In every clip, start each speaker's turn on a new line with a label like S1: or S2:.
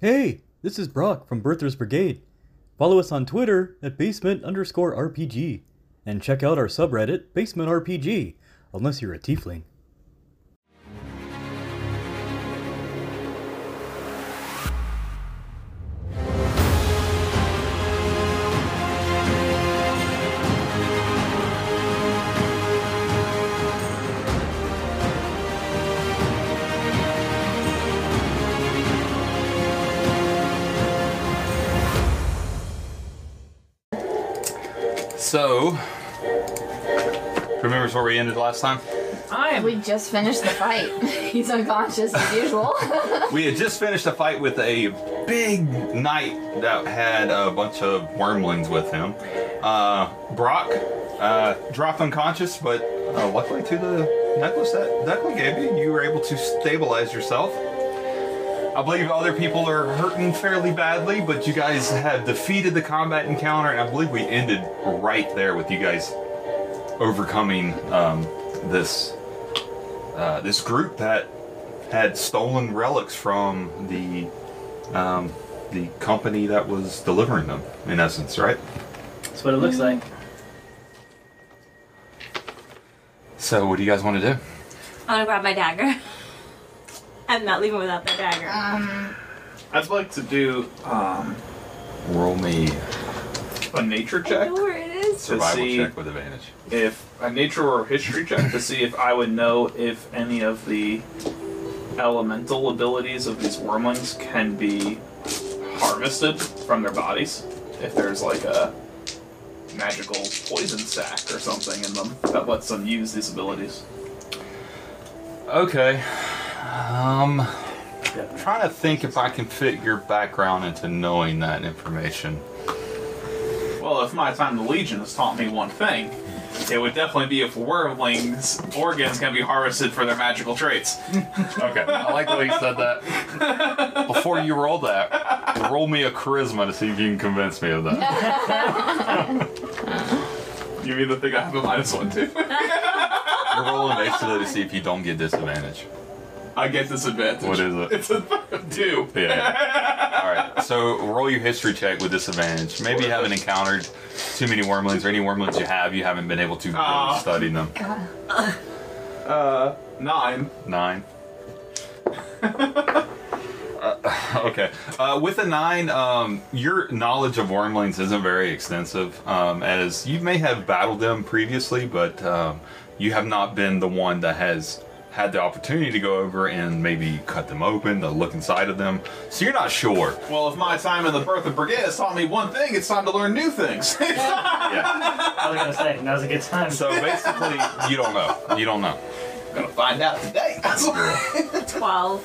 S1: Hey, this is Brock from Bertha's Brigade. Follow us on Twitter at basement underscore RPG and check out our subreddit, basement RPG, unless you're a tiefling.
S2: So, remembers where we ended last time?
S3: I am.
S4: We just finished the fight. He's unconscious as usual.
S2: We had just finished a fight with a big knight that had a bunch of wormlings with him. Uh, Brock uh, dropped unconscious, but uh, luckily to the necklace that Declan gave you, you were able to stabilize yourself. I believe other people are hurting fairly badly, but you guys have defeated the combat encounter, and I believe we ended right there with you guys overcoming um, this uh, this group that had stolen relics from the um, the company that was delivering them, in essence, right?
S3: That's what it looks like.
S2: So, what do you guys want to do?
S5: I'm gonna grab my dagger. I'm not leaving without the dagger.
S6: I'd like to do um,
S2: Roll me
S6: a nature
S5: I
S6: check
S5: know where it is.
S2: survival
S6: see.
S2: check with advantage.
S6: if a nature or history check to see if I would know if any of the elemental abilities of these wormlings can be harvested from their bodies. If there's like a magical poison sack or something in them that lets them use these abilities.
S2: Okay. Um, I'm trying to think if I can fit your background into knowing that information.
S6: Well, if my time in the Legion has taught me one thing, it would definitely be if wormlings' organs can be harvested for their magical traits.
S2: Okay, I like the way you said that. Before you roll that, roll me a charisma to see if you can convince me of that.
S6: You mean the thing I have a minus one to?
S2: You're rolling basically to see if you don't get disadvantage.
S6: I get disadvantage.
S2: What is it?
S6: It's a fucking two.
S2: Yeah. All right. So roll your history check with disadvantage. Maybe you haven't encountered too many wormlings, or any wormlings you have, you haven't been able to
S6: Aw.
S2: really study them.
S6: Uh, nine.
S2: Nine. Uh, okay. Uh, with a nine, um, your knowledge of wormlings isn't very extensive, um, as you may have battled them previously, but um, you have not been the one that has had the opportunity to go over and maybe cut them open, to look inside of them. So you're not sure.
S6: Well, if my time in the Birth of Brigade has taught me one thing, it's time to learn new things.
S2: Yeah.
S3: I was gonna say now's a good time.
S2: So basically, you don't know. You don't know.
S6: Gonna find out today.
S5: Twelve.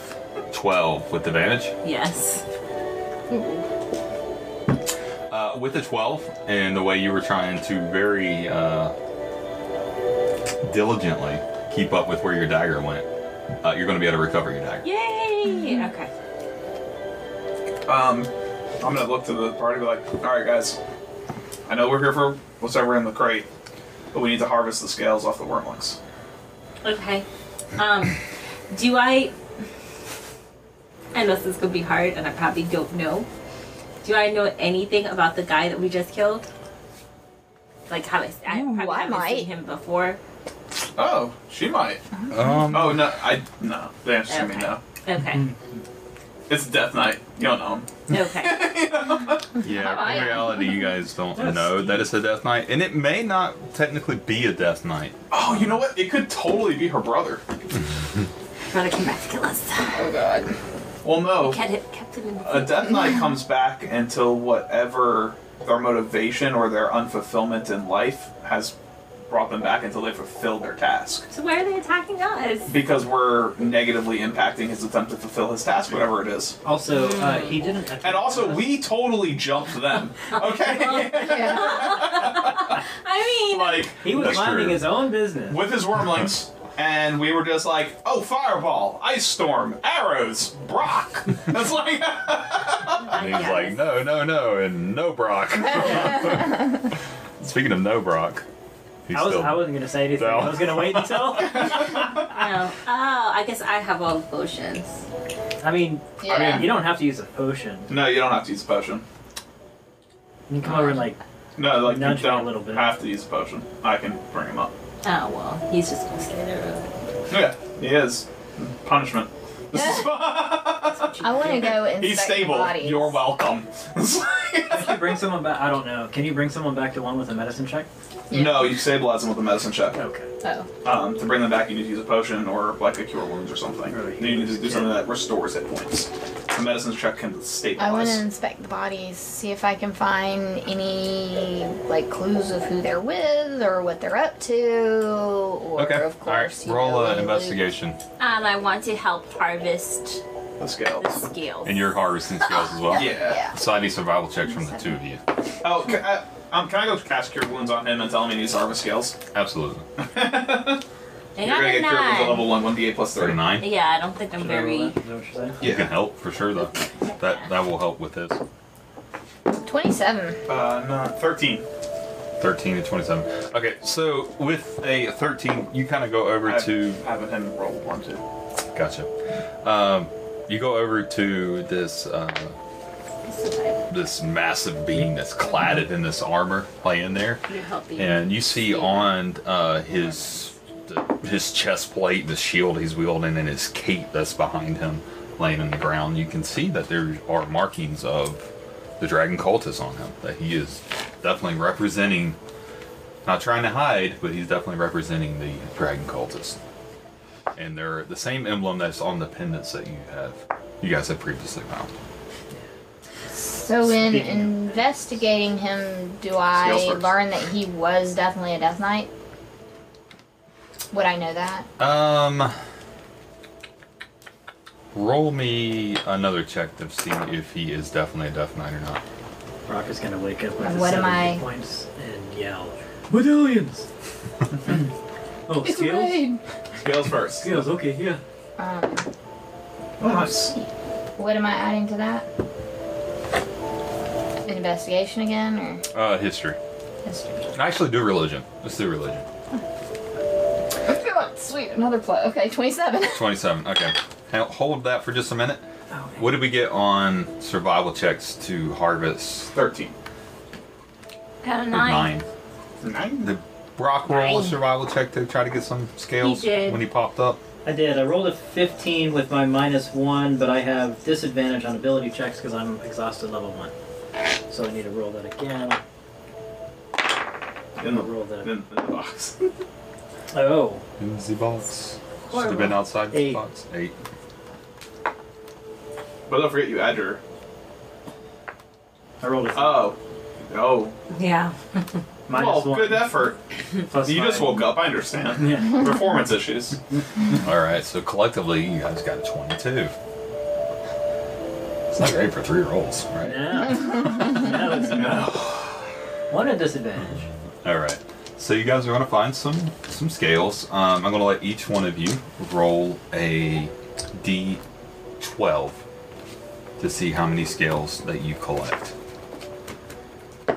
S2: Twelve with advantage.
S5: Yes.
S2: Uh, with a 12 and the way you were trying to very uh, diligently keep up with where your dagger went, uh, you're going to be able to recover your dagger.
S5: Yay! Okay.
S6: um, I'm gonna look to the party and be like, all right, guys. I know we're here for what's ever in the crate, but we need to harvest the scales off the wormlings.
S5: Okay. Um, do I? I know this is gonna be hard, and I probably don't know. Do I know anything about the guy that we just killed? Like, have I? I
S4: Ooh,
S5: probably
S4: I
S5: haven't
S4: might.
S5: seen him before.
S6: Oh, she might.
S2: Um,
S6: Oh no, I no. The answer's gonna be no. Mm.
S5: Okay.
S6: It's Death Knight. You don't know him.
S5: Okay.
S2: Oh, yeah,
S4: I-
S2: in reality, you guys don't know that it's a Death Knight, and it may not technically be a Death Knight.
S6: Oh, you know what? It could totally be her brother.
S5: Brother came back to kill us.
S4: oh god.
S6: Well, no.
S5: Kept him, kept him in the
S6: A Death Knight comes back until whatever their motivation or their unfulfillment in life has brought them back until they fulfill their task.
S5: So why are they attacking us?
S6: Because we're negatively impacting his attempt to fulfill his task, whatever it is.
S3: Also, uh, he didn't. attack
S6: And also,
S3: us.
S6: we totally jumped them. Okay?
S4: Yeah.
S5: I mean,
S6: like,
S3: He was
S2: That's
S3: minding
S2: true.
S3: his own business.
S6: with his wormlings, and we were just like, oh, fireball, ice storm, arrows, Brock. That's like,
S2: And he's like, no, no, no, and no Brock. Speaking of no Brock, he's
S3: I was.
S2: still.
S3: I wasn't gonna say anything.
S2: No.
S3: I was gonna wait until.
S5: oh, no. Oh, I guess I have all the potions.
S3: I mean,
S4: Yeah.
S6: mean-
S3: you don't have to use a potion.
S6: No, you don't have to use a potion.
S3: You can come over and like,
S6: No, like
S3: Nudge
S6: you
S3: me a
S6: don't
S3: little bit.
S6: have to use a potion. I can bring him up.
S5: Oh well, he's just gonna stay there.
S6: Yeah, he is punishment.
S4: I want to go inspect
S6: He's stable.
S4: bodies.
S6: You're welcome.
S3: can you bring someone back? I don't know. Can you bring someone back to one with a medicine check?
S4: Yeah.
S6: No, you stabilize him with a medicine check.
S3: Okay.
S4: Oh,
S6: Um, to bring them back, you need to use a potion or like a cure wounds or something.
S3: Or a
S6: You need to do
S3: healing
S6: something that restores hit points. The medicine check can
S4: I want to
S6: stabilize.
S4: inspect the bodies, see if I can find any like clues of who they're with or what they're up to. Or
S2: Okay.
S4: of
S2: All right.
S4: course, you know,
S2: Roll an
S4: any
S2: investigation.
S5: Um, I want to help harvest
S6: The
S5: the
S6: scales.
S5: scales.
S2: And your harvesting skills as well.
S6: Yeah.
S4: Yeah.
S2: So I need survival checks from the two of you.
S6: Oh, can I, um, can I go cast cure wounds on him and tell him he needs harvest scales?
S2: Absolutely.
S5: And
S6: You're
S5: I'm
S6: gonna
S5: a
S6: get cure wounds at
S5: nine.
S6: level one, one d eight plus
S2: Thirty
S6: three.
S2: nine.
S5: Yeah, I don't think I'm
S3: Should I roll
S5: very.
S3: that? Is that what you're saying?
S2: You can help for sure though. That that will help with this.
S4: clue. Twenty-seven.
S6: Uh, no, thirteen.
S2: 13 to 27. Okay, so with a 13, you kind of go over to.
S6: having him roll one two.
S2: Gotcha. Um, you go over to this uh, this massive being that's cladded in this armor laying there,
S5: I'm helping.
S2: and you see on uh, his the, his chest plate, the shield he's wielding, and his cape that's behind him laying in the ground. You can see that there are markings of the dragon cultist on him. That he is definitely representing. Not trying to hide, but he's definitely representing the dragon cultist. And they're the same emblem that's on the pendants that you have, you guys have previously found.
S4: So in
S3: Speaking of-
S4: investigating him, do I
S6: Scales first.
S4: learn that he was definitely a Death Knight? Would I know that?
S2: Um, roll me another check to see if he is definitely a Death Knight or not.
S3: Rock is gonna wake up with
S4: And
S3: his
S4: what am
S3: 70
S4: I-
S3: points and yell, medallions. oh, skills.
S6: Scales first.
S3: Skills. Okay, yeah.
S4: Um,
S6: Nice.
S4: what am I adding to that? Investigation again, or
S2: Uh, history.
S4: history?
S2: I actually do religion. Let's do religion.
S4: Oh, sweet, another plot. Okay, twenty-seven.
S2: 27. Okay. Now, Hold that for just a minute.
S3: Oh,
S2: What did we get on survival checks to harvest?
S6: Thirteen.
S5: Got a
S2: Or
S5: nine.
S6: Nine.
S2: Did Brock roll a survival check to try to get some scales
S5: He did.
S2: when he popped up?
S3: I did. I rolled a 15 with my minus one, but I have disadvantage on ability checks because I'm exhausted level one. So I need to roll that again.
S6: In the
S3: Roll that.
S6: in, in the box.
S3: Oh,
S2: In the box. Should have
S5: Horrible.
S2: been outside the
S3: Eight.
S2: box. Eight.
S6: But don't forget you add your.
S3: I rolled a
S6: Oh. Oh.
S5: Yeah.
S3: minus
S6: well,
S3: one.
S6: good effort.
S3: plus
S6: you just
S3: my-
S6: woke up. I understand.
S3: Yeah.
S6: Performance issues.
S2: All right, so collectively, you guys got a 22. It's not great for three rolls, right?
S3: No. no, it's not. One at disadvantage.
S2: All right, so you guys are gonna find some some scales. Um, I'm gonna let each one of you roll a d12 to see how many scales that you collect.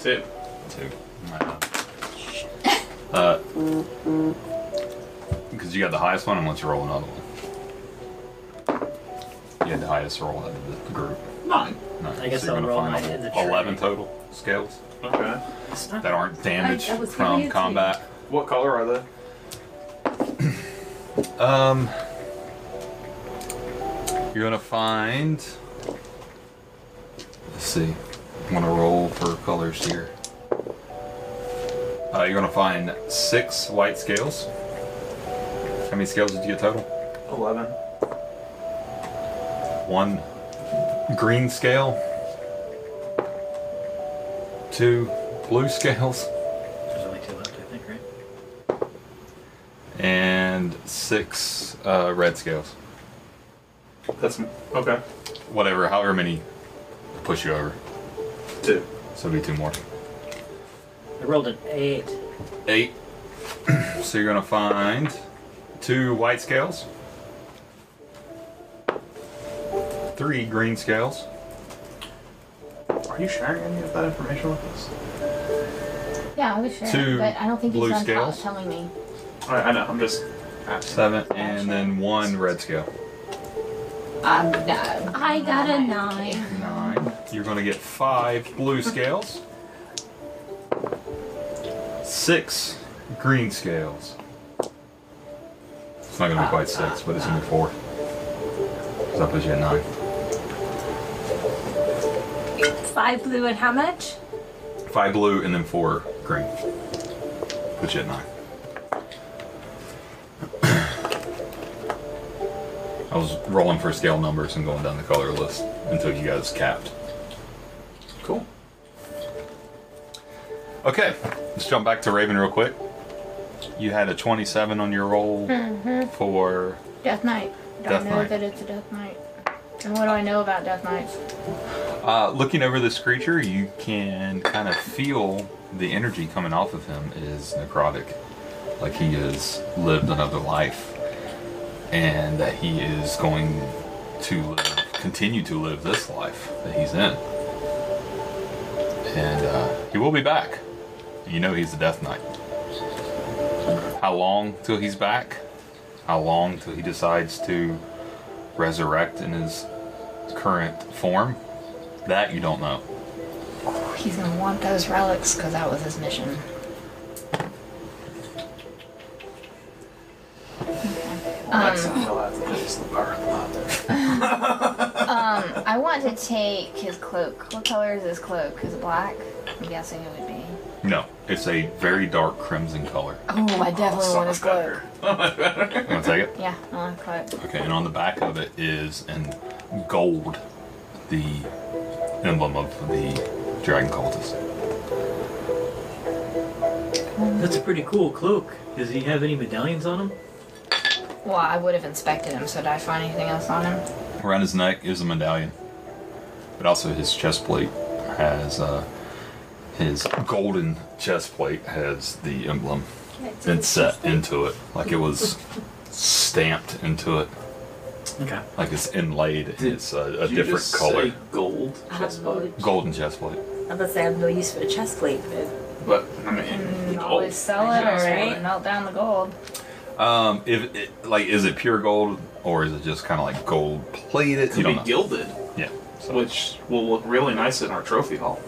S6: Two.
S2: Two. Uh, because you got the highest one, I'm gonna let you roll another one. You had the highest roll out of the group.
S6: Nine.
S2: No,
S3: I guess
S2: you're
S3: I'll
S2: gonna
S3: roll
S2: find
S3: mine
S2: a-
S3: in the tray.
S2: Eleven total scales
S6: Okay.
S3: It's not
S2: that aren't damaged
S5: I- I was giving it to
S2: from
S5: you.
S2: combat.
S6: What color are they?
S2: Um, you're gonna find. Let's see. I'm gonna roll for colors here. Uh, you're gonna find six white scales. How many scales did you get total?
S6: Eleven.
S2: One green scale. Two blue scales.
S3: There's only two left, I think, right?
S2: and six uh, red scales.
S6: That's m- okay.
S2: Whatever, however many push you over.
S6: Two.
S2: So it'll be two more.
S3: I rolled an eight.
S2: Eight. so you're gonna find two white scales, three green scales.
S6: Are you sharing any of that information with us?
S4: Yeah, we should.
S2: Two
S4: but I don't think
S2: blue
S4: he's done tell-
S2: scales.
S4: telling me.
S6: I, I know. I'm just
S2: Seven, and then one red scale.
S4: Um, no.
S5: I got a nine.
S2: Nine. You're gonna get five blue scales. Six green scales. It's not gonna be quite six, but it's gonna be four. Because I put you at nine.
S5: Five blue and how much?
S2: Five blue and then four green. Put you at nine. I was rolling for scale numbers and going down the color list until you guys capped. Cool. Okay, let's jump back to Raven real quick. You had a 27 on your roll for.
S4: Death Knight. Do
S2: Death
S4: I know
S2: Knight.
S4: that it's a Death Knight? And what do I know about Death Knights?
S2: Uh, looking over this creature, you can kind of feel the energy coming off of him is necrotic. Like he has lived another life. And that he is going to live, continue to live this life that he's in. And uh, he will be back. You know he's the Death Knight. How long till he's back? How long till he decides to resurrect in his current form? That you don't know.
S4: He's gonna want those relics because that was his mission. Um, I want to take his cloak. What color is his cloak? Is it black? I'm guessing it would be.
S2: No, it's a very dark crimson color.
S4: Oh, I definitely want his cloak.
S2: You want to take it?
S4: Yeah, I want his cloak.
S2: Okay, and on the back of it is in gold the emblem of the dragon cultist.
S3: That's a pretty cool cloak. Does he have any medallions on him?
S4: Well, I would have inspected him, so did I find anything else on him?
S2: Around his neck is a medallion, but also his chest plate has uh, his golden chest plate has the emblem inset into it, like it was stamped into it,
S3: Okay.
S2: like it's inlaid. It's a, a
S6: Did you
S2: different
S6: just
S2: color.
S6: say gold.
S5: I have no,
S2: Golden chest plate.
S5: I'm about to say I have no use for a chest plate, but
S6: But I mean,
S4: You
S6: gold.
S2: Oh,
S4: always sell it, or
S5: Right.
S4: melt down the gold.
S2: Um, if it, like, is it pure gold or is it just kind of like gold plated?
S6: to be gilded,
S2: Yeah. So
S6: which will look really nice in our trophy hall.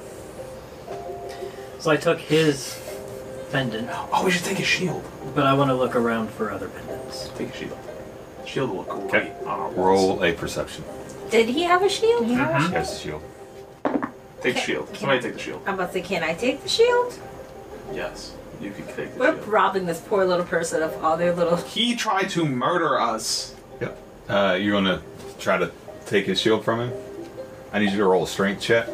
S3: So I took his pendant,
S6: Oh, we should take a shield.
S3: but I want to look around for other pendants.
S6: Take a shield. Shield will look great
S2: Okay.
S6: on our walls.
S2: roll a perception.
S5: did he have a shield?
S4: Yeah.
S2: She has the shield.
S6: Take the shield. Somebody take the shield.
S5: I'm about to say, can I take the shield?
S6: Yes, you can take the
S5: We're
S6: shield.
S5: robbing this poor little person of all their little.
S6: He tried to murder us.
S2: Yep. Uh, you're gonna try to take his shield from him. I need you to roll a strength check.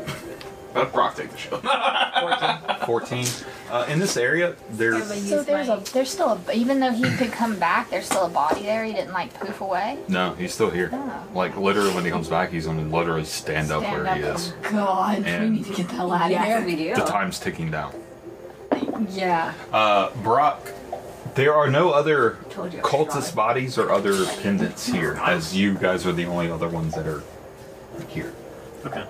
S6: Let Brock take the shield.
S2: Fourteen. Uh, in this area,
S5: I'm gonna
S2: there's
S4: So
S5: use
S4: there's
S5: my-
S4: a, there's still a, even though he could come back, there's still a body there. He didn't like poof away.
S2: no. He's still here.
S4: Oh.
S2: Like literally, when he comes back, he's gonna literally stand up where he is.
S4: Oh, God,
S2: And-
S4: we need to get the hell out of
S5: Yes,
S4: here.
S5: we do.
S2: The time's ticking down.
S4: Yeah.
S2: Uh, Brock, there are no other
S5: Told you I was
S2: cultist
S5: wrong.
S2: bodies or other pendants here, as you guys are the only other ones that are here.
S3: Okay.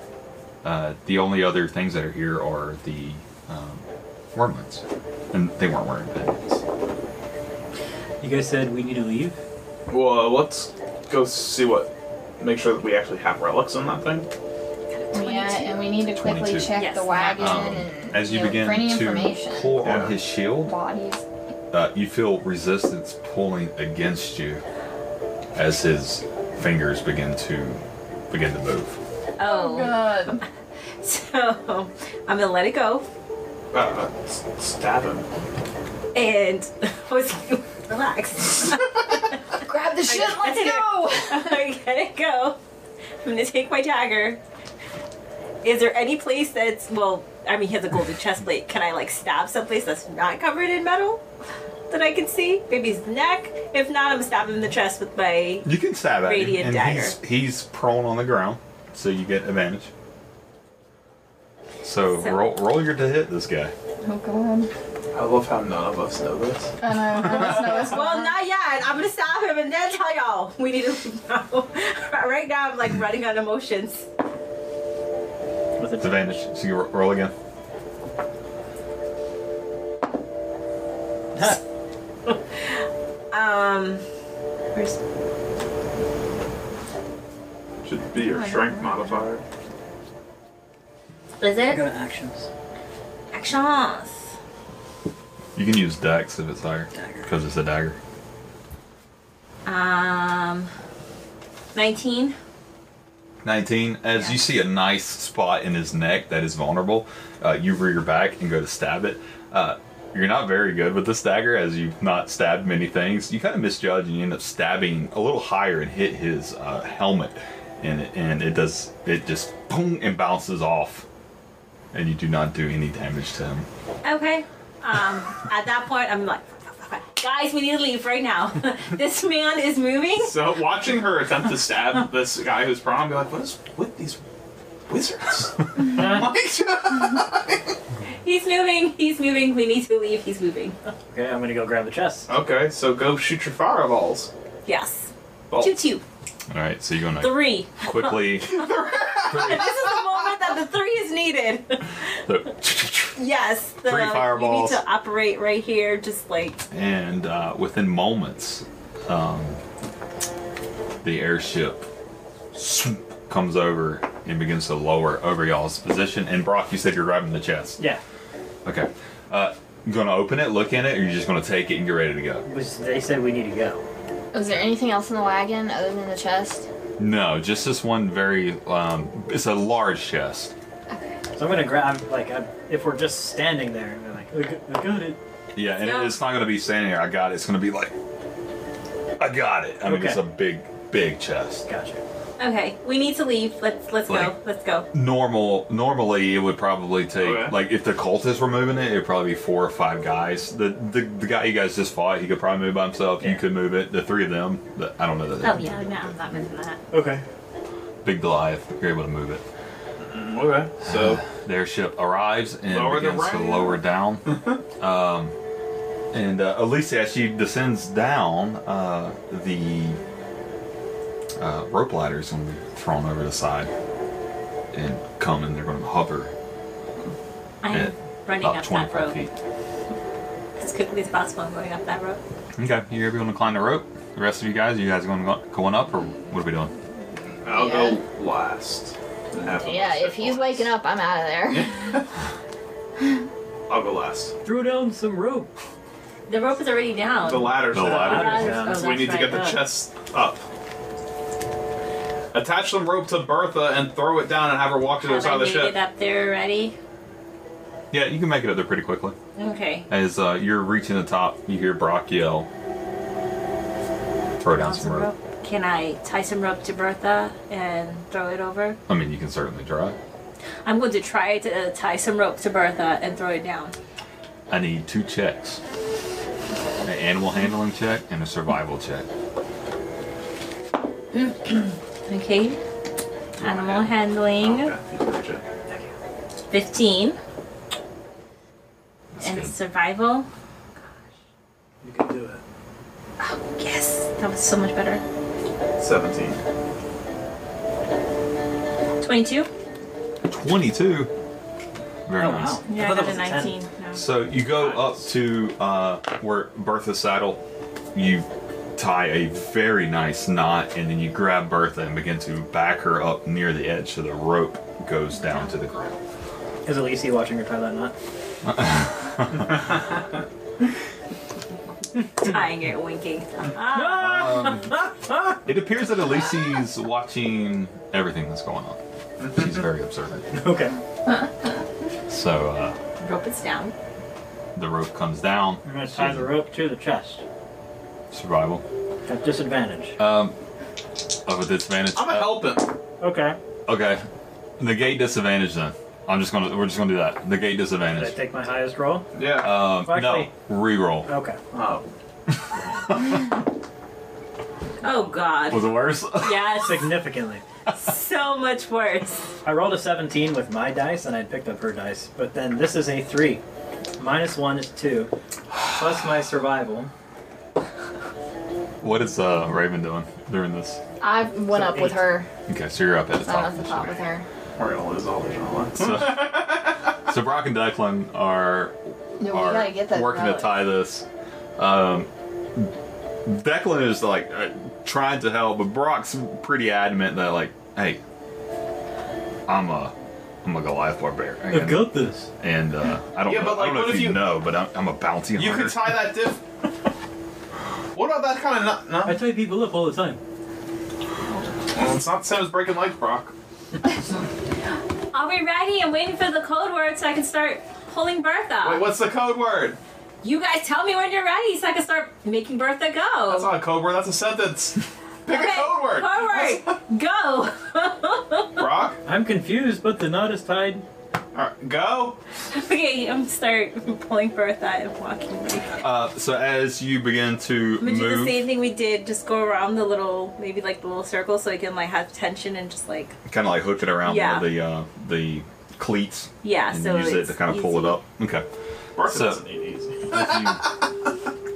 S2: Uh, the only other things that are here are the um, wormlets, and they weren't wearing pendants.
S3: You guys said we need to leave.
S6: well, let's go see what. Make sure that we actually have relics on that thing.
S4: Yeah, and we need to quickly
S2: 22.
S4: check
S5: Yes,
S4: the
S5: that-
S4: wagon
S2: Um,
S4: and
S2: as you
S4: know, for any
S2: begin to
S4: information.
S2: pull on
S6: Yeah.
S2: his shield,
S4: bodies.
S2: uh, you feel resistance pulling against you as his fingers begin to begin to move.
S5: Oh,
S4: Good.
S5: so I'm gonna let it go.
S6: Uh, s- stab him.
S5: And I was like, relax.
S4: Grab the shit. Let's go.
S5: I gotta go. I'm gonna take my dagger. Is there any place that's well? I mean, he has a golden chest plate. Can I like stab someplace that's not covered in metal that I can see? Maybe his neck. If not, I'm gonna stab him in the chest with my.
S2: You can stab at
S5: Radiant
S2: him, and
S5: dagger.
S2: he's he's prone on the ground, so you get advantage. So,
S5: So-
S2: roll roll your to hit this guy.
S4: Oh God.
S6: I love how none of us know this.
S4: I know. I just know this
S5: Well, not yet. I'm gonna stab him and then tell y'all. We need to know. right now, I'm like running on emotions.
S3: With
S2: It's advantage. So you ro- roll again.
S5: Um, Um, where's
S6: Should be your
S4: I don't
S6: strength
S4: know.
S6: modifier.
S5: is
S3: Go
S5: it?
S3: to actions.
S5: Actions.
S2: You can use dex if it's higher,
S3: Dagger.
S2: because it's a dagger.
S5: Um, nineteen.
S2: 19. As you see a nice spot in his neck that is vulnerable, uh, you rear back and go to stab it. Uh, you're not very good with this dagger, as you've not stabbed many things. You kind of misjudge and you end up stabbing a little higher and hit his uh, helmet, and it, and it does it just boom and bounces off, and you do not do any damage to him.
S5: Okay. Um, at that point, I'm like, guys, we need to leave right now. this man is moving.
S6: So watching her attempt to stab this guy who's prom, be like, what is with these wizards?
S5: He's moving. He's moving. We need to leave. He's moving.
S3: Okay, I'm gonna go grab the chest.
S6: okay, so go shoot your fireballs.
S5: Yes.
S2: Oh.
S6: Ball.
S5: Two, two,
S2: All right, so you're gonna
S5: three.
S2: quickly.
S5: this is the moment that the three is needed. Yes. The,
S2: Three fireballs.
S5: You need to operate right here, just like
S2: and uh, within moments, um, the airship swoop, comes over and begins to lower over y'all's position. And Brock, you said you're grabbing the chest.
S3: Yeah.
S2: Okay. Uh, you gonna open it, look in it, or you just gonna take it and get ready to go?
S3: Which they said we need to go.
S4: Was there anything else in the wagon other than the chest?
S2: No, just this one very. Um, it's a large chest.
S4: Okay.
S3: So I'm gonna grab. I'm like, I'm, if we're just standing there, and they're like, I got, I got it.
S2: Yeah, and
S5: Yeah.
S2: it's not gonna be standing there. I got it. It's gonna be like, I got it. I mean, it's a
S3: Okay.
S2: big, big chest.
S3: Gotcha.
S5: okay, we need to leave. Let's let's go.
S2: Like-
S5: Let's go.
S2: normal normally it would probably take
S6: Okay.
S2: like if the cultists were moving it it'd probably be four or five guys the the, the guy you guys just fought he could probably move by himself you
S3: Yeah.
S2: could move it the three of them the, i don't know that
S5: Oh yeah, no, I'm not moving that.
S3: Okay.
S2: big goliath you're able to move it
S6: Okay, so
S2: their ship arrives and
S6: Lower the
S2: begins to
S6: ramp.
S2: lower down um and uh, Alicia, as she descends down, uh, the uh, rope ladder is going to be thrown over the side and come, and they're going to hover
S5: I'm
S2: at
S5: running
S2: about
S5: up that
S2: 25
S5: rope
S2: feet.
S5: as quickly as possible. I'm going up that rope.
S2: Okay, you're going to climb the rope. The rest of you guys, you guys going go going up, or what are we doing?
S6: I'll
S4: Yeah.
S6: go last. Half of
S4: Yeah,
S6: us
S4: if
S6: are
S4: he's
S6: last.
S4: waking up, I'm out of there.
S6: I'll go last.
S3: Throw down some rope.
S5: The rope is already down.
S6: The ladder's
S2: The
S6: down.
S2: ladder.
S5: Ladder's-
S3: Yeah.
S5: oh,
S6: So we
S5: that's
S6: need to get the
S5: right, up.
S6: chest up. Attach some rope to Bertha and throw it down and have her walk to the other
S5: Have
S6: side
S5: I
S6: of the
S5: made
S6: ship.
S5: it up there already?
S2: Yeah, you can make it up there pretty quickly.
S5: Okay.
S2: As uh, you're reaching the top, you hear Brock yell, "Throw down some rope."
S5: Can I tie some rope to Bertha and throw it over?
S2: I mean, you can certainly try.
S5: I'm going to try to tie some rope to Bertha and throw it down.
S2: I need two checks: an animal handling check and a survival check.
S5: Okay. Animal handling.
S6: Okay.
S5: 15.
S2: That's
S5: and
S2: good.
S5: survival.
S3: You can do it.
S5: Oh, yes. That was so much better.
S6: 17.
S5: 22?
S2: Twenty-two. Very
S3: Oh,
S2: nice.
S3: wow. I
S5: Yeah, I
S3: thought that
S5: got a
S3: was a 10.
S5: 19. No.
S2: So you go up to uh, where Bertha's saddle, you tie a very nice knot, and then you grab Bertha and begin to back her up near the edge so the rope goes down to the ground.
S3: Is Elise watching her tie that knot?
S5: Tying it, winking. Ah,
S2: It appears that Elise's watching everything that's going on. She's very observant.
S3: Okay.
S2: So uh,
S5: rope is down.
S2: the rope comes down.
S3: I'm gonna tie the rope to the chest
S2: Survival.
S3: at disadvantage.
S2: Um, oh, with disadvantage.
S6: I'm gonna
S2: Uh,
S6: help him.
S3: Okay.
S2: Okay. Negate disadvantage then. I'm just gonna. We're just gonna do that. Negate
S3: Did I
S2: disadvantage.
S3: take my highest roll?
S6: Yeah.
S2: Um, no.
S3: Actually-
S2: Reroll.
S3: Okay.
S6: oh.
S5: Oh, God.
S2: Was it worse?
S5: Yes.
S3: Significantly.
S5: so much worse.
S3: I rolled a 17 with my dice, and I picked up her dice. But then this is a 3. Minus 1 is 2. Plus my survival.
S2: what is uh, Raven doing during this?
S4: I went
S3: So
S4: up with
S3: eight.
S4: her.
S2: Okay, so you're up at the
S4: I
S2: top.
S4: went
S2: of
S4: up
S2: the
S4: the top
S2: ship.
S4: with her.
S6: We're gonna lose all the drama.
S2: So, so Brock and Declan are
S4: No, we
S2: are
S4: gotta get that
S2: working to
S4: relic.
S2: tie this. Um, Declan is like uh, trying to help, but Brock's pretty adamant that like, hey, I'm a, I'm a Goliath barbarian,
S1: I've got this.
S2: and uh, I don't,
S6: Yeah,
S2: know, I
S6: but, like,
S2: don't know
S6: what
S2: if
S6: if
S2: you,
S6: you-
S2: know, but I'm, I'm a bounty
S6: You
S2: hunter.
S6: could tie that diff. What about that kind of no?
S1: I tie people up all the time.
S6: Well, it's not the same as breaking legs, Brock.
S5: I'll be ready. I'm waiting for the code word so I can start pulling Bertha.
S4: Uh,
S6: Wait, what's the code word?
S5: You guys tell me when you're ready so I can start making Bertha go.
S6: That's not a code word. That's a sentence. Pick a code word.
S5: Code word. go.
S6: Brock,
S1: I'm confused, but the knot is tied.
S6: all right, go.
S5: okay, I'm start pulling Bertha and walking. away.
S2: Uh, so as you begin to
S5: I'm gonna do the
S2: move,
S5: same thing we did. Just go around the little, maybe like the little circle, so I can like have tension and just like
S2: kind of like hook it around
S5: Yeah.
S2: one of the uh, the cleats
S5: yeah.
S2: and
S5: so
S2: use it
S5: it's
S2: to kind of pull it
S5: easy.
S2: up. Okay.
S6: Brock
S2: So-
S6: doesn't need easy.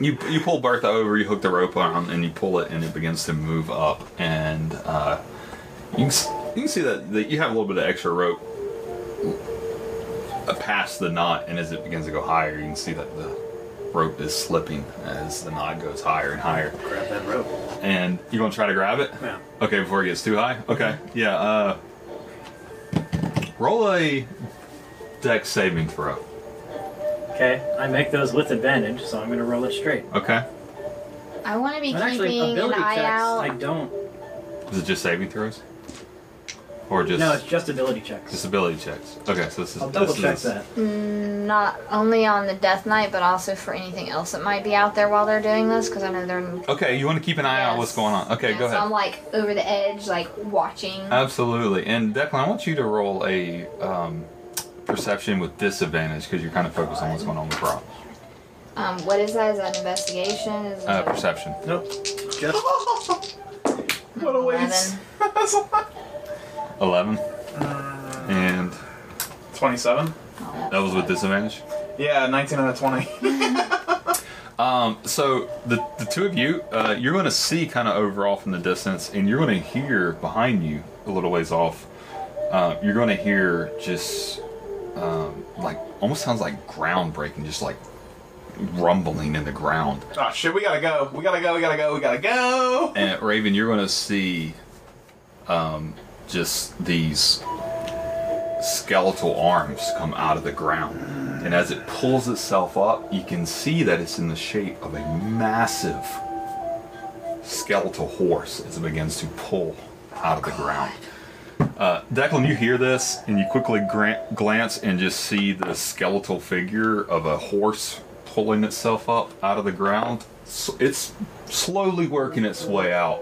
S2: You, you pull Bertha over, you hook the rope on, and you pull it, and it begins to move up. And uh, you, can, s- you can see that, that you have a little bit of extra rope uh, past the knot, and as it begins to go higher, you can see that the rope is slipping as the knot goes higher and higher.
S3: Grab that rope.
S2: And you're going to try to grab it?
S3: Yeah.
S2: Okay, before it gets too high? Okay, yeah. Uh, roll a deck saving throw.
S3: Okay, I make those with advantage, so I'm gonna roll it straight.
S2: Okay.
S4: I want to be
S3: And actually,
S4: keeping an
S3: ability
S4: eye
S3: checks,
S4: out.
S3: I don't.
S2: Is it just saving throws? Or just.
S3: No, it's just ability checks.
S2: Disability checks. Okay, so this is.
S3: I'll double
S2: this
S3: check
S2: is,
S3: that.
S4: mm, not only on the death knight, but also for anything else that might be out there while they're doing this, because I know they're.
S2: Okay, you want to keep an eye on what's going on. Okay,
S4: Yeah,
S2: go
S4: so
S2: ahead. Uh,
S4: I'm like over the edge, like watching.
S2: Absolutely. And Declan, I want you to roll a um, perception with disadvantage because you're kind of focused on what's going on with Brock.
S4: Um, what is that? Is that an investigation? Is
S2: Uh,
S4: it
S2: perception.
S3: Nope. Just
S6: What a waste. That's a lot.
S2: 11.
S3: Uh,
S2: And
S6: Twenty-seven.
S2: that was with disadvantage.
S6: Yeah, nineteen out of twenty.
S2: Um, so the, the two of you, uh, you're going to see kind of overall from the distance, and you're going to hear behind you a little ways off. Uh, you're going to hear just um, like almost sounds like ground breaking, just like rumbling in the ground.
S6: Ah, shit. We gotta go. We gotta go. We gotta go. We gotta go.
S2: And Raven, you're going to see um, just these skeletal arms come out of the ground. And as it pulls itself up, you can see that it's in the shape of a massive skeletal horse as it begins to pull out of the ground. Uh, Declan, you hear this and you quickly gra- glance and just see the skeletal figure of a horse pulling itself up out of the ground. S it's slowly working its way out.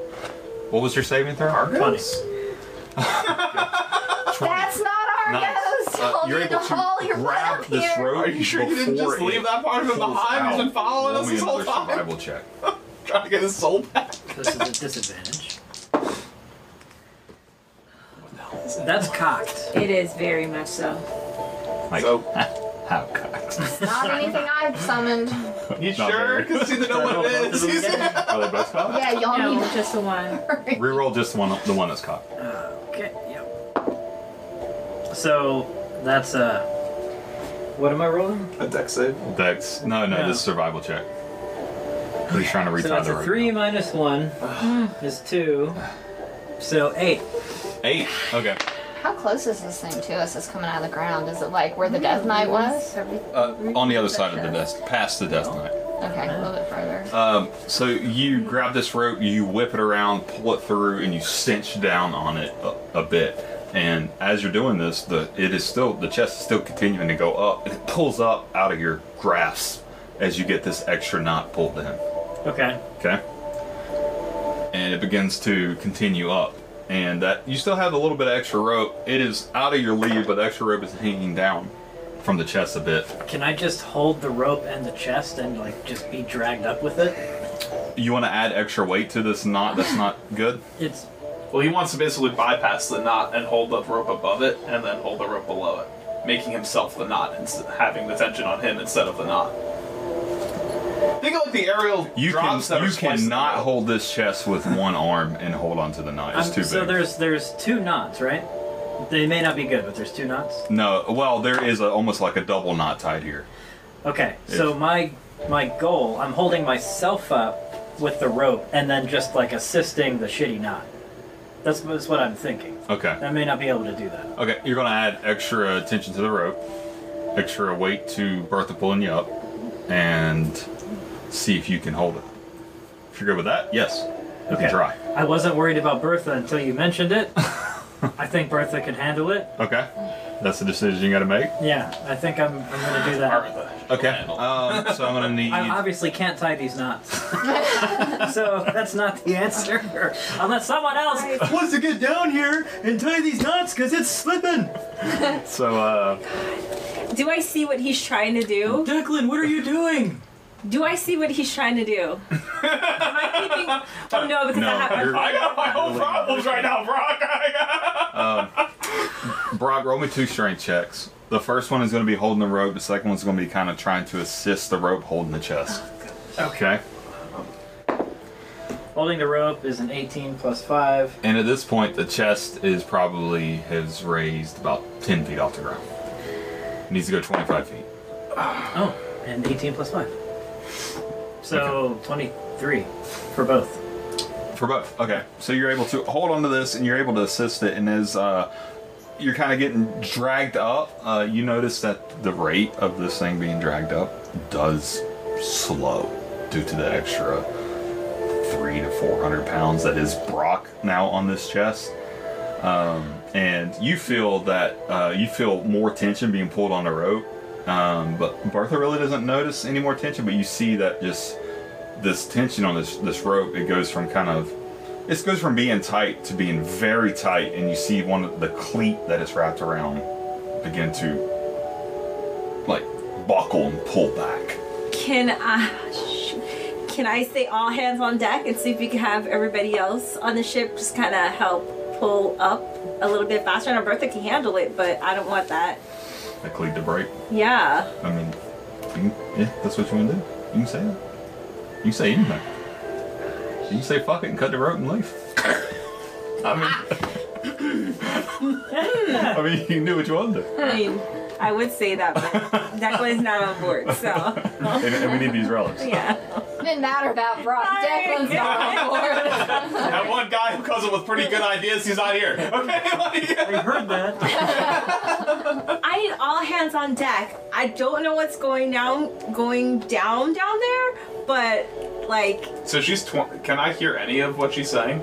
S2: What was your saving throw?
S3: funny.
S4: That's not our
S2: Nice.
S4: ghost.
S2: Uh,
S4: Hold
S2: you're
S4: me
S2: able
S4: to haul
S2: to
S4: your
S2: grab
S4: butt up
S2: this
S4: here.
S2: rope.
S6: Are you sure you didn't
S2: before
S6: just leave
S2: it
S6: that part of him
S2: pulls
S6: behind? He's
S2: out.
S6: been following
S2: Roll
S6: us
S2: me
S6: this whole
S2: another
S6: time.
S2: Survival check.
S6: Trying to get his soul back.
S3: This is a disadvantage. That's cocked.
S5: It is very much so.
S2: Like,
S6: So-
S2: how cocked?
S4: Not anything I've summoned.
S6: You
S2: Not
S6: sure?
S2: very.
S6: Because you know what it is.
S2: Are they both cocked?
S4: Yeah, y'all
S5: No,
S4: need
S5: just the one.
S2: Reroll just one, the one that's cocked.
S3: Okay, yep. So, that's, uh. What am I rolling?
S6: a deck save.
S2: Dex. No, no,
S3: No.
S2: this is survival check. He's trying to retie
S3: So that's
S2: the
S3: a
S2: rope.
S3: 3
S2: now.
S3: minus 1 is 2. So, 8.
S2: Eight. Okay.
S4: How close is this thing to us? It's coming out of the ground. Is it like where the death knight was?
S2: Uh, on the other side of the desk, past the desk knight.
S4: Okay, a little bit further.
S2: Um, so you grab this rope, you whip it around, pull it through, and you cinch down on it a, a bit. And as you're doing this, the it is still the chest is still continuing to go up, and it pulls up out of your grasp as you get this extra knot pulled in.
S3: Okay.
S2: Okay. And it begins to continue up. And that you still have a little bit of extra rope. It is out of your lead, but the extra rope is hanging down from the chest a bit.
S3: Can I just hold the rope and the chest and, like, just be dragged up with it?
S2: You want to add extra weight to this knot that's not good?
S3: It's.
S6: Well, he wants to basically bypass the knot and hold the rope above it, and then hold the rope below it, making himself the knot and s- having the tension on him instead of the knot. Think of like the aerial
S2: You can
S6: drops that are
S2: you
S6: spliced
S2: cannot
S6: together.
S2: hold this chest with one arm and hold onto the knot. It's
S3: I'm-
S2: too
S3: Um, so,
S2: big.
S3: there's there's two knots, right? They may not be good, but there's two knots.
S2: No, well, there is a, almost like a double knot tied here.
S3: Okay, so
S2: Yes.
S3: my my goal, I'm holding myself up with the rope and then just like assisting the shitty knot. That's, that's what I'm thinking.
S2: Okay.
S3: I may not be able to do that.
S2: Okay, you're gonna add extra attention to the rope, extra weight to Bertha pulling you up, and see if you can hold it. If you're good with that, yes, you can try.
S3: I wasn't worried about Bertha until you mentioned it. I think Bertha could handle it.
S2: Okay, that's the decision you gotta make.
S3: Yeah, I think I'm, I'm gonna do that.
S2: Okay, um, so I'm gonna need.
S3: I obviously can't tie these knots. so that's not the answer. Unless someone else wants to get down here and tie these knots because it's slipping.
S2: So, uh,
S5: Do I see what he's trying to do?
S3: Declan, what are you doing?
S5: Do I see what he's trying to do? Am I keeping? Oh no, because I
S2: No,
S5: have.
S2: you're-
S5: my
S6: I got my own problems right now, Brock. I got...
S2: Brock, roll me two strength checks. The first one is gonna be holding the rope. The second one's gonna be kind of trying to assist the rope holding the chest. Okay.
S3: Holding the rope is an 18 plus 5.
S2: And at this point, the chest is probably has raised about 10 feet off the ground. It needs to go 25 feet.
S3: Oh, and 18 plus 5. So 23 for both.
S2: For both. Okay. So you're able to hold onto this and you're able to assist it. And as uh, you're kind of getting dragged up, uh, you notice that the rate of this thing being dragged up does slow due to the extra three to 400 pounds that is Brock now on this chest. Um, and you feel that uh, you feel more tension being pulled on the rope. Um, but Bertha really doesn't notice any more tension, but you see that just this tension on this this rope it goes from kind of it goes from being tight to being very tight and you see one of the cleat that is wrapped around begin to like buckle and pull back
S5: Can I? shoot. Can I say all hands on deck and see if we can have everybody else on the ship just kind of help pull up a little bit faster? I know Bertha can handle it, but I don't want that.
S2: the cleat to break
S5: Yeah.
S2: i mean you, yeah, that's what you want to do you can say that you can say anything you can say fuck it and cut the rope and leave i mean i mean you can do what you want to do
S5: I mean, I would say that, but Declan's not on board, so
S2: and, and we need these relics
S5: yeah.
S4: Didn't matter about Brock. Declan's not on board.
S6: that one guy who comes up with pretty good ideas. He's not here. Okay,
S3: I heard that.
S5: I need all hands on deck. I don't know what's going down, going down down there, but like
S6: So she's. Tw- can I hear any of what she's saying?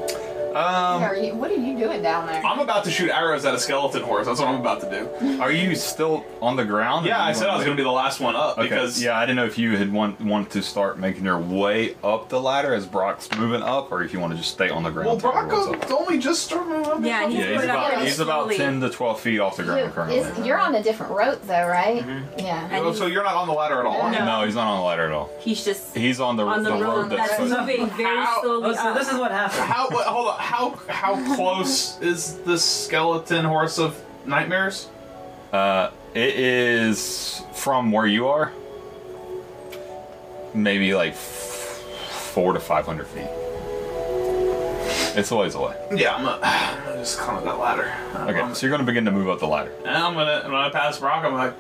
S2: um
S4: Are you- what are you doing down there?
S6: I'm about to shoot arrows at a skeleton horse. That's what I'm about to do.
S2: Are you still on the ground?
S6: Yeah, I said I was gonna be the last one up
S2: Okay.
S6: because
S2: yeah, I didn't know if you had want, wanted to start making your way up the ladder as Brock's moving up, or if you want to just stay on the ground.
S6: Well,
S2: till everyone's
S6: Bronco's only just started. up.
S5: Yeah, he's
S2: Yeah, he's
S5: moving up
S2: about,
S5: really
S2: he's about
S5: slowly.
S2: ten to twelve feet off the ground currently. Mm-hmm.
S4: You, are on a different rope though, right? Yeah.
S5: and
S6: Oh, so you're not on the ladder at all.
S4: No.
S2: no, he's not on the ladder at all.
S5: he's just
S2: He's on the,
S5: on the,
S2: road
S5: road
S2: that's
S5: that's moving very
S6: Ow.
S5: slowly.
S3: Oh, so
S5: up.
S3: this is what happened.
S6: How? What, hold on. How? How close is the skeleton horse of nightmares?
S2: Uh, it is from where you are, maybe like f- four to five hundred feet. It's a ways away.
S6: Yeah, I'm gonna, I'm gonna just climb up that ladder.
S2: Okay, so you're gonna begin to move up the ladder.
S6: And I'm gonna when I pass Brock, I'm like,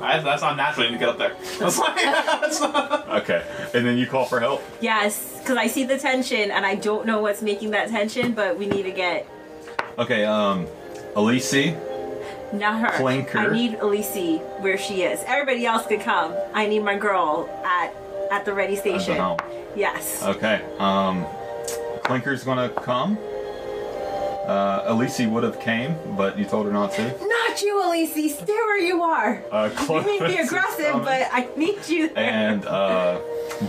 S6: I, that's not natural to get up there. That's like, that's not.
S2: Okay, and then you call for help.
S5: yes, because I see the tension and I don't know what's making that tension, but we need to get
S2: Okay, um, Elise,
S5: not her.
S2: Flank her.
S5: I need Elise where she is. Everybody else could come. I need my girl at at the ready
S2: at the
S5: station.
S2: helm.
S5: Yes.
S2: Okay, um, Clinker's gonna come. Uh, Elise would have came, but you told her not to.
S5: Not you, Elise. Stay where you are.
S2: Uh,
S5: You may be
S2: Clovis is
S5: aggressive,
S2: coming.
S5: but I need you there.
S2: And, uh,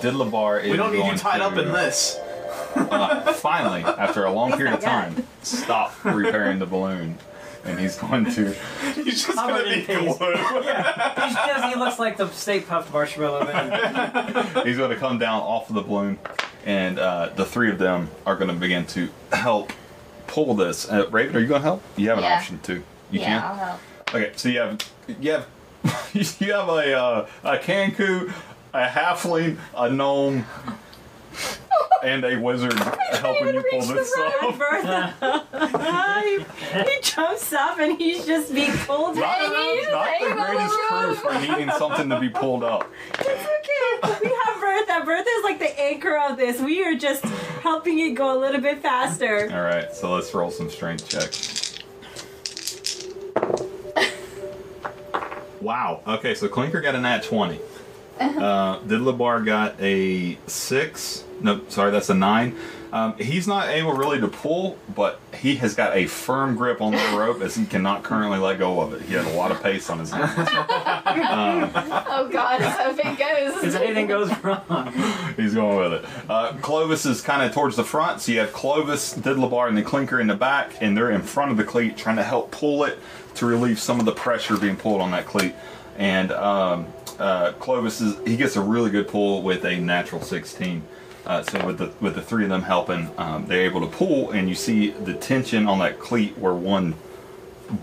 S2: Didlabar is
S6: We don't need
S2: going
S6: you tied up
S2: to,
S6: in this.
S2: Uh, finally, after a long period of
S5: Yes, I
S2: time, stop repairing the balloon. And he's going to.
S6: He's just
S3: Covered
S6: gonna
S3: in
S6: be
S3: paste.
S6: glue.
S3: Yeah. He, does, he looks like the Stay Puft Marshmallow Man.
S2: He's going to come down off of the balloon, and uh, the three of them are going to begin to help pull this. Uh, Raven, are you going to help? You have an
S4: Yeah.
S2: option too. You
S4: yeah,
S2: can.
S4: I'll help.
S2: Okay, so you have you have you have a uh, a Kanku, a halfling, a gnome, and a wizard helping you pull this
S5: Run,
S2: off.
S5: Bertha. he jumps up and he's just being pulled.
S2: Not,
S4: Hanging,
S2: not the
S4: hanging on the
S2: greatest crew
S4: rope.
S2: for needing something to be pulled up.
S5: It's okay. We have Bertha that Bertha is like the anchor of this. We are just helping it go a little bit faster.
S2: All right, so let's roll some strength checks. wow. Okay, so Clinker got a nat 20. Uh, Didlabar got a 6. No, sorry, that's a 9. Um, he's not able really to pull, but he has got a firm grip on the rope as he cannot currently let go of it. He has a lot of pace on his hands.
S4: Oh god, so if it
S3: If
S4: goes.
S3: anything goes wrong,
S2: He's going with it. Uh, Clovis is kind of towards the front, so you have Clovis, Didlabar, and the Clinker in the back, and they're in front of the cleat trying to help pull it to relieve some of the pressure being pulled on that cleat. And um, uh, Clovis is he gets a really good pull with a natural 16. Uh, so with the with the three of them helping, um, they're able to pull, and you see the tension on that cleat where one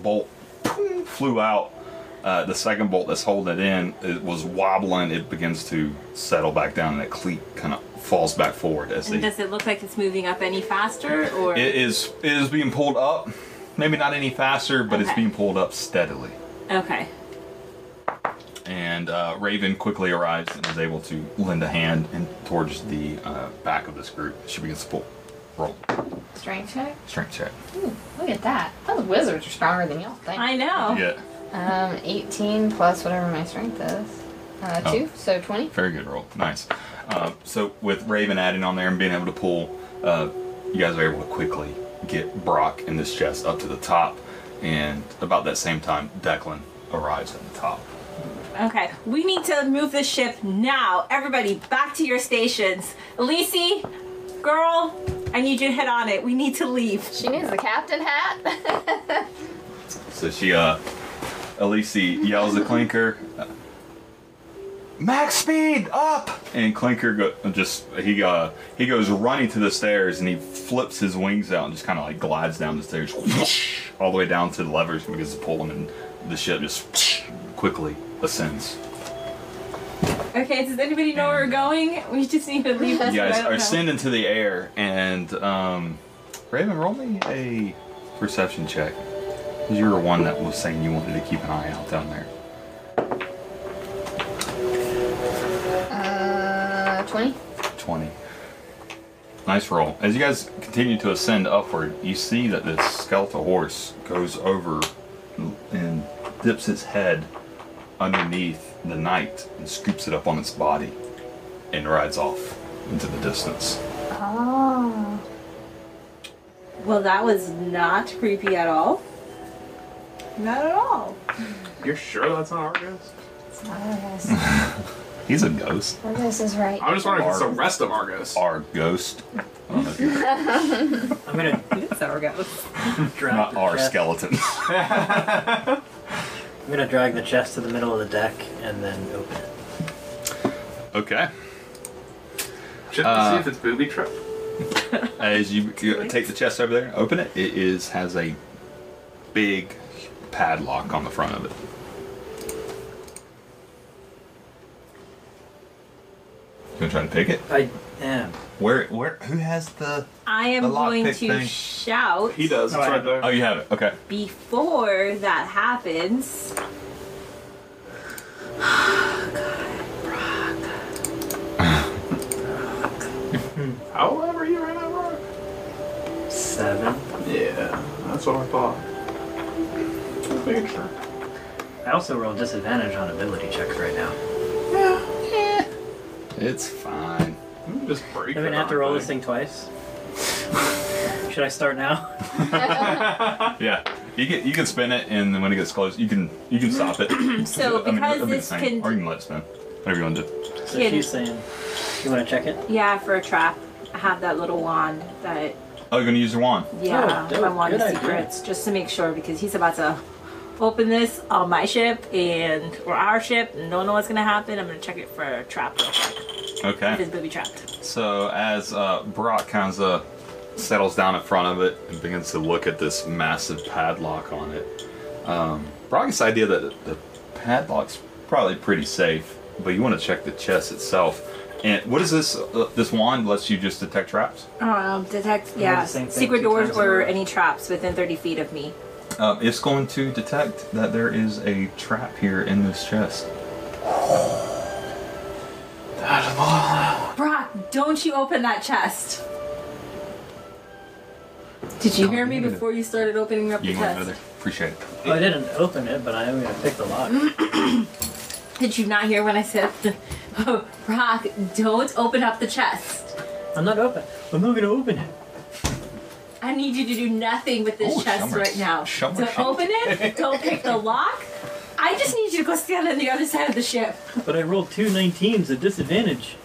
S2: bolt poof, flew out. Uh, the second bolt that's holding it in it was wobbling. It begins to settle back down, and that cleat kind of falls back forward as they.
S5: And does it look like it's moving up any faster, or
S2: It is it is being pulled up, maybe not any faster, but it's
S5: Okay.
S2: being pulled up steadily.
S5: okay?
S2: And uh, Raven quickly arrives and is able to lend a hand and towards the uh, back of this group. She begins to pull. Roll
S4: Strength check?
S2: strength check.
S4: Ooh, look at that. Those wizards are stronger than y'all think.
S5: I know.
S2: Yeah,
S4: Um, 18 plus whatever my strength is. Uh,
S2: Oh.
S4: 2, so 20.
S2: very good roll. Nice. Uh, so with Raven adding on there and being able to pull, uh, you guys are able to quickly get Brock and this chest up to the top. And about that same time, Declan arrives at the top.
S5: Okay, we need to move this ship now. Everybody, back to your stations. Elise, girl, I need you to hit on it. We need to leave.
S4: She needs the captain hat.
S2: So she, uh, Elise yells at Clinker, uh, "Max speed up!" And Clinker go, just he uh, he goes running to the stairs and he flips his wings out and just kind of like glides down the stairs, all the way down to the levers and begins to pull them, and the ship just quickly ascends.
S5: Okay, does anybody know where we're going? We just need to leave this.
S2: You
S5: but I
S2: guys
S5: don't
S2: are
S5: know.
S2: ascend into the air, and um, Raven, roll me a perception check. 'Cause You were one that was saying you wanted to keep an eye out down there.
S4: uh, 20.
S2: 20. Nice roll. As you guys continue to ascend upward, you see that this skeletal horse goes over and dips its head underneath the knight and scoops it up on its body and rides off into the distance.
S4: Oh.
S5: Well, that was not creepy at all. Not at all.
S6: You're sure that's not Argos?
S4: It's not Argus.
S2: He's a ghost.
S4: Argus is right.
S2: Oh,
S6: I'm just wondering if it's the rest of Argos.
S2: Our ghost. I don't know if you're
S3: I'm gonna
S5: It's our ghost.
S3: drag
S2: not
S3: the
S2: our
S3: chest.
S2: skeleton.
S3: I'm gonna drag the chest to the middle of the deck and then open it.
S2: okay.
S6: Check to
S2: Uh,
S6: see if it's booby trap.
S2: As you you take the chest over there, open it. It is has a big padlock on the front of it. You gonna try to pick it?
S3: I am.
S2: Where? Where? Who has the?
S5: I am
S2: The lockpick
S5: going to
S2: thing.
S5: shout
S6: He does. It's right there.
S2: Oh, you have it. Okay.
S5: before that happens.
S6: However, you ran out Brock.
S3: Seven.
S6: Yeah, that's what I thought. Making sure.
S3: I also roll disadvantage on ability checks right now.
S2: It's fine.
S6: Let me Just break.
S3: I'm
S6: it
S3: gonna have to
S6: on
S3: roll
S6: thing.
S3: this thing twice. Should I start now?
S2: Yeah. You can you can spin it, and then when it gets close, you can you can stop it.
S5: So
S2: I mean,
S5: because
S2: it'll be the
S5: this
S2: same.
S5: can-
S2: or you can let it spin. Whatever you want to do.
S3: So she's saying, you want to check it?
S5: Yeah, for a trap. I have that little wand that
S2: Oh, you're gonna use your wand.
S5: Yeah,
S3: Oh, dope.
S5: I want
S3: Good
S5: the
S3: idea.
S5: secrets just to make sure because he's about to open this on my ship and or our ship and don't know what's gonna happen. I'm gonna check it for a trap real quick.
S2: Okay.
S5: If it's booby trapped.
S2: So as uh, Brock kind of settles down in front of it and begins to look at this massive padlock on it, um, Brock gets the idea that the padlock's probably pretty safe, but you want to check the chest itself. And what is this? Uh, this wand lets you just detect traps.
S5: Um, detect yeah,
S3: the same thing
S5: secret
S3: two
S5: doors
S3: times in a
S5: or
S3: row.
S5: any traps within 30 feet of me.
S2: Um, it's going to detect that there is a trap here in this chest.
S6: That is all.
S5: Don't you open that chest. Did you hear me
S2: you can do-
S5: before you started opening up
S2: You
S5: the
S2: can go over
S5: chest?
S2: there. Appreciate it.
S3: Well, I didn't open it, but I am gonna pick the lock.
S5: Mm. Did you not hear when I said, Brock, don't open up the chest?
S3: I'm not open. I'm not gonna open it.
S5: I need you to do nothing with this
S2: Oh,
S5: chest
S2: summer.
S5: right now.
S2: Summer
S5: don't
S2: shit.
S5: open it, don't pick the lock. I just need you to go stand on the other side of the ship.
S3: But I rolled two 19s, a disadvantage.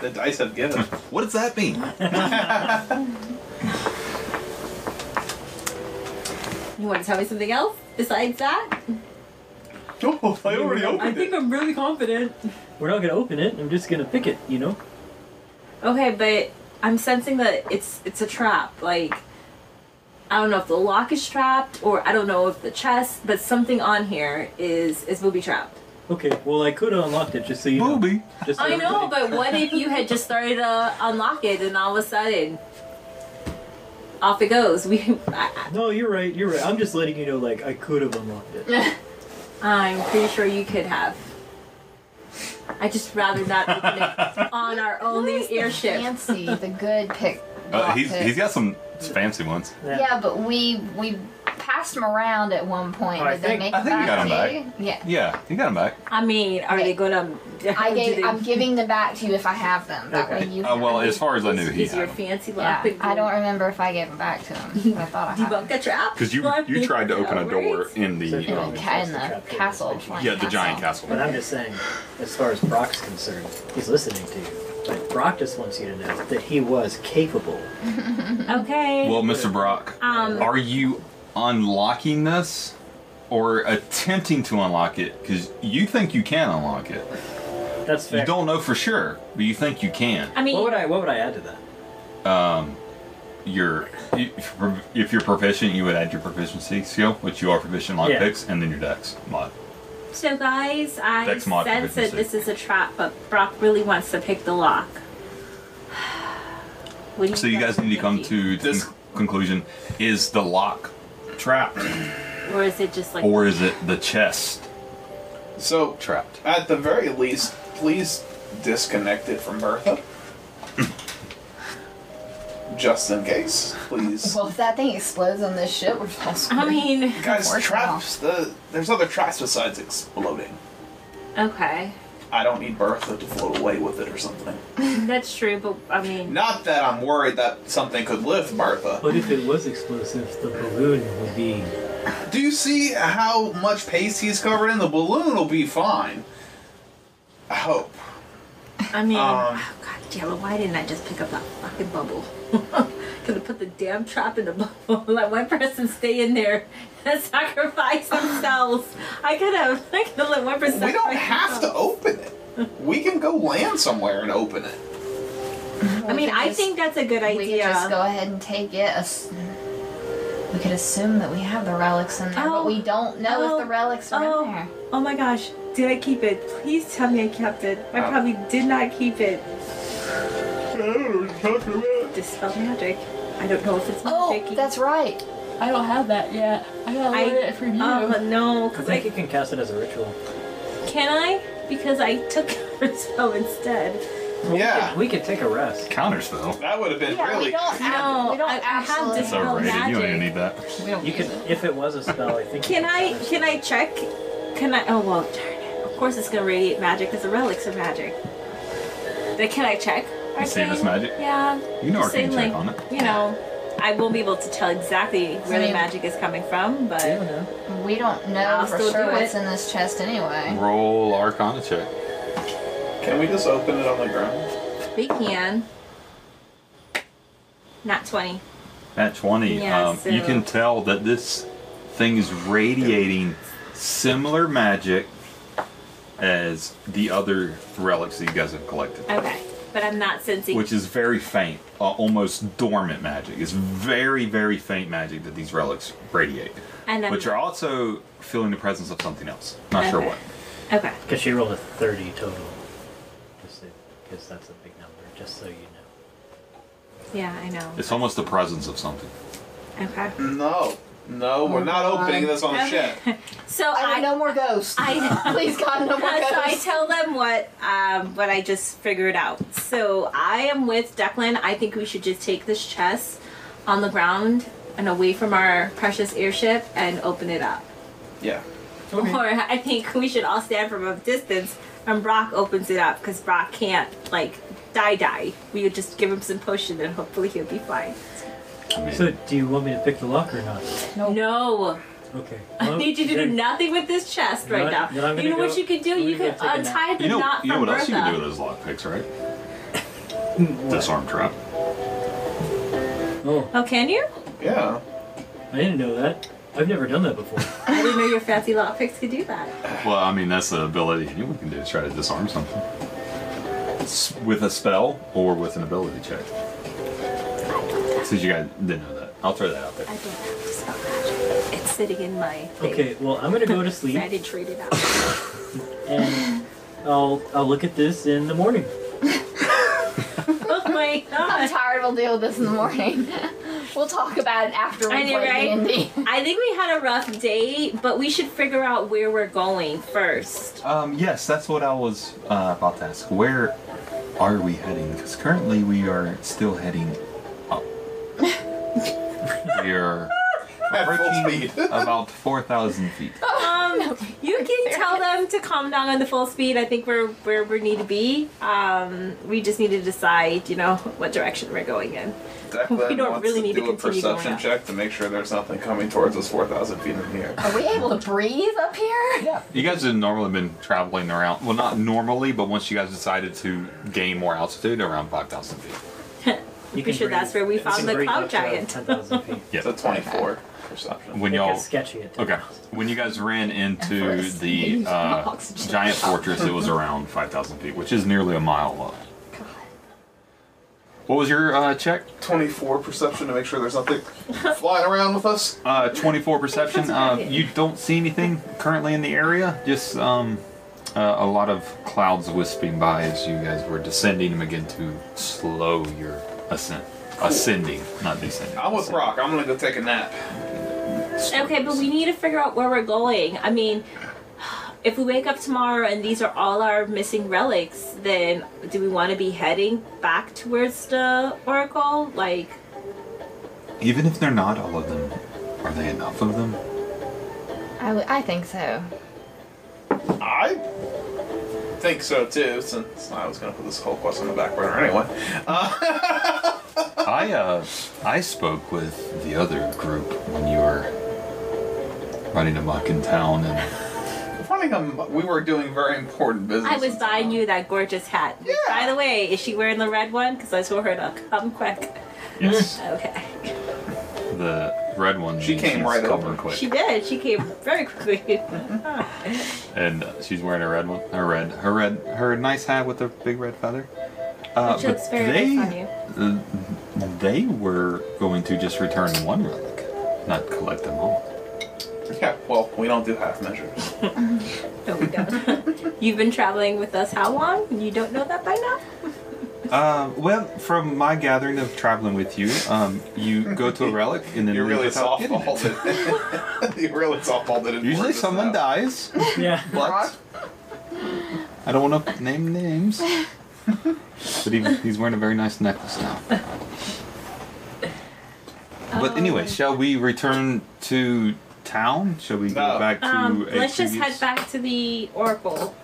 S6: The dice have given.
S2: What does that mean?
S5: You want to tell me something else besides that?
S2: Oh, I already
S5: I think I'm really confident.
S3: We're not gonna open it. I'm just gonna pick it. You know.
S5: Okay, but I'm sensing that it's it's a trap. Like I don't know if the lock is trapped or I don't know if the chest, but something on here is is booby trapped.
S3: Okay. Well, I could have unlocked it just so you know.
S2: Booby.
S3: Just so
S5: I know,
S3: everybody-
S5: but what if you had just started to unlock it and all of a sudden off it goes? We I,
S3: No, you're right. You're right. I'm just letting you know. Like I could have unlocked it.
S5: I'm pretty sure you could have. I just rather not open it on our only airship.
S4: Fancy, the good pick.
S2: Uh,
S4: lock
S2: he's
S4: pick.
S2: he's got some fancy ones.
S4: Yeah, but we we passed him around at one point.
S3: Oh, I
S4: Did
S3: think-
S4: they make
S2: I think we
S4: it
S2: got
S4: back
S2: him
S4: to you? Yeah.
S2: Yeah, you got them back.
S5: I mean, are they gonna?
S4: I
S5: do
S4: gave,
S5: they-
S4: I'm giving them back to you if I have them. That
S5: Okay.
S4: way you.
S2: Uh,
S4: have
S2: well,
S4: them.
S2: as far as I knew, he
S5: Is your
S2: had them.
S5: fancy
S4: yeah.
S5: lock? big
S4: I don't remember if I gave them back to him. but I thought I had. them.
S5: debunk a trap?
S2: Because you
S5: Lock
S2: you
S5: it.
S2: tried to open a
S5: No
S2: door
S5: worries.
S2: in
S3: So
S2: the
S3: if you
S4: In
S2: um,
S4: the,
S3: Yeah.
S4: ca- in the castle. giant
S2: yeah the giant castle.
S3: But I'm just saying, as far as Brock's concerned, he's listening to you. But Brock just wants you to know that he was capable.
S5: Okay.
S2: Well, Mr. Brock,
S5: Um,
S2: are you unlocking this or attempting to unlock it? Because you think you can unlock it.
S3: That's fair.
S2: You don't know for sure, but you think you can.
S5: I mean,
S3: What would I? What would I add to that?
S2: You're, if you're- if you're proficient, you would add your proficiency skill, which you are proficient in lock
S3: Yeah.
S2: picks, and then your dex mod.
S5: so guys, I
S2: Dex mod
S5: sense that
S2: proficiency.
S5: this is a trap, but Brock really wants to pick the lock. What do
S2: So you guys need to come to this conclusion: is the lock trapped,
S5: think? Or is it just like?
S2: or is it the chest
S6: So,
S2: trapped?
S6: at the very least, please disconnect it from Bertha. Just in case, please.
S4: Well, if that thing explodes on this ship, we're all
S5: I
S4: screwed.
S5: mean,
S6: Guys,
S4: Work
S6: traps. The there's other traps besides exploding.
S5: okay,
S6: I don't need Bertha to float away with it or something.
S5: that's true, but I mean,
S6: Not that I'm worried that something could lift Bertha.
S3: But if it was explosive, the balloon would be.
S6: Do you see how much paste he's covered in? The balloon will be fine. I hope.
S5: I mean,
S2: uh,
S6: Um,
S5: oh, god damn it! Why didn't I just pick up that fucking bubble? Could have put the damn trap in the bubble. Let one person stay in there and sacrifice themselves. I could have. I could have let one person.
S6: We don't
S5: sacrifice
S6: have to
S5: themselves.
S6: open it. We can go land somewhere and open it.
S5: I mean,
S4: We could
S5: I
S4: just-
S5: think uh, that's a good
S4: We could
S5: idea.
S4: just go ahead and take it. ass- We could assume that we have the relics in there,
S5: Oh.
S4: but we don't know
S5: Oh.
S4: if the relics are
S5: Oh.
S4: in there.
S5: Oh my gosh, did I keep it? Please tell me I kept it. I
S6: Oh.
S5: probably did not keep it. Dispel magic. I don't know if it's magic.
S4: Oh, that's right.
S7: I don't have that yet. I gotta
S5: I-
S7: learn it from you.
S5: Oh no,
S3: I
S5: because
S3: think you
S5: I
S3: can cast it as a ritual.
S5: can I because I took her spell instead.
S6: Yeah,
S3: We could take a rest.
S2: Counter spell.
S6: that would have been
S4: Yeah,
S6: really.
S4: we don't. ab-
S5: No,
S4: we don't
S5: I- I have
S4: absolutely
S5: to-
S2: It's
S5: Oh,
S2: overrated. You don't even
S5: magic.
S2: need that.
S4: We don't
S3: You could,
S4: use it.
S3: if it was a spell, I think. you
S5: Can
S3: could
S5: I
S3: cast it.
S5: can I check? Can I? Oh well, darn it. Of course it's gonna radiate magic because the relics are magic. But can I check?
S2: You see if it's
S5: Arcane?
S2: magic?
S5: Yeah.
S2: You know
S5: Just
S2: arcane
S5: saying,
S2: check on it.
S5: You know, I won't be able to tell exactly where the
S4: mean-
S5: magic is coming from, but.
S3: I don't know.
S4: We don't know
S5: I'll
S4: for
S5: still
S4: sure
S5: do
S4: what's
S5: it.
S4: in this chest anyway.
S2: Roll Arcana check.
S6: Can we just open it on the ground?
S5: We can. Not 20.
S2: At 20,
S5: Yeah,
S2: um,
S5: so-
S2: you can tell that this thing is radiating similar magic as the other relics that you guys have collected,
S5: Okay. But I'm not sensing.
S2: which is very faint, uh, almost dormant magic. It's very, very faint magic that these relics radiate,
S5: and I'm
S2: but you're also feeling the presence of something else. Not sure
S5: Okay.
S2: what.
S5: Okay.
S3: Because she rolled a thirty total. Just because that's a big number. Just so you know.
S5: Yeah, I know.
S2: It's almost the presence of something.
S5: Okay.
S6: No,
S8: No, we're not opening this on shit.
S5: So
S4: I
S5: I,
S4: want no more ghosts.
S5: I-
S4: Please God, no more
S5: Uh, so I
S4: ghosts.
S5: tell them what um, what I just figured out. So I am with Declan. I think we should just take this chest on the ground and away from our precious airship and open it up.
S8: Yeah.
S5: Or I think we should all stand from a distance and Brock opens it up because Brock can't like die die. We would just give him some potion and hopefully he'll be fine.
S3: So, do you want me to pick the lock or not?
S5: No,
S3: Okay.
S5: I need you to do nothing with this chest
S3: Then
S5: right
S3: I-
S5: now.
S3: then I'm
S5: You know
S3: gonna
S5: what
S3: go-
S5: you could do?
S3: I'm
S5: You
S3: gonna
S5: could
S3: go take a nap.
S5: untie the
S2: You know,
S5: knot
S2: you know
S5: from
S2: what else you can do
S5: Bertha.
S2: with those lockpicks, right? Disarm trap.
S3: Oh,
S5: Oh, can you?
S8: Yeah.
S3: I didn't know that. I've never done that before.
S5: I didn't know your fancy lockpicks could do that.
S2: Well, I mean, that's the ability anyone can do is try to disarm something. S- With a spell or with an ability check. Since you guys didn't know that, I'll throw that out there.
S5: I don't have to spell magic. It's sitting in my thing.
S3: Okay, well, I'm gonna go to
S5: So
S3: sleep
S5: I did trade it out.
S3: and I'll I'll look at this in the morning.
S5: oh my
S4: I'm
S5: god.
S4: tired. We'll deal with this in the morning. we'll talk about it after we
S5: I know,
S4: play
S5: right?
S4: D&D.
S5: I think we had a rough day, but we should figure out where we're going first.
S2: Um, yes, that's what I was uh, about to ask. Where are we heading? Because currently we are still heading up. we are
S8: At full
S2: approaching
S8: speed.
S2: about 4,000 feet.
S5: Um, you can tell them to calm down on the full speed. I think we're where we need to be. Um, we just need to decide, you know, what direction we're going in.
S8: Declan
S5: We don't
S8: wants
S5: really
S8: to
S5: need to
S8: do a
S5: continue going
S8: perception
S5: up.
S8: check to make sure there's nothing coming towards us 4,000 feet in the air.
S4: Are we able to breathe up here? Yeah.
S2: You guys have normally been traveling around, well, not normally, but once you guys decided to gain more altitude, around 5,000 feet.
S3: You
S5: sure that's where we
S3: you
S5: found
S3: can
S5: the
S3: breathe
S5: cloud
S3: up to
S5: giant.
S3: 10,000 feet.
S2: Yeah.
S8: It's a 24 perception.
S2: When
S3: It
S2: y'all.
S3: gets sketchy at
S2: Okay.
S3: 10,000.
S2: When you guys ran into
S4: Everest.
S2: the uh,
S4: Oxygen.
S2: giant fortress, it was around 5,000 feet, which is nearly a mile up. What was your uh, check?
S8: 24 perception to make sure there's nothing flying around with us.
S2: Uh, 24 perception. Uh, you don't see anything currently in the area. Just um, uh, a lot of clouds wisping by as you guys were descending and begin to slow your ascent. Ascending, not descending.
S8: I'm with Brock. I'm gonna go take a nap.
S5: Okay, but we need to figure out where we're going. I mean, if we wake up tomorrow and these are all our missing relics, then do we want to be heading back towards the Oracle? Like,
S2: Even if they're not all of them, are they enough of them?
S4: I, w- I think so.
S8: I think so too, since I was gonna put this whole question on the back burner anyway.
S2: I uh, I spoke with the other group when you were running amok in town, and
S8: Running a, we were doing very important business.
S5: I was buying you that gorgeous hat.
S8: Yeah.
S5: By the way, is she wearing the red one? Because I told her to come quick.
S2: yes,
S5: Okay.
S2: the red one.
S8: She came
S2: she's
S8: right
S2: coming
S8: over.
S2: quick.
S5: She did. She came very quickly.
S2: and she's wearing a red one. Her red, her red, her nice hat with the big red feather. Uh,
S5: Which looks very nice
S2: on you. they were going to just return one relic, not collect them all.
S8: Yeah, well, we don't do half measures.
S5: No, we don't. You've been traveling with us how long? You don't know that by now?
S2: Uh, well, from my gathering of traveling with you, um, you go to a relic and then
S8: You
S2: leave
S8: really
S2: without getting it.
S8: softballed it. you really softballed it.
S2: Usually, someone
S8: dies.
S2: dies.
S3: Yeah.
S2: But I don't want to name names. but he, he's wearing a very nice necklace now.
S3: Oh.
S2: But anyway, shall we return to town? Shall we go
S8: No.
S2: back to
S5: Um,
S2: a
S5: let's just
S2: previous-
S5: head back to the Oracle.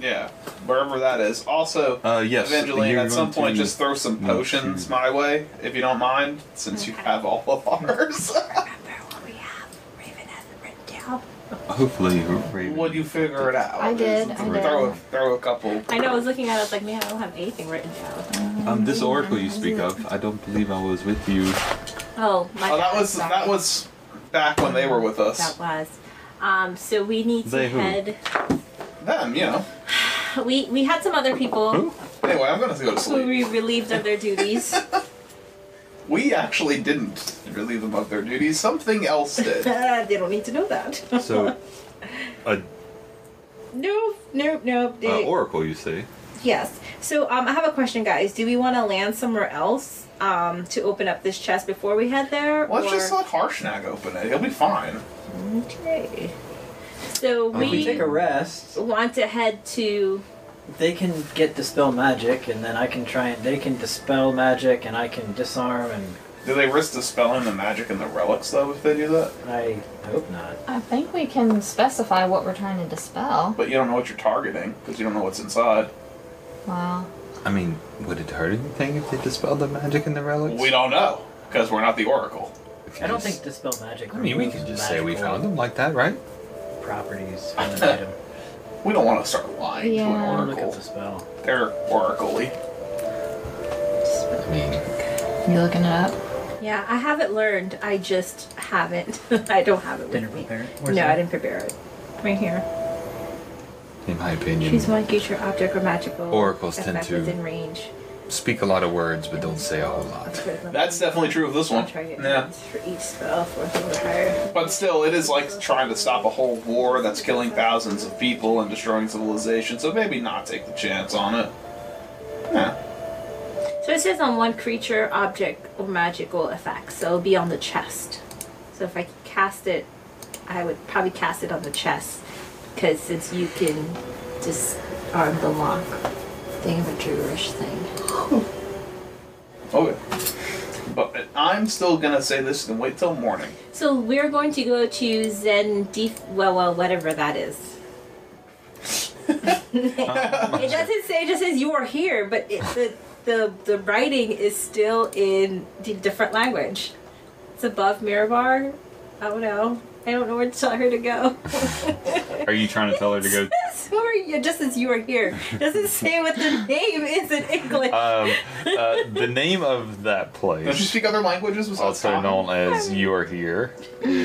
S8: Yeah, wherever that is. Also,
S2: Uh, yes,
S8: Evangeline,
S2: you're
S8: at some
S2: going
S8: point,
S2: to
S8: just throw some
S2: need
S8: potions
S2: to-
S8: my way, if you don't mind, since you have all of ours.
S5: Remember what we have. Raven has it written down.
S2: Hopefully, Raven.
S8: Would you figure it out?
S4: I did, I did.
S8: Throw a, throw a couple.
S5: I know, I was looking at it, I was like, man, I don't have anything written down.
S2: Um, this oracle you speak of, I don't believe I was with you.
S5: Oh, my
S8: Oh, that
S5: God,
S8: was
S5: sorry.
S8: that was back when they were with us.
S5: That was. Um, so we need to
S2: They who?
S5: head.
S8: Them, you know.
S5: We we had some other people
S2: Who?
S8: Anyway, I'm gonna go to
S5: who
S8: sleep.
S5: we relieved of their duties.
S8: We actually didn't relieve them of their duties. Something else did.
S5: Ah, they don't need to know that.
S2: So, a
S5: nope, nope, nope.
S2: uh,
S5: They,
S2: oracle, you say?
S5: yes. So um, I have a question, guys. Do we want to land somewhere else? um, to open up this chest before we head there?
S8: Let's
S5: or...
S8: just let Harshnag open it. He'll be fine.
S5: Okay. So
S3: If we take
S5: we
S3: a rest,
S5: want to head to.
S3: they can get dispel magic, and then I can try and they can dispel magic, and I can disarm, and
S8: Do they risk dispelling the magic and the relics though if they do that?
S3: I hope not.
S4: I think we can specify what we're trying to dispel.
S8: But you don't know what you're targeting because you don't know what's inside.
S4: Well,
S2: I mean, would it hurt anything if they dispelled the magic in the relics?
S8: We don't know because we're not the Oracle.
S2: If you
S3: I don't
S2: just-
S3: think dispel magic.
S2: I mean, we can
S3: removes
S2: just say we
S3: magical
S2: found them like that, right?
S3: properties from an item.
S8: We don't want to start lying to
S4: Yeah.
S8: an
S3: I'll look up the
S8: Oracle.
S3: spell.
S8: They're Oracle-y.
S2: I mean,
S4: you looking it up?
S5: Yeah, I haven't learned. I just haven't. I don't have it with
S3: Didn't
S5: me.
S3: prepare. it?
S5: No,
S3: Where's
S5: I
S3: that?
S5: didn't prepare it. Right here.
S2: in my opinion,
S5: Choose one creature, object, or magical.
S2: Oracles tend
S5: effect
S2: to-
S5: within range.
S2: speak a lot of words but don't say a whole lot.
S8: That's definitely true of this one.
S5: Target
S8: Yeah.
S5: for each spell, fourth or higher.
S8: But still, it is like trying to stop a whole war that's killing thousands of people and destroying civilization, so maybe not take the chance on it. Yeah.
S5: So it says on one creature, object, or magical effect. So it'll be on the chest. So if I cast it, I would probably cast it on the chest, because since you can disarm the lock.
S9: Think of a Druish thing.
S8: Okay. But I'm still gonna say this and wait till morning.
S5: So we're going to go to Zen Def- well, well, whatever that is. it doesn't say. It just says you are here, but it, the the the writing is still in the different language. It's above Mirabar. I don't know. I don't know where to tell her to go.
S2: Are you trying to tell her to go?
S5: Sorry, it just says you are here. Doesn't say what the name is in English.
S2: Um, uh, the name of that
S8: Don't you
S2: place,
S8: speak other languages besides
S2: also
S8: Common?
S2: known as You Are Here,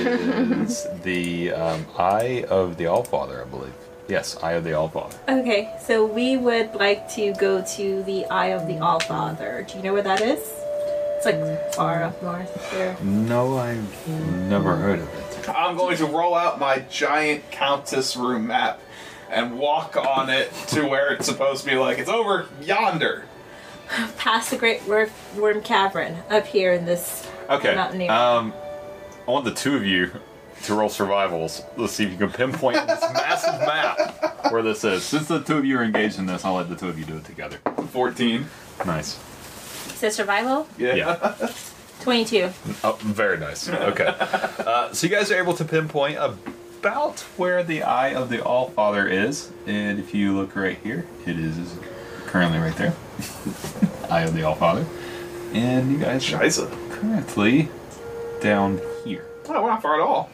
S2: is the um, Eye of the Allfather, I believe. Yes, Eye of the Allfather.
S5: okay, so we would like to go to the Eye of
S6: Mm.
S5: the All Father. Do you know where that is? It's like far
S6: Mm.
S5: up north there.
S2: No, I've never heard of it.
S8: I'm going to roll out my giant Countess room map and walk on it to where it's supposed to be like, it's over yonder.
S5: past the Great Worm, Worm Cavern up here in this.
S2: Okay.
S5: Mountain area.
S2: Um, I want the two of you to roll survivals. Let's see if you can pinpoint this massive map where this is. Since the two of you are engaged in this, I'll let the two of you do it together.
S8: 14.
S2: Nice.
S5: Says survival
S8: Yeah.
S2: Yeah.
S5: 22.
S2: Oh, very nice. Okay. Uh, so you guys are able to pinpoint about where the Eye of the All Father is, and if you look right here, it is currently right there. Eye of the All Father, and you guys are
S8: Shiza.
S2: currently down here.
S8: Oh, we're not far at all.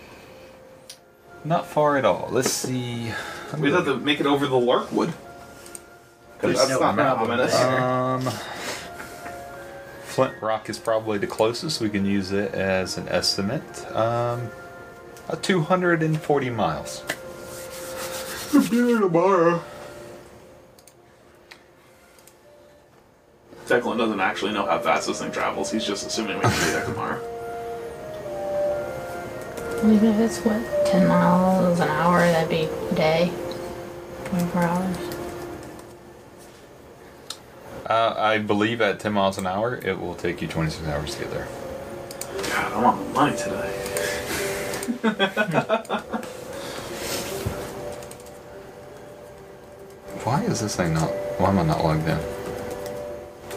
S2: Not far at all. Let's see. Let me
S8: We'd have
S2: look.
S8: to make it over the Larkwood. Because that's
S3: no
S8: not
S3: problem
S8: ominous.
S2: Um, Flint Rock is probably the closest. We can use it as an estimate. Um, uh, 240 miles.
S8: tomorrow.
S6: Declan doesn't actually know how fast this thing travels. He's just assuming we can be there tomorrow.
S4: Even if it's what, 10 miles an hour, that'd be a day. 24 hours.
S2: Uh, I believe at 10 miles an hour, it will take you 26 hours to get there.
S6: God, I want money today.
S2: Why is this thing not? Why am I not logged in?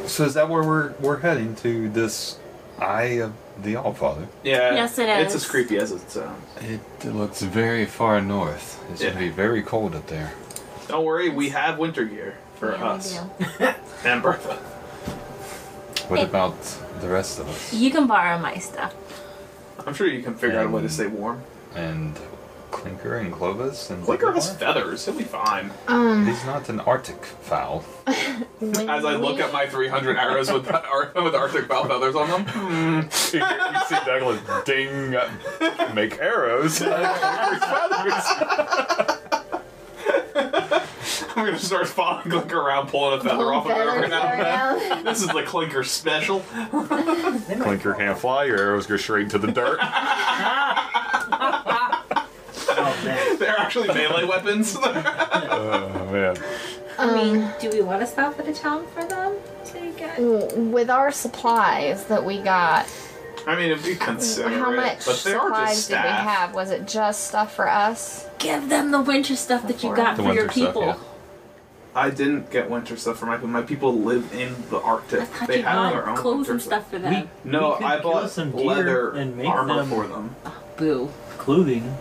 S2: So is that where we're we're heading to this Eye of the Allfather?
S6: Yeah.
S5: Yes, it
S6: It's
S5: is.
S6: as creepy as it sounds.
S2: It looks very far north. It's
S6: gonna
S2: gonna be very cold up there.
S6: Don't worry, we have winter gear for us and Bertha.
S2: What about the rest of us?
S5: You can borrow my stuff.
S6: I'm sure you can figure out a way to stay warm.
S2: and Clinker and Clovis and
S6: Flicker has
S2: Blubber?
S6: feathers. He'll be fine.
S4: Um,
S2: He's not an Arctic fowl.
S4: when
S6: As I look
S4: we-
S6: at my 300 arrows with ar- with Arctic bow feathers on them,
S2: you see Douglas ding, uh, make arrows.
S6: I'm gonna start following Clinker around, pulling a feather off of
S4: feathers
S6: every now and then.
S4: are down.
S6: This is the Clinker special.
S2: Clinker can't fly. Your arrows go straight into the dirt.
S3: Oh man,
S6: They're actually melee weapons.
S2: oh man.
S6: Um,
S5: I mean, do we want to stop at a town for them to get
S4: with our supplies that we got,
S8: I mean, if you consider
S4: how
S8: it,
S4: much
S8: but they are
S4: supplies
S8: just
S4: did we
S8: staff.
S4: have? Was it just stuff for us?
S5: Give them the winter stuff that you got
S2: The
S5: for your
S2: winter stuff,
S5: people.
S2: yeah.
S6: I didn't get winter stuff for my people. My people live in the Arctic.
S5: I thought
S6: they
S5: you
S6: have their
S5: bought
S6: own
S5: clothes
S6: winter
S5: and stuff for them.
S6: No,
S3: We could
S6: I
S3: kill
S6: bought
S3: some deer
S6: leather
S3: and make
S6: armor
S3: them-
S6: for them.
S5: Boo.
S3: Clothing.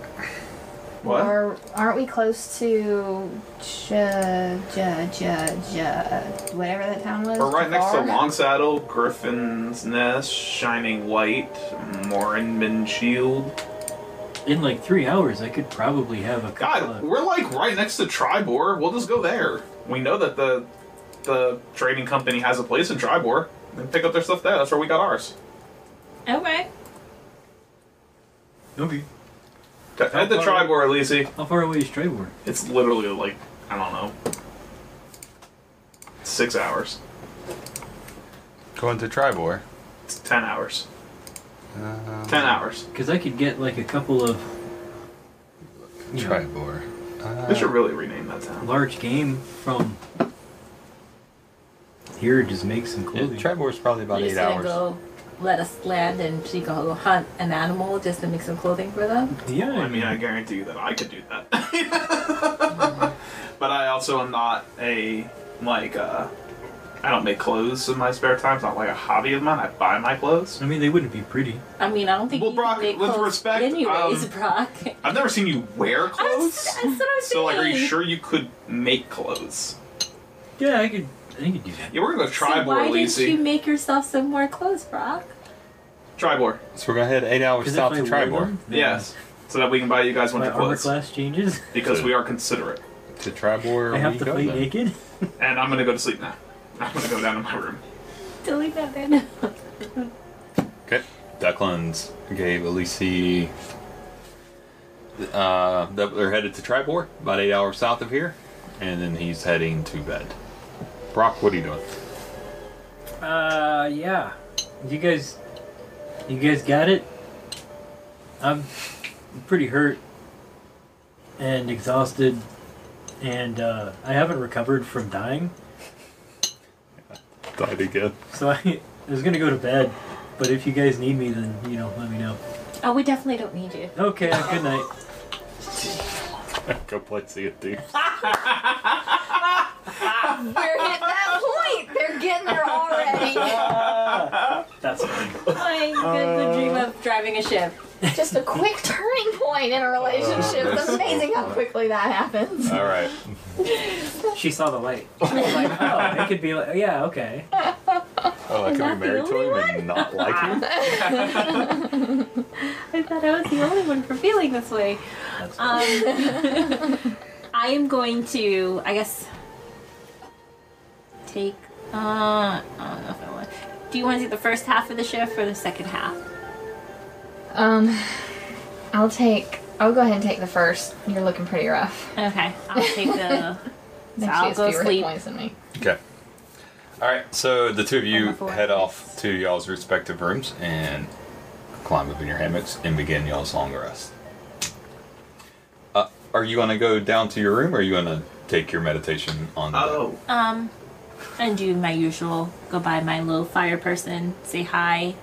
S6: What?
S4: Or aren't we close to ja, ja, ja, ja, whatever that town was?
S6: We're right next to
S4: Jafar?
S6: Long Saddle, Griffin's Nest, Shining White, Morinman Shield.
S3: In like three hours, I could probably have a couple
S6: God,
S3: of-
S6: we're like right next to Tribor. We'll just go there. We know that the the trading company has a place in Tribor. They pick up their stuff there. That's where we got ours.
S5: Okay.
S6: Okay. At the Tribor, Elise.
S3: How far away is Trayborn?
S6: It's literally like I don't know, six hours.
S2: Going to Tribor.
S6: It's ten hours.
S2: Uh,
S6: Ten hours.
S3: Because I could get like a couple of you know,
S2: Tribor.
S6: They should really rename that town.
S3: large game from here. Just make some
S2: Yeah,
S3: clothing.
S2: Tribor is probably about
S5: You're
S2: eight
S5: just gonna
S2: hours.
S5: go let us land and she gonna go hunt an animal just to make some clothing for them.
S3: yeah,
S6: I mean, I guarantee you that I could do that. but I also am not a like. Uh, I don't make clothes in my spare time. It's not like a hobby of mine. I buy my clothes.
S3: I mean, they wouldn't be pretty.
S5: I mean, I don't think
S6: Well,
S5: you
S6: Brock,
S5: make
S6: with
S5: clothes
S6: respect,
S5: anyways,
S6: um,
S5: Brock.
S6: I've never seen you wear
S5: I was,
S6: clothes.
S5: that's what I was
S6: So like, are you
S5: saying.
S6: sure you could make clothes?
S3: Yeah, I could. I could do that.
S6: Yeah, we're gonna go
S5: So
S6: Tribor,
S5: why didn't you
S6: Lisi.
S5: make yourself some more clothes, Brock?
S6: Tribor.
S2: So we're gonna head eight hours
S3: 'Cause
S2: south to
S3: if I wear
S2: Tribor.
S3: them, then
S6: Yes. So that we can buy you guys
S3: My
S6: winter
S3: armor
S6: clothes.
S3: class changes.
S6: Because we are considerate.
S2: To Tribor.
S3: I have
S2: we
S3: to
S2: go
S3: play
S2: then.
S3: naked.
S6: And I'm gonna go to sleep now. I'm gonna go down to my room.
S5: Delete that then.
S2: Okay. Declan's gave Elise. Uh, that they're headed to Tribor, about eight hours south of here, and then he's heading to bed. Brock, what are you doing?
S3: Uh, yeah. You guys, you guys got it. I'm pretty hurt and exhausted, and uh, I haven't recovered from dying,
S2: Died again.
S3: so I, I was gonna go to bed. But if you guys need me, then you know, let me know.
S5: Oh, we definitely don't need you.
S3: Okay, good night.
S2: Go play Sea of Thieves.
S4: They're at that point. They're getting there already.
S3: That's fine.
S5: My good, good dream of driving a ship.
S4: Just a quick turning point in a relationship.
S6: Oh,
S4: It's amazing how quickly that happens.
S2: All right.
S3: She saw the light. She was like, oh, it could be like, yeah, okay.
S2: Oh, I could
S5: Not
S2: be
S5: the
S2: married to him
S5: only
S2: and not like him.
S5: I thought I was the only one for feeling this way.
S3: That's
S5: Um, I am going to, I guess, take. Uh, I don't know if I want. Do you want to take the first half of the shift or the second half?
S4: Um, I'll take. I'll go ahead and take the first. You're looking pretty rough.
S5: Okay, I'll take the.
S4: I think
S5: I'll
S4: she has
S5: go
S4: fewer hit
S5: sleep.
S4: points than me.
S2: Okay. All right. So the two of you
S5: I'm a four.
S2: head off to y'all's respective rooms and climb up in your hammocks and begin y'all's long rest. Uh, are you gonna go down to your room, or are you gonna take your meditation on? the-
S6: Oh.
S5: Um, and do my usual go by my little fire person, say hi,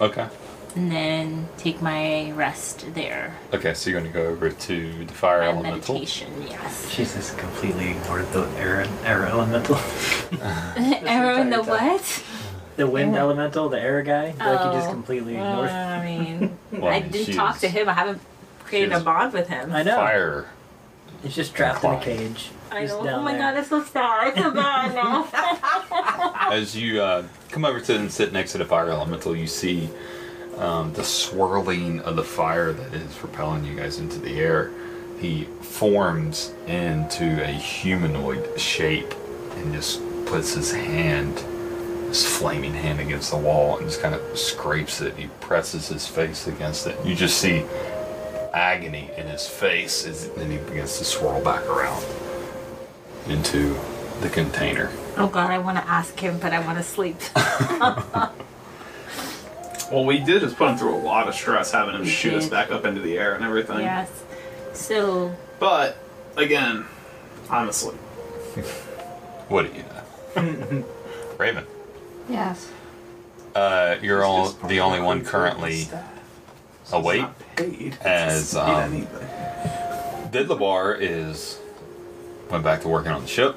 S2: Okay.
S5: and then take my rest there.
S2: Okay. So you're gonna go over to the fire
S5: My
S2: elemental.
S5: meditation, yes.
S3: She's just completely ignored the air, air elemental.
S5: Arrow in the
S3: entire
S5: what?
S3: The wind elemental, the air guy. Like, you just
S5: Oh.
S3: completely
S5: Well,
S3: ignored.
S5: I mean,
S2: Well,
S5: I
S2: mean,
S5: didn't
S2: she
S5: talk
S2: is
S5: to him. I haven't created a
S2: is-
S5: bond with him.
S3: I know.
S2: Fire.
S3: It's just trapped in a
S2: Fine.
S3: cage.
S5: I
S3: Just
S5: know.
S3: down
S5: Oh my
S3: there.
S5: god, it's so sad. It's so bad now.
S2: As you uh, come over to and sit next to the fire elemental, you see um, the swirling of the fire that is propelling you guys into the air. He forms into a humanoid shape and just puts his hand, his flaming hand against the wall and just kind of scrapes it. He presses his face against it. You just see agony in his face as then he begins to swirl back around into the container.
S5: oh god, I want to ask him, but I want to sleep.
S6: Well, we did just put him through a lot of stress having him
S5: We
S6: shoot us
S5: did.
S6: back up into the air and everything.
S5: yes. So,
S6: But, again, I'm asleep.
S2: What do you know? Raven.
S4: Yes.
S2: Uh, you're all,
S6: It's just
S2: the only one
S6: probably
S2: currently
S6: staff.
S2: awake.
S6: Not paid.
S2: as,
S6: Doesn't mean
S2: um,
S6: anything.
S2: Didlabar is went back to working on the ship.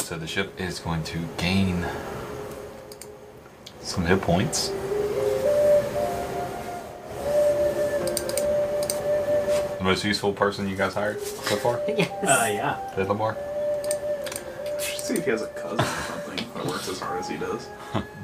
S2: So the ship is going to gain some hit points. The most useful person you guys hired so far?
S5: Yes.
S3: Uh, yeah.
S2: Didlabar?
S6: Should see if he has a cousin or something that works as hard as he does.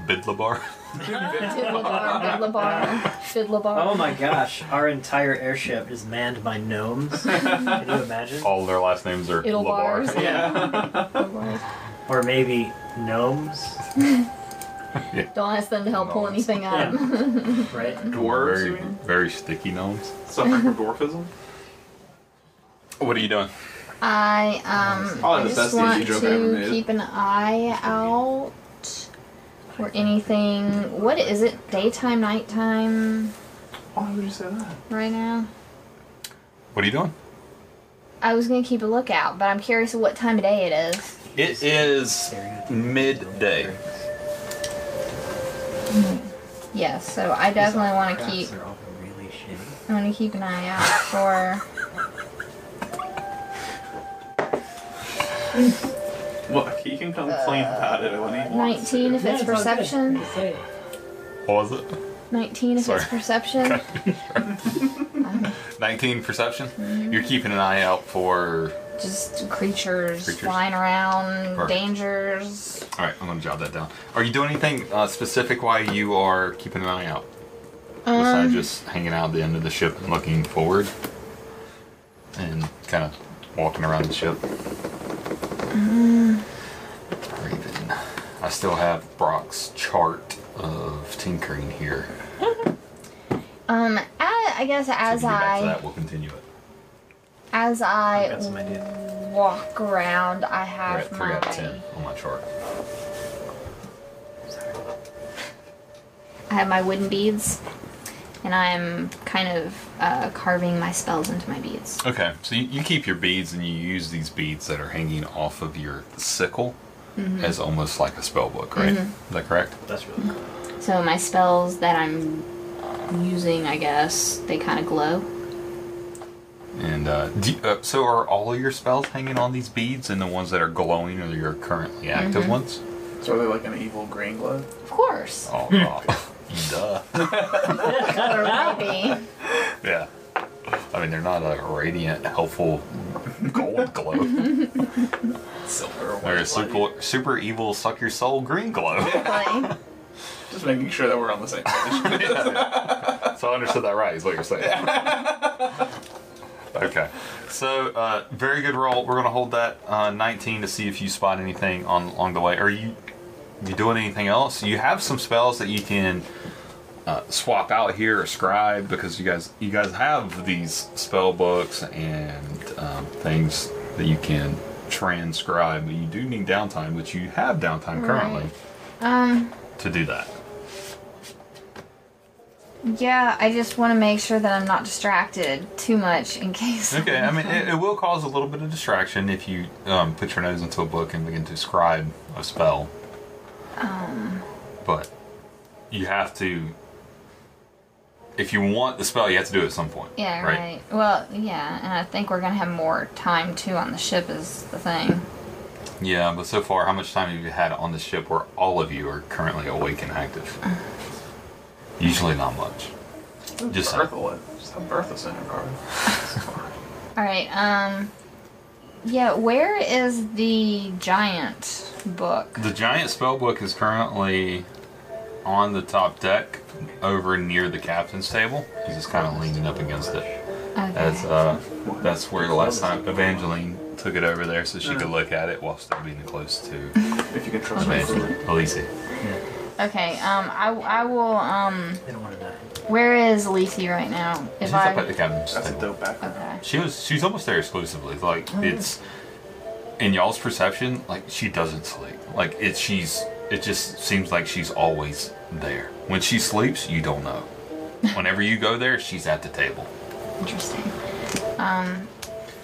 S2: Bidlabar?
S4: Fiddlabar, Fiddlabar, Fiddlabar.
S3: Oh my gosh, our entire airship is manned by gnomes. Can you imagine?
S2: All their last names are
S4: It'll bars.
S2: Labar.
S3: Yeah. Or maybe gnomes,
S4: Don't ask them to help pull anything
S5: Um.
S4: up.
S3: right?
S6: Dwarves, you
S2: Very,
S6: mean?
S2: very sticky gnomes.
S6: Suffering from dwarfism?
S2: What are you doing?
S4: I um
S10: Probably
S4: I
S10: the
S4: just
S10: best
S4: want
S10: DG joke I ever
S4: to
S10: made.
S4: keep an eye out for anything. What is it? Daytime, nighttime,
S6: Why would you say that?
S4: right now.
S2: What are you doing?
S4: I was gonna keep a lookout, but I'm curious of what time of day it is.
S2: It is midday.
S4: Yes, so I definitely want to keep.
S3: They're all really shitty.
S4: I want to keep an eye out for.
S6: Look, he can complain about it when he wants.
S4: 19 if
S3: Yeah,
S4: it's
S3: all good.
S4: perception.
S3: Just say it.
S2: What was it?
S4: 19 if
S2: Sorry.
S4: it's perception.
S2: 19 perception. You're keeping an eye out for.
S4: Just creatures,
S2: Creatures.
S4: flying around,
S2: Perfect.
S4: dangers.
S2: All right, I'm gonna jot that down. Are you doing anything uh, specific while you are keeping an eye out? Besides just hanging out at the end of the ship and looking forward, and kind of walking around the ship. Raven, I still have Brock's chart of tinkering here.
S4: Um, I, I guess
S2: So
S4: as
S2: if you get back to
S4: I
S2: that, we'll continue it.
S4: as I
S3: I've got some idea.
S4: walk around, I
S2: We're
S4: have
S2: at three
S4: my.
S2: out of ten on my chart.
S4: I have my wooden beads, and I'm kind of uh, carving my spells into my beads.
S2: Okay, so you, you keep your beads and you use these beads that are hanging off of your sickle
S4: Mm-hmm.
S2: as almost like a spell book, right? Is that correct?
S3: That's really cool.
S4: So my spells that I'm using, I guess, they kind of glow.
S2: And uh, do, uh, so are all of your spells hanging on these beads and the ones that are glowing are your currently active
S4: Mm-hmm.
S2: ones?
S6: So are they like an evil green glow?
S4: Of course.
S2: Oh, oh. duh. Oh.
S4: Maybe.
S2: Yeah. I mean, they're not a radiant, helpful gold glow.
S6: Silver or
S2: They're a
S6: white light?
S2: super, super evil, suck your soul green glow.
S4: Like,
S6: Just making sure that we're on the same page.
S2: So I understood that right, is what you're saying. okay. So, uh, very good roll. We're going to hold that uh, 19 to see if you spot anything on along the way. Are you you doing anything else? You have some spells that you can uh, swap out here or scribe because you guys you guys have these spell books and um, things that you can transcribe, but you do need downtime, which you have downtime currently
S4: um.
S2: to do that.
S4: Yeah, I just want to make sure that I'm not distracted too much in case.
S2: Okay, I mean, it, it will cause a little bit of distraction if you um, put your nose into a book and begin to scribe a spell. Um. But you have to. If you want the spell, you have to do it at some point.
S4: Yeah, right. Well, yeah, and I think we're gonna have more time too on the ship is the thing.
S2: Yeah, but so far, how much time have you had on the ship where all of you are currently awake and active? Usually not much. Just
S6: Bertha would. Just have Bertha send her card. It's fine.
S4: All right. Um. Yeah, where is the giant book?
S2: The giant spell book is currently on the top deck over near the captain's table. He's just kind of leaning up against it.
S4: Okay.
S2: That's uh, that's where the last time Evangeline took it over there so she could look at it while still being close to
S6: If you can trust me.
S2: Elise. Elise.
S4: okay. Um. I, I will. Um.
S3: They don't want to die.
S4: Where is Lethe right now? If
S2: She's
S4: I.
S2: up at the captain's
S6: That's a
S2: table.
S6: dope background.
S4: okay.
S2: She was she's almost there exclusively. Like
S4: Oh,
S2: it's in y'all's perception, like she doesn't sleep. Like it she's it just seems like she's always there. When she sleeps, you don't know. Whenever you go there, she's at the table.
S4: Interesting.
S2: Does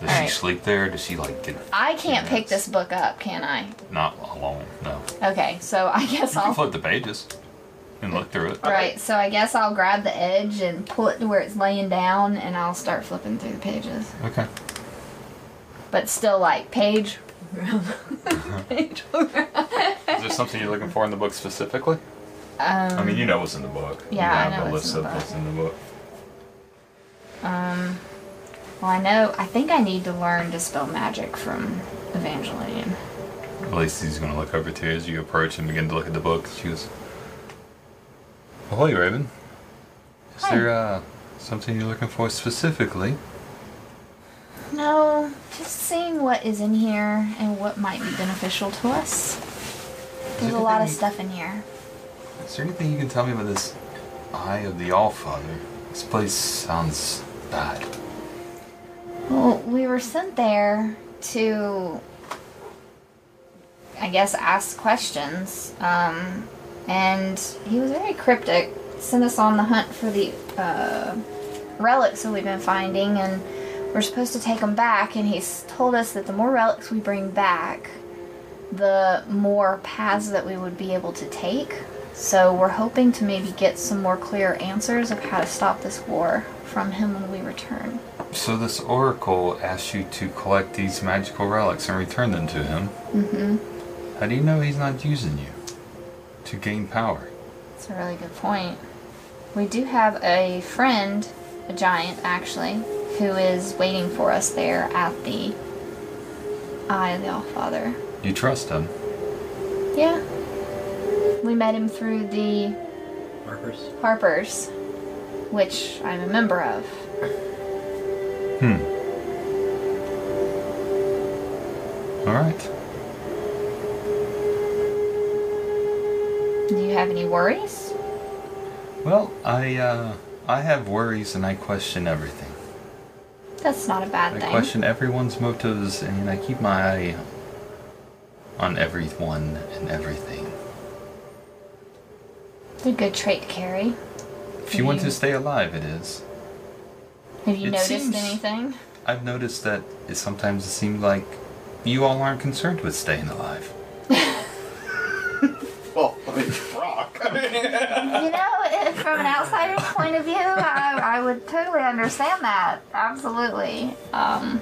S2: she
S4: Alright.
S2: sleep there? Does she like get
S4: I can't pick this book up, can I?
S2: not alone? No.
S4: Okay, so I
S2: You
S4: guess
S2: can
S4: I'll.
S2: flip the pages and look through it.
S4: Right, so I guess I'll grab the edge and pull it to where it's laying down, and I'll start flipping through the pages.
S2: Okay.
S4: But still, like page around, page around.
S2: Is there something you're looking for in the book specifically?
S4: Um,
S2: I mean, you know what's in the book.
S4: yeah, I
S2: you
S4: know
S2: a
S4: what's
S2: list
S4: in the
S2: of
S4: book.
S2: what's in the book.
S4: Um, well, I know. I think I need to learn to spell magic from Evangeline.
S2: At least he's going to look over to you as you approach and begin to look at the book. She goes, well, "Hey, Raven, is
S4: Hi.
S2: there uh, something you're looking for specifically?"
S4: No, just seeing what is in here and what might be beneficial to us. There's a lot of stuff in here.
S2: Is there anything you can tell me about this Eye of the All Father? This place sounds bad.
S4: Well, we were sent there to, I guess, ask questions. Um, and he was very cryptic. Sent us on the hunt for the uh, relics that we've been finding, and we're supposed to take them back. And he's told us that the more relics we bring back, the more paths that we would be able to take. So we're hoping to maybe get some more clear answers of how to stop this war from him when we return.
S2: So this oracle asks you to collect these magical relics and return them to him.
S4: Mm-hmm.
S2: How do you know he's not using you to gain power?
S4: That's a really good point. We do have a friend, a giant actually, who is waiting for us there at the Eye of the All Father.
S2: You trust him.
S4: Yeah. We met him through the
S3: Harpers.
S4: Harpers, which I'm a member of.
S2: Hmm. All right.
S4: Do you have any worries?
S2: Well, I uh, I have worries and I question everything.
S4: That's not a bad
S2: I
S4: thing.
S2: question everyone's motives and I keep my eye on everyone and everything.
S4: It's a good trait to carry.
S2: If you want
S4: Mhm.
S2: to stay alive, it is.
S4: Have you
S2: It
S4: noticed
S2: seems-
S4: anything?
S2: I've noticed that it sometimes seems like you all aren't concerned with staying alive.
S11: Well, I mean, Brock. I mean,
S4: You know, if, from an outsider's point of view, I, I would totally understand that. Absolutely. Um,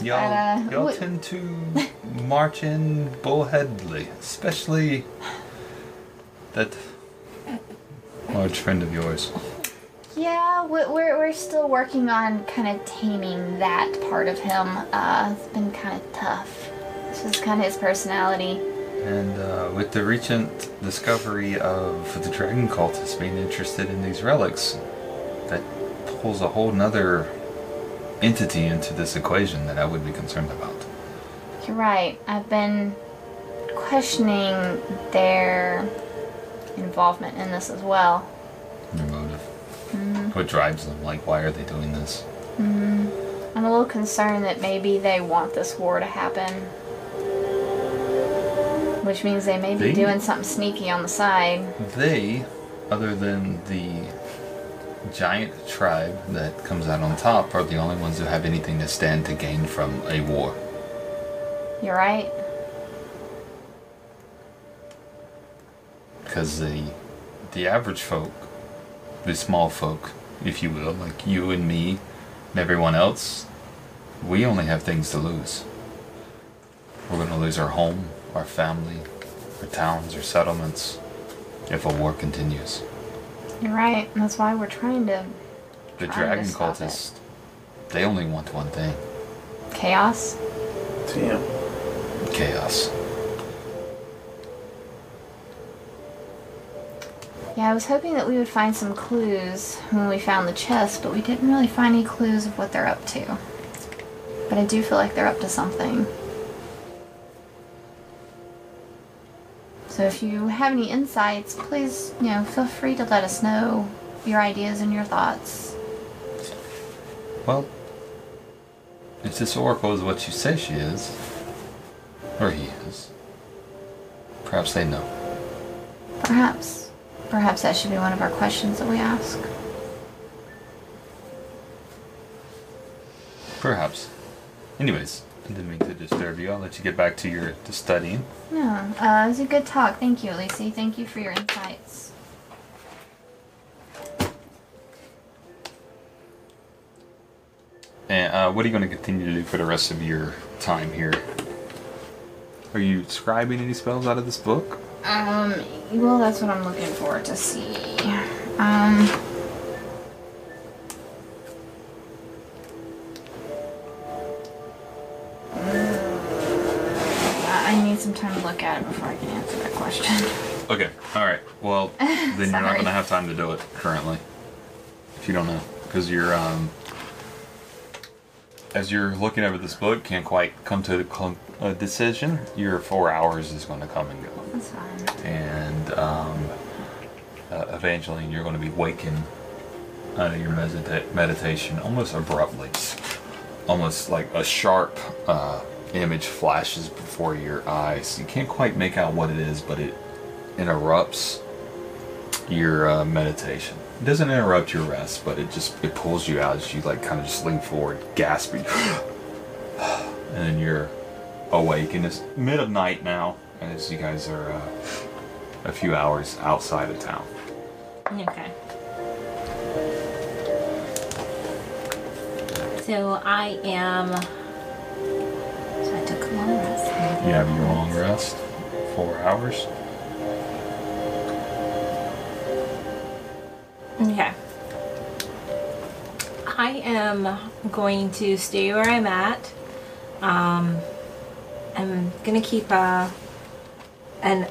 S2: Y'all,
S4: Uh,
S2: y'all
S4: wh-
S2: tend to march in bullheadedly, especially that large friend of yours.
S4: Yeah, we- we're, we're still working on kind of taming that part of him. Uh, it's been kind of tough. It's just kind of his personality.
S2: And uh, with the recent discovery of the dragon cultists being interested in these relics, that pulls a whole nother entity into this equation that I would be concerned about.
S4: You're right. I've been questioning their involvement in this as well.
S2: Their motive.
S4: Mm,
S2: What drives them? Like, why are they doing this?
S4: mm. I'm a little concerned that maybe they want this war to happen. Which means they may be
S2: They-
S4: doing something sneaky on the side.
S2: They, other than the giant tribe that comes out on top, are the only ones who have anything to stand to gain from a war.
S4: You're right.
S2: Because the, the average folk, the small folk, if you will, like you and me and everyone else, we only have things to lose. We're going to lose our home, our family, our towns, our settlements if a war continues.
S4: You're right. That's why we're trying to
S2: The
S4: Trying to
S2: dragon
S4: stop it.
S2: cultists, they only want one thing
S4: chaos.
S8: Damn.
S2: chaos.
S4: Yeah, I was hoping that we would find some clues when we found the chest, but we didn't really find any clues of what they're up to. But I do feel like they're up to something. So if you have any insights, please, you know, feel free to let us know your ideas and your thoughts.
S2: Well, if this oracle is what you say she is, or he is, perhaps they know.
S4: Perhaps. Perhaps that should be one of our questions that we ask.
S2: Perhaps. Anyways, I didn't mean to disturb you. I'll let you get back to your to studying.
S4: No, uh, it was a good talk. Thank you, Lacey. Thank you for your insights.
S2: And uh, what are you going to continue to do for the rest of your time here? Are you scribing any spells out of this book?
S4: Um, well, that's what I'm looking for to see. Um, mm, I I need some time to look at it before I can answer that question.
S2: Okay. All right. Well, then you're not
S4: Sorry.
S2: going to have time to do it currently. If you don't know, because you're um, as you're looking over this book, can't quite come to a con- a decision. Your four hours is going to come and go,
S4: That's fine.
S2: and um, uh, Evangeline, you're going to be waking out of your medita- meditation almost abruptly, almost like a sharp uh, image flashes before your eyes. You can't quite make out what it is, but it interrupts your uh, meditation. It doesn't interrupt your rest, but it just it pulls you out as you like kind of just lean forward, gasping, and then you're awake. And it's mid of night now, as you guys are uh, a few hours outside of town.
S5: Okay. So I am. So I took a long rest.
S2: You have your long rest, four hours.
S5: Okay. I am going to stay where I'm at. Um, I'm gonna keep uh, an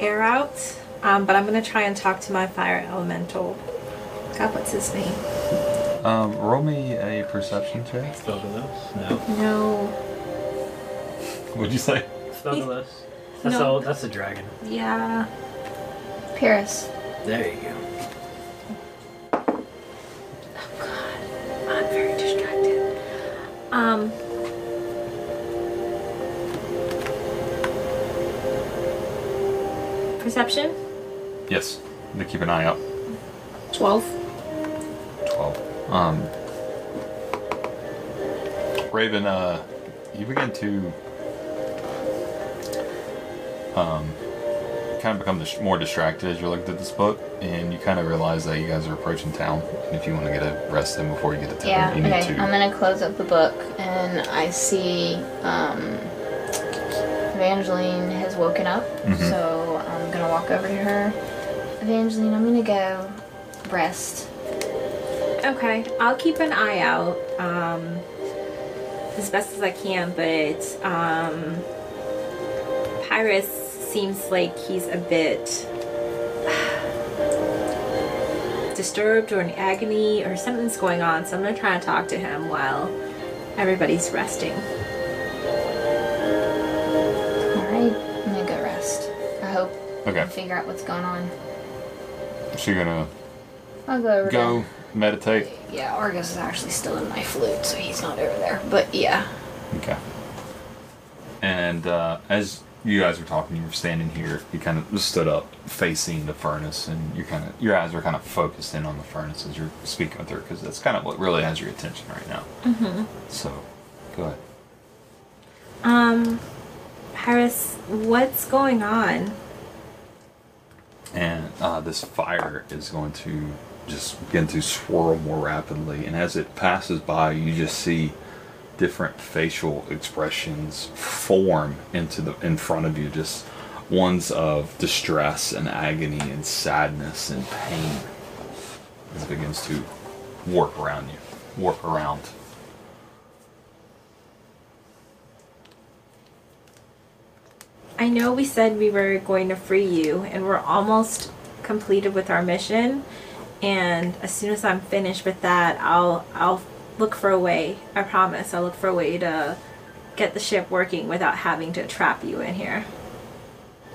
S5: air out, um, but I'm gonna try and talk to my fire elemental. God, what's his name?
S2: Um, roll me a perception check.
S3: Stogalos? No.
S5: No.
S2: What'd you say?
S3: Stogalos? That's
S5: No.
S3: all. That's a dragon.
S5: Yeah.
S4: Paris.
S3: There you go.
S5: Oh God, I'm very distracted. Um. Perception?
S2: Yes, to keep an eye out.
S5: 12.
S2: 12. Um, Raven, uh, you begin to um, kind of become dis- more distracted as you're looking at this book, and you kind of realize that you guys are approaching town. And if you want to get a rest in before you get to town,
S4: Yeah,
S2: you need
S4: okay.
S2: to.
S4: I'm gonna close up the book and I see um, Evangeline has woken up,
S2: Mhm.
S4: so I'm gonna walk over to her. Evangeline, I'm gonna go rest.
S5: Okay, I'll keep an eye out um, as best as I can, but um, Pyrus seems like he's a bit disturbed or in agony or something's going on, so I'm gonna try and talk to him while everybody's resting.
S4: Alright, I'm gonna go rest. I hope I
S2: okay,
S4: can figure out what's going on.
S2: so you're gonna
S4: I'll go over
S2: go
S4: to
S2: meditate.
S4: Yeah, Argus is actually still in my flute, so he's not over there. But yeah.
S2: Okay. And uh, as you guys were talking, you were standing here. You kind of stood up, facing the furnace, and you kind of your eyes were kind of focused in on the furnace as you're speaking with her, because that's kind of what really has your attention right now. So, go ahead.
S5: Um, Pyrus, what's going on?
S2: and uh, this fire is going to just begin to swirl more rapidly and as it passes by you just see different facial expressions form into the in front of you just ones of distress and agony and sadness and pain as it begins to warp around you warp around
S5: I know we said we were going to free you, and we're almost completed with our mission. And as soon as I'm finished with that, I'll I'll look for a way. I promise. I'll look for a way to get the ship working without having to trap you in here.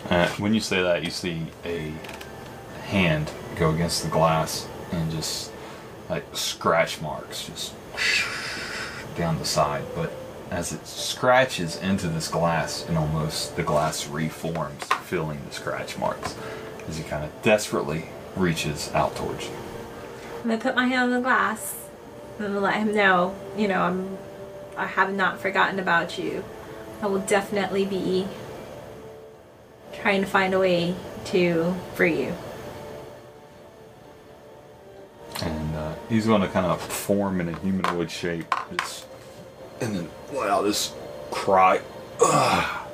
S2: Uh, when you say that, you see a hand go against the glass and just like scratch marks just down the side. But as it scratches into this glass, and almost the glass reforms, filling the scratch marks as he kind of desperately reaches out towards you.
S5: I'm gonna put my hand on the glass. I'm gonna let him know. You know, I'm I have not forgotten about you. I will definitely be trying to find a way to free you.
S2: And uh, he's going to kind of form in a humanoid shape. Just, and then let out this cry. "Ugh.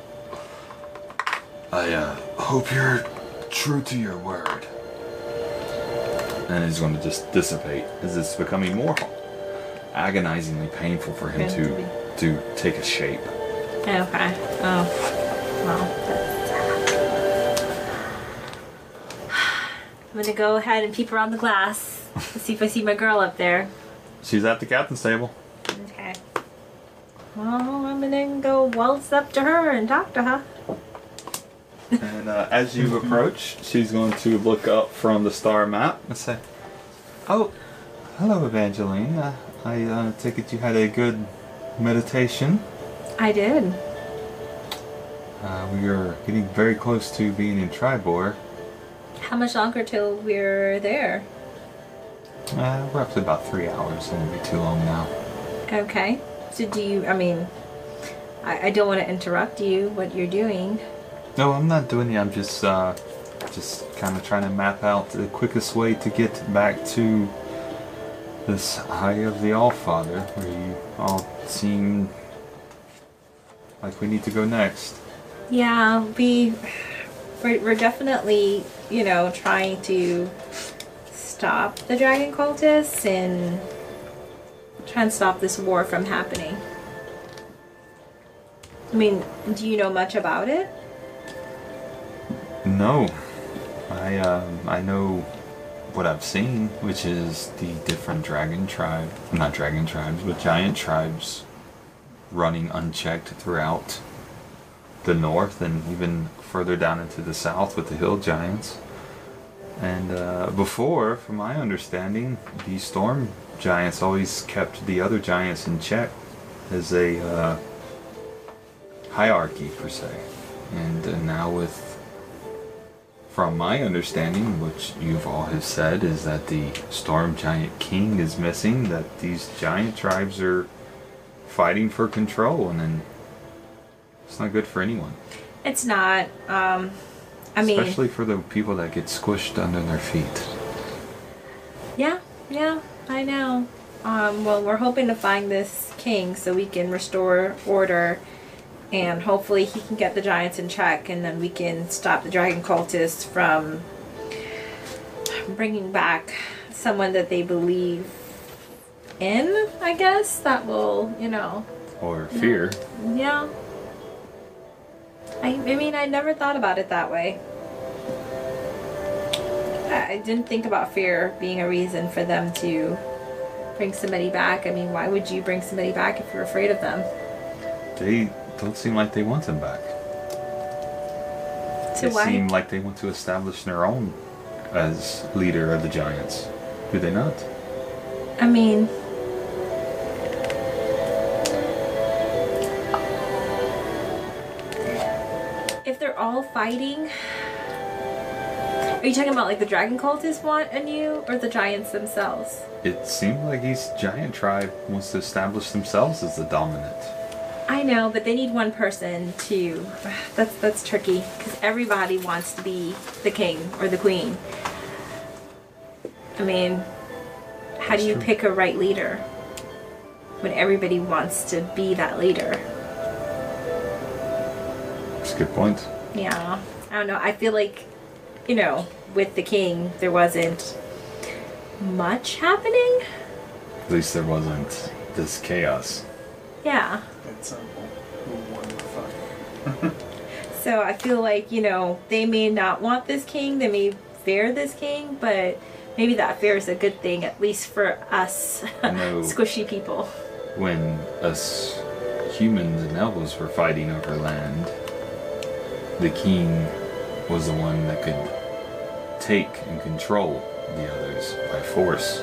S2: I uh, hope you're true to your word. And he's going to just dissipate as it's becoming more agonizingly painful for him to to take a shape.
S5: Okay. Oh. Well, that's I'm gonna go ahead and peep around the glass to see if I see my girl up there.
S2: She's at the captain's table.
S5: Okay. Well, I'm gonna go waltz up to her and talk to her.
S2: And uh, as you approach, she's going to look up from the star map and say, "Oh, hello, Evangeline. Uh, I uh, take it you had a good meditation.
S5: I did.
S2: Uh, we are getting very close to being in Tribor.
S5: How much longer till we're there?
S2: Uh, we're up to about three hours. It won't be too long now.
S5: Okay. So do you? I mean, I, I don't want to interrupt you. What you're doing?
S2: No, I'm not doing it. I'm just, uh, just kind of trying to map out the quickest way to get back to this Eye of the All Father, where you all seem like we need to go next.
S5: Yeah, we we're, we're definitely you know trying to stop the dragon cultists and try and stop this war from happening. I mean, do you know much about it?
S2: No, I, um, I know what I've seen, which is the different dragon tribe, not dragon tribes, but giant tribes running unchecked throughout the north and even further down into the south with the hill giants. And uh, before, from my understanding, the storm giants always kept the other giants in check as a uh, hierarchy, per se. And uh, now, with, from my understanding, which you've all have said, is that the storm giant king is missing, that these giant tribes are fighting for control, and then it's not good for anyone.
S5: It's not. Um, I mean,
S2: Especially for the people that get squished under their feet.
S5: yeah, yeah, I know. Um, well, we're hoping to find this king so we can restore order, and hopefully he can get the giants in check, and then we can stop the dragon cultists from bringing back someone that they believe in. I guess that will, you know,
S2: Or fear.
S5: yeah. I, I mean, I never thought about it that way. I, I didn't think about fear being a reason for them to bring somebody back. I mean, why would you bring somebody back if you're afraid of them?
S2: They don't seem like they want him back.
S5: So
S2: they
S5: why?
S2: seem like they want to establish their own as leader of the Giants. Do they not?
S5: I mean, if they're all fighting, are you talking about like the dragon cultists want a new, or the giants themselves?
S2: It seems like each giant tribe wants to establish themselves as the dominant.
S5: I know, but they need one person to. That's that's tricky because everybody wants to be the king or the queen. I mean, how do you pick a right leader when everybody wants to be that leader?
S2: That's a good point.
S5: Yeah, I don't know. I feel like, you know, with the king, there wasn't much happening.
S2: At least there wasn't this chaos.
S5: Yeah.
S6: It's um, simple. One fuck.
S5: So I feel like, you know, they may not want this king, they may fear this king, but maybe that fear is a good thing, at least for us
S2: No.
S5: squishy people.
S2: When us humans and elves were fighting over land, the king was the one that could take and control the others by force.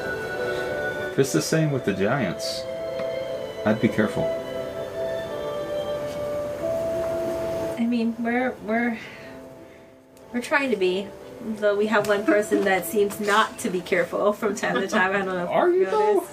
S2: If it's the same with the giants, I'd be careful.
S5: I mean, we're we're we're trying to be. Though we have one person that seems not to be careful from time to time. I don't know. If Are you though?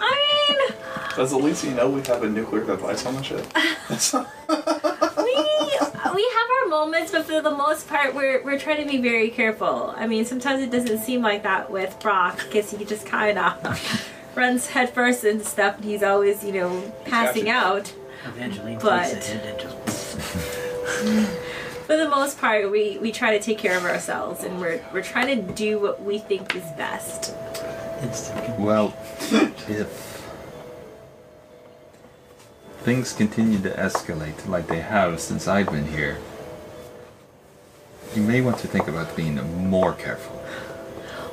S5: I
S8: Does Elise know we have a nuclear device on the ship?
S5: mean, we we have our moments, but for the most part, we're we're trying to be very careful. I mean, sometimes it doesn't seem like that with Brock because he just kind of runs headfirst and stuff. And he's always, you know, passing out.
S3: Evangeline
S5: But-
S3: takes the hit and just
S5: For the most part, we, we try to take care of ourselves, and we're we're trying to do what we think is best.
S3: instantly.
S2: Well, if things continue to escalate like they have since I've been here, you may want to think about being more careful.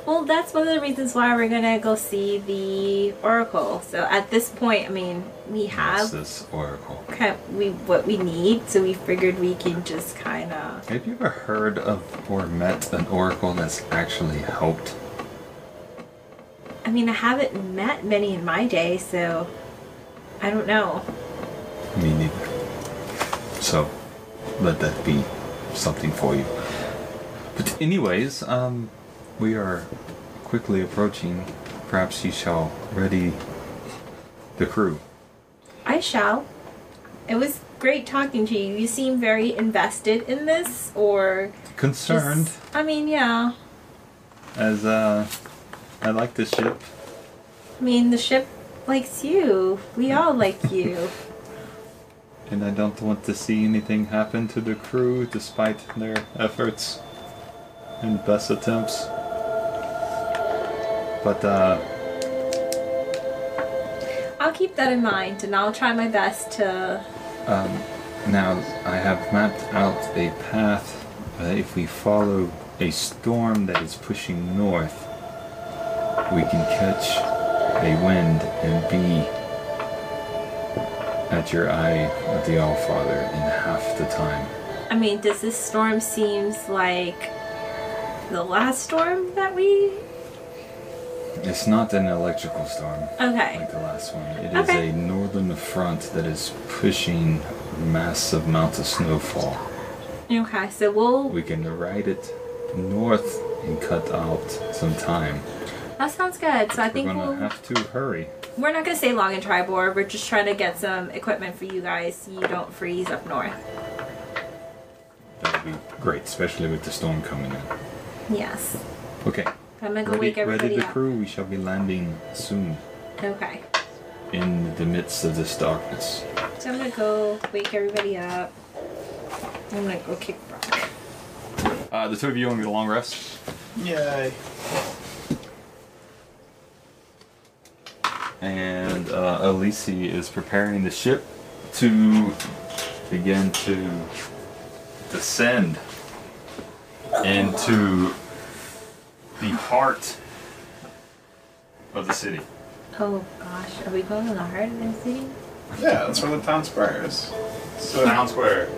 S5: Well, that's one of the reasons why we're gonna go see the Oracle. So at this point, I mean, we
S2: That's
S5: have
S2: this oracle.
S5: kind of, we what we need, so we figured we can just kind of.
S2: Have you ever heard of or met an oracle that's actually helped?
S5: I mean, I haven't met many in my day, so I don't know.
S2: Me neither. So, let that be something for you. But, anyways, um, we are quickly approaching. Perhaps you shall ready the crew.
S5: I shall. It was great talking to you. You seem very invested in this, or just-
S2: Concerned,
S5: I mean, yeah.
S2: as uh, I like this ship.
S5: I mean, the ship likes you. We all like you.
S2: And I don't want to see anything happen to the crew despite their efforts and best attempts. But uh,
S5: I'll keep that in mind, and I'll try my best to.
S2: um, now I have mapped out a path. Uh, if we follow a storm that is pushing north, we can catch a wind and be at your eye of the Allfather in half the time.
S5: I mean, does this storm seems like the last storm that we?
S2: It's not an electrical storm.
S5: Okay.
S2: like the last one. It is
S5: Okay.
S2: a northern front that is pushing massive amounts of snowfall.
S5: Okay. So we'll.
S2: We can ride it north and cut out some time.
S5: That sounds good. So I
S2: We're
S5: think
S2: gonna
S5: we'll.
S2: have to hurry.
S5: We're not gonna stay long in Tribor. We're just trying to get some equipment for you guys so you don't freeze up north.
S2: That would be great, especially with the storm coming in.
S5: Yes.
S2: Okay.
S5: I'm gonna go
S2: Ready,
S5: wake everybody
S2: ready the
S5: up.
S2: crew. We shall be landing soon
S5: Okay.
S2: in the midst of this darkness.
S5: So I'm gonna go wake everybody up. I'm gonna go kick Brock.
S2: Uh, the two of you want to get a long rest?
S6: Yay.
S2: and uh, Elise is preparing the ship to begin to descend into the heart of the city.
S5: Oh gosh, are we going to the heart of the city?
S6: Yeah, that's where the town square is. So
S2: Town square.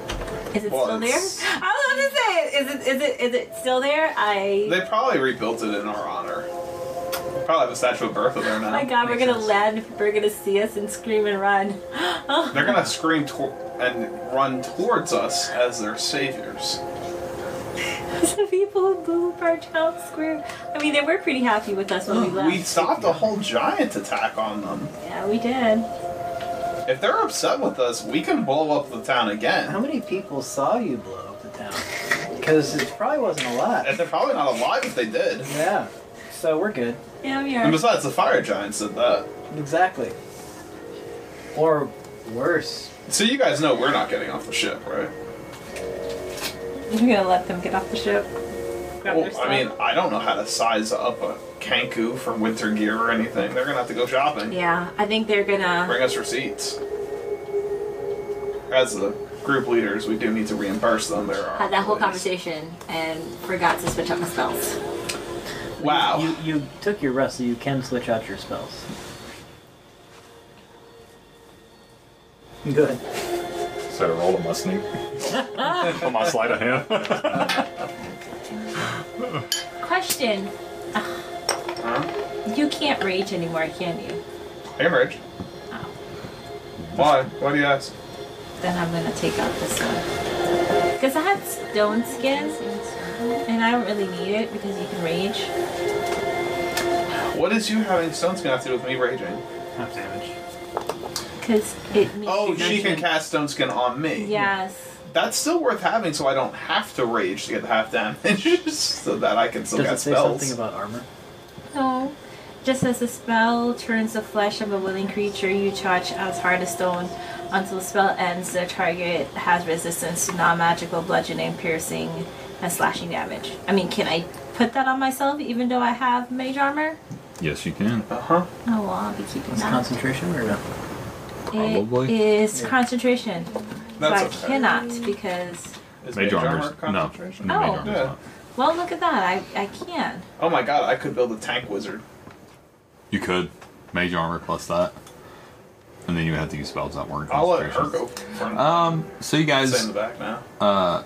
S5: Is it
S6: Well,
S5: still there?
S6: it's-
S5: I was about to say, is it is it is it still there? I
S6: they probably rebuilt it in our honor. They probably have a statue of Bertha there now.
S5: oh my god, we're
S6: Makes
S5: gonna
S6: sense.
S5: land. People are gonna see us and scream and run. oh,
S6: They're gonna scream to- and run towards us as their saviors.
S5: the people who blew up our town square. I mean, they were pretty happy with us when we left.
S6: We stopped a whole giant attack on them.
S5: yeah, we did.
S6: If they're upset with us, we can blow up the town
S3: How
S6: again.
S3: many people saw you blow up the town? Because it probably wasn't a
S6: And
S3: lot.
S6: they're probably not alive if they did.
S3: Yeah. So we're good.
S5: Yeah, we
S6: And
S5: are.
S6: besides, the fire giants did that.
S3: Exactly. Or worse.
S6: So you guys know we're not getting off the ship, right?
S5: We're gonna let them get off the ship. Grab their
S6: Well,
S5: stuff.
S6: I mean, I don't know how to size up a Kanku for winter gear or anything. They're gonna have to go shopping.
S5: yeah, I think they're gonna.
S6: Bring us receipts. As the group leaders, we do need to reimburse them. There are
S5: Had that whole conversation and forgot to switch up my spells.
S6: Wow.
S3: You you took your rest, so you can switch out your spells. Good.
S2: So roll a listening. On my sleight of hand.
S5: Question.
S6: Huh?
S5: You can't rage anymore, can you?
S6: Hey, Rich.
S5: Oh.
S6: Why? Why do you ask?
S5: Then I'm gonna take out this one. Because I had stone skin, and I don't really need it because you can rage.
S6: What is you having stone's gonna have to do with me raging?
S3: Half damage.
S5: Because it means.
S6: Oh, she can cast stone skin on me.
S5: Yes.
S6: That's still worth having, so I don't have to rage to get the half damage, so that I can still
S3: Does it
S6: cast
S3: say
S6: spells.
S3: something about armor?
S5: No. Just as the spell turns the flesh of a willing creature, you charge as hard as stone. Until the spell ends, the target has resistance to non magical bludgeoning, piercing, and slashing damage. I mean, can I put that on myself even though I have mage armor?
S2: Yes, you can.
S6: uh huh.
S5: Oh, well, I'll be keeping
S3: It's
S5: that.
S3: concentration or no?
S5: It
S2: Probably.
S5: is
S3: Yeah.
S5: concentration. But I
S6: That's okay.
S5: cannot because.
S6: Is
S2: Major armor's no.
S6: concentration?
S2: no,
S5: Oh.
S2: Major armor's
S6: Yeah.
S2: not.
S5: Well, look at that. I, I can.
S6: Oh my god, I could build a tank wizard.
S2: You could major armor plus that, and then you would have to use spells that weren't.
S6: I'll let her go.
S2: concentration.
S6: For
S3: Uh,
S2: Um. So you
S6: Stay in
S2: guys
S6: the back now.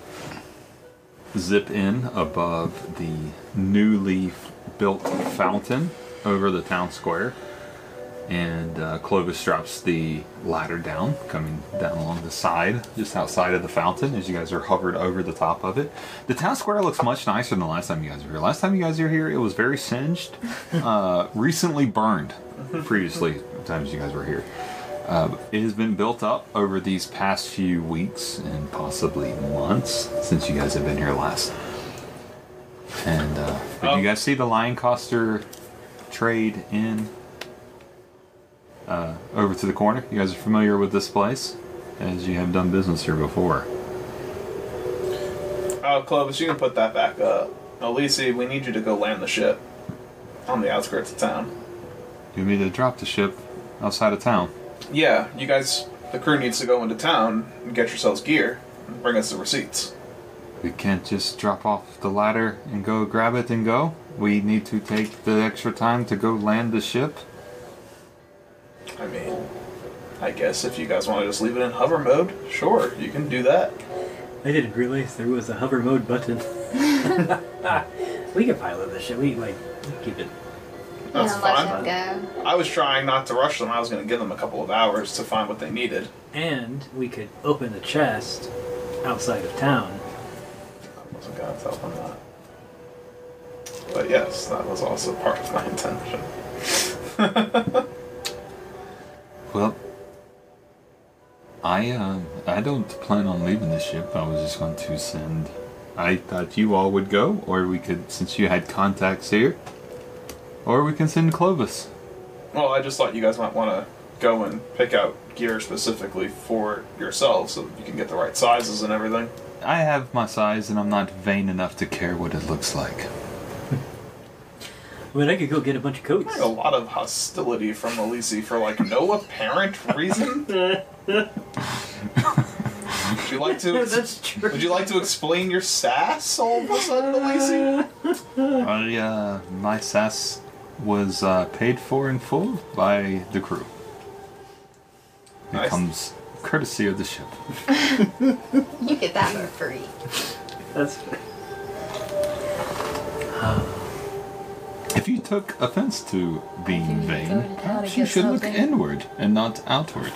S2: zip in above the newly built fountain over the town square, and uh, Clovis drops the ladder down, coming down along the side, just outside of the fountain, as you guys are hovered over the top of it. The town square looks much nicer than the last time you guys were here. Last time you guys were here, it was very singed, uh, recently burned. Previously, the times you guys were here. Uh, it has been built up over these past few weeks and possibly months since you guys have been here last. And uh, did you guys see the Lioncoster trade in uh, over to the corner? You guys are familiar with this place, as you have done business here before.
S6: Oh, Clovis, you can put that back up. Elise, we need you to go land the ship on the outskirts of town.
S2: You need to drop the ship outside of town.
S6: Yeah, you guys, the crew needs to go into town and get yourselves gear and bring us the receipts.
S2: We can't just drop off the ladder and go grab it and go. We need to take the extra time to go land the ship.
S6: I mean, I guess if you guys want to just leave it in hover mode, sure, you can do that.
S3: I didn't realize there was a hover mode button. we can pilot this shit. We like keep it.
S6: That's
S4: yeah,
S6: fine.
S4: let him go.
S6: I was trying not to rush them. I was going to give them a couple of hours to find what they needed.
S3: And we could open the chest outside of town.
S6: I wasn't going to tell them that. But yes, that was also part of my intention.
S2: Well, I um, I don't plan on leaving the ship. I was just going to send. I thought you all would go, or we could, since you had contacts here, or we can send Clovis.
S6: Well, I just thought you guys might want to go and pick out gear specifically for yourselves so that you can get the right sizes and everything.
S2: I have my size, and I'm not vain enough to care what it looks like.
S3: I mean, I could go get a bunch of coats.
S6: A lot of hostility from Elise for like no apparent reason. Would you like to?
S3: true.
S6: Would you like to explain your sass all of a sudden, Elise?
S2: I, uh, my sass was uh, paid for in full by the crew. It
S6: Nice.
S2: comes courtesy of the ship.
S4: You get that for free.
S3: That's fair.
S2: If you took offense to
S12: Maybe go to town
S2: being vain,
S12: and
S2: perhaps
S12: get
S2: you should look
S12: something.
S2: inward and not outward.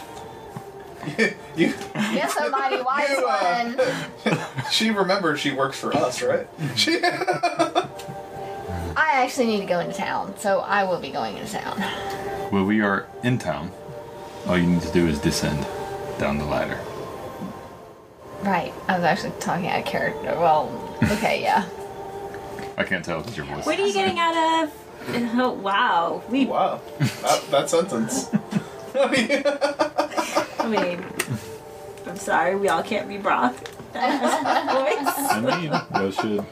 S6: You,
S4: You're somebody wise
S6: You, uh,
S4: one.
S6: she remembers she works for us, right? She,
S4: I actually need to go into town, so I will be going into town.
S2: Well, we are in town. All you need to do is descend down the ladder.
S4: Right. I was actually talking out of character. Well, okay, yeah.
S2: I can't tell if it's your voice.
S5: What are you getting out of? Oh, wow. We,
S6: wow, that, that sentence.
S5: I mean, I'm sorry, we all can't be broth.
S2: I mean, that should.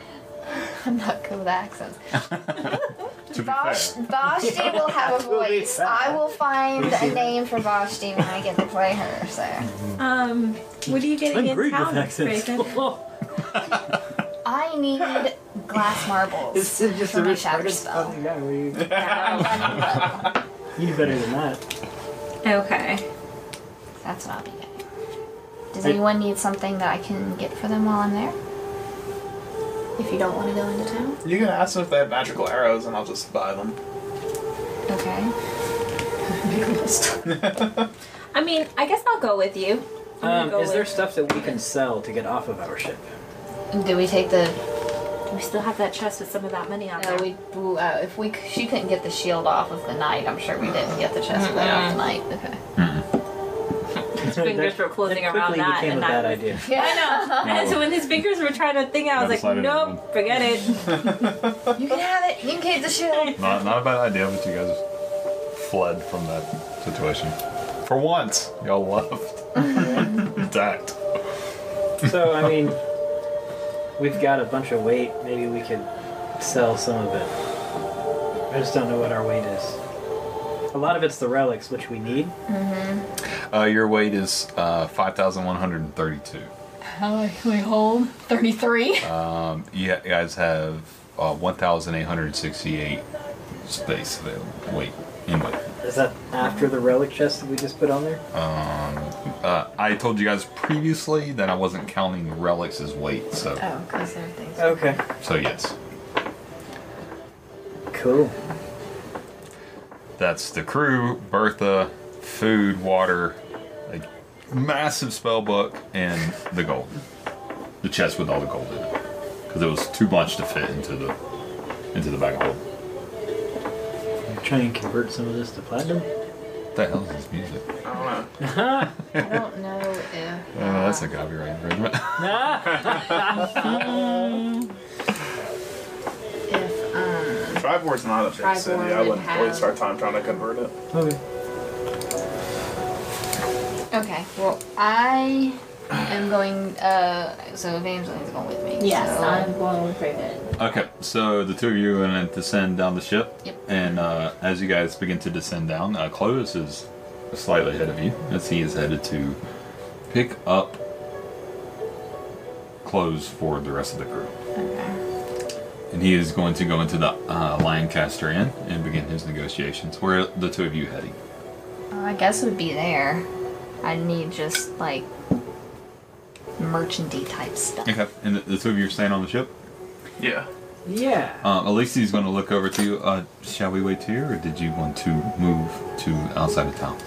S4: I'm not good with accents.
S2: To be
S4: Vosh- Vashti will have a voice. I will find a name for Vashti when I get to play her, so.
S5: Um, what are you getting
S3: I'm
S5: in
S3: great
S5: town,
S3: with accents.
S5: Raven?
S4: I need glass marbles for my shatter spell.
S3: You knew better than that.
S5: Okay.
S4: That's what I'll be getting. Does anyone need something that I can get for them while I'm there? If you don't want to go into town?
S6: you can ask them if they have magical arrows, and I'll just buy them.
S4: Okay.
S5: I mean, I guess I'll go with you. gonna
S3: Um,
S5: go
S3: is there
S5: with-
S3: stuff that we can sell to get off of our ship?
S9: Do we take the?
S5: We still have that chest with some of that money on
S9: No, we. we- Uh, if we, c- she couldn't get the shield off of the knight. I'm sure we didn't get the chest plate off the knight. Okay.
S5: fingers were closing around that,
S3: became
S5: and
S3: a
S5: that was-
S3: bad idea.
S5: Yeah, I know.
S3: No.
S5: And so when his fingers were trying to thing,
S2: I
S5: I was like,
S2: decided
S5: nope, forget it.
S9: You can have it. You can keep the shield.
S2: Not, not a bad idea, but you guys fled from that situation. For once, y'all left. Intact.
S3: So I mean, we've got a bunch of weight. Maybe we could sell some of it. I just don't know what our weight is. A lot of it's the relics, which we need.
S13: Mm-hmm.
S2: Uh, your weight is uh, 5,132.
S13: How I can we hold? 33?
S14: Oh,
S2: Um, you guys have uh, 1,868 space available. Wait, anyway.
S3: Is that after the relic chest that we just put on there?
S2: Um, uh, I told you guys previously that I wasn't counting relics as weight, so
S9: Oh, because everything's.
S3: Okay.
S9: Oh.
S2: so yes,
S3: Cool.
S2: that's the crew, Bertha, food, water, a massive spell book, and the gold, the chest with all the gold in it, because it was too much to fit into the into the bag of gold.
S3: Try and convert some of this to platinum.
S2: What the hell is this music?
S6: I
S3: don't know.
S9: I don't know if. uh,
S2: Oh, that's a copyright infringement.
S9: if um,
S6: Triborn's not a big city.
S9: Triborn
S6: I
S9: would
S6: wouldn't
S9: have-
S6: waste our time trying to convert it.
S3: Okay.
S9: Okay, well, I am going. Uh, so Evangeline's going with me.
S5: Yes,
S9: so-
S5: I'm going with Raven.
S2: Okay, so the two of you are going to descend down the ship.
S9: Yep.
S2: And uh, as you guys begin to descend down, uh, Clovis is slightly ahead of you as he is headed to pick up clothes for the rest of the crew. And he is going to go into the uh, Lancaster Inn and begin his negotiations. Where are the two of you heading?
S9: I guess it would be there. I need just like merchanty type stuff.
S2: Okay. And the, the two of you are staying on the ship?
S6: Yeah.
S3: Yeah.
S2: Um, Elise's going to look over to you. Uh, shall we wait here, or did you want to move to outside of town?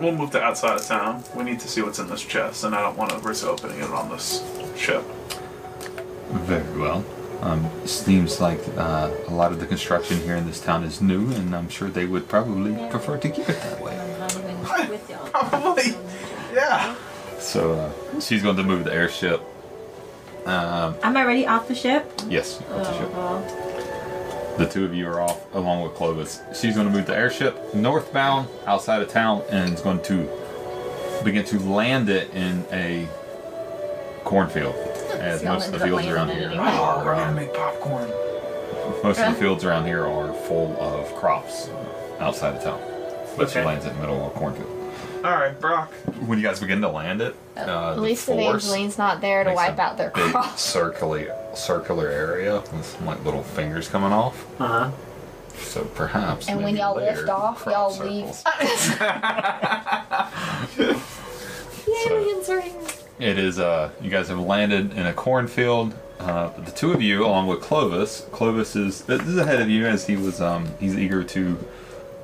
S6: We'll move to outside of town. We need to see what's in this chest, and I don't want to risk opening it on this ship.
S2: Very well. Um, seems like uh, a lot of the construction here in this town is new, and I'm sure they would probably prefer to keep it that way.
S5: with y'all.
S6: Probably. Yeah.
S2: So uh, she's going to move the airship. Um,
S5: Am I already off the ship? Oh,
S2: yes, off
S5: Uh-huh.
S2: the ship.
S5: well.
S2: The two of you are off along with Clovis. She's going to move the airship northbound outside of town and is going to begin to land it in a cornfield, as
S6: Y'all
S2: most of the
S6: ended up
S2: fields around
S6: landing
S2: here
S6: in a cornfield.
S2: are. um,
S6: make popcorn.
S2: Most of the fields around here are full of crops outside of town. But she lands it in the middle of a cornfield.
S6: Alright, Brock.
S2: When you guys begin to land it, uh,
S9: At
S2: the
S9: least
S2: force,
S9: Evangeline's not there to
S2: makes
S9: wipe
S2: a
S9: out their
S2: big
S9: crop.
S2: circular, circular area with some, like little fingers coming off.
S3: Uh huh.
S2: So perhaps.
S9: And when
S2: maybe
S9: y'all
S2: later,
S9: lift off,
S2: crop
S9: y'all
S2: circle-
S9: leave. the aliens are here.
S2: It is. Uh, you guys have landed in a cornfield. Uh, the two of you, along with Clovis. Clovis is this is ahead of you as he was. Um, he's eager to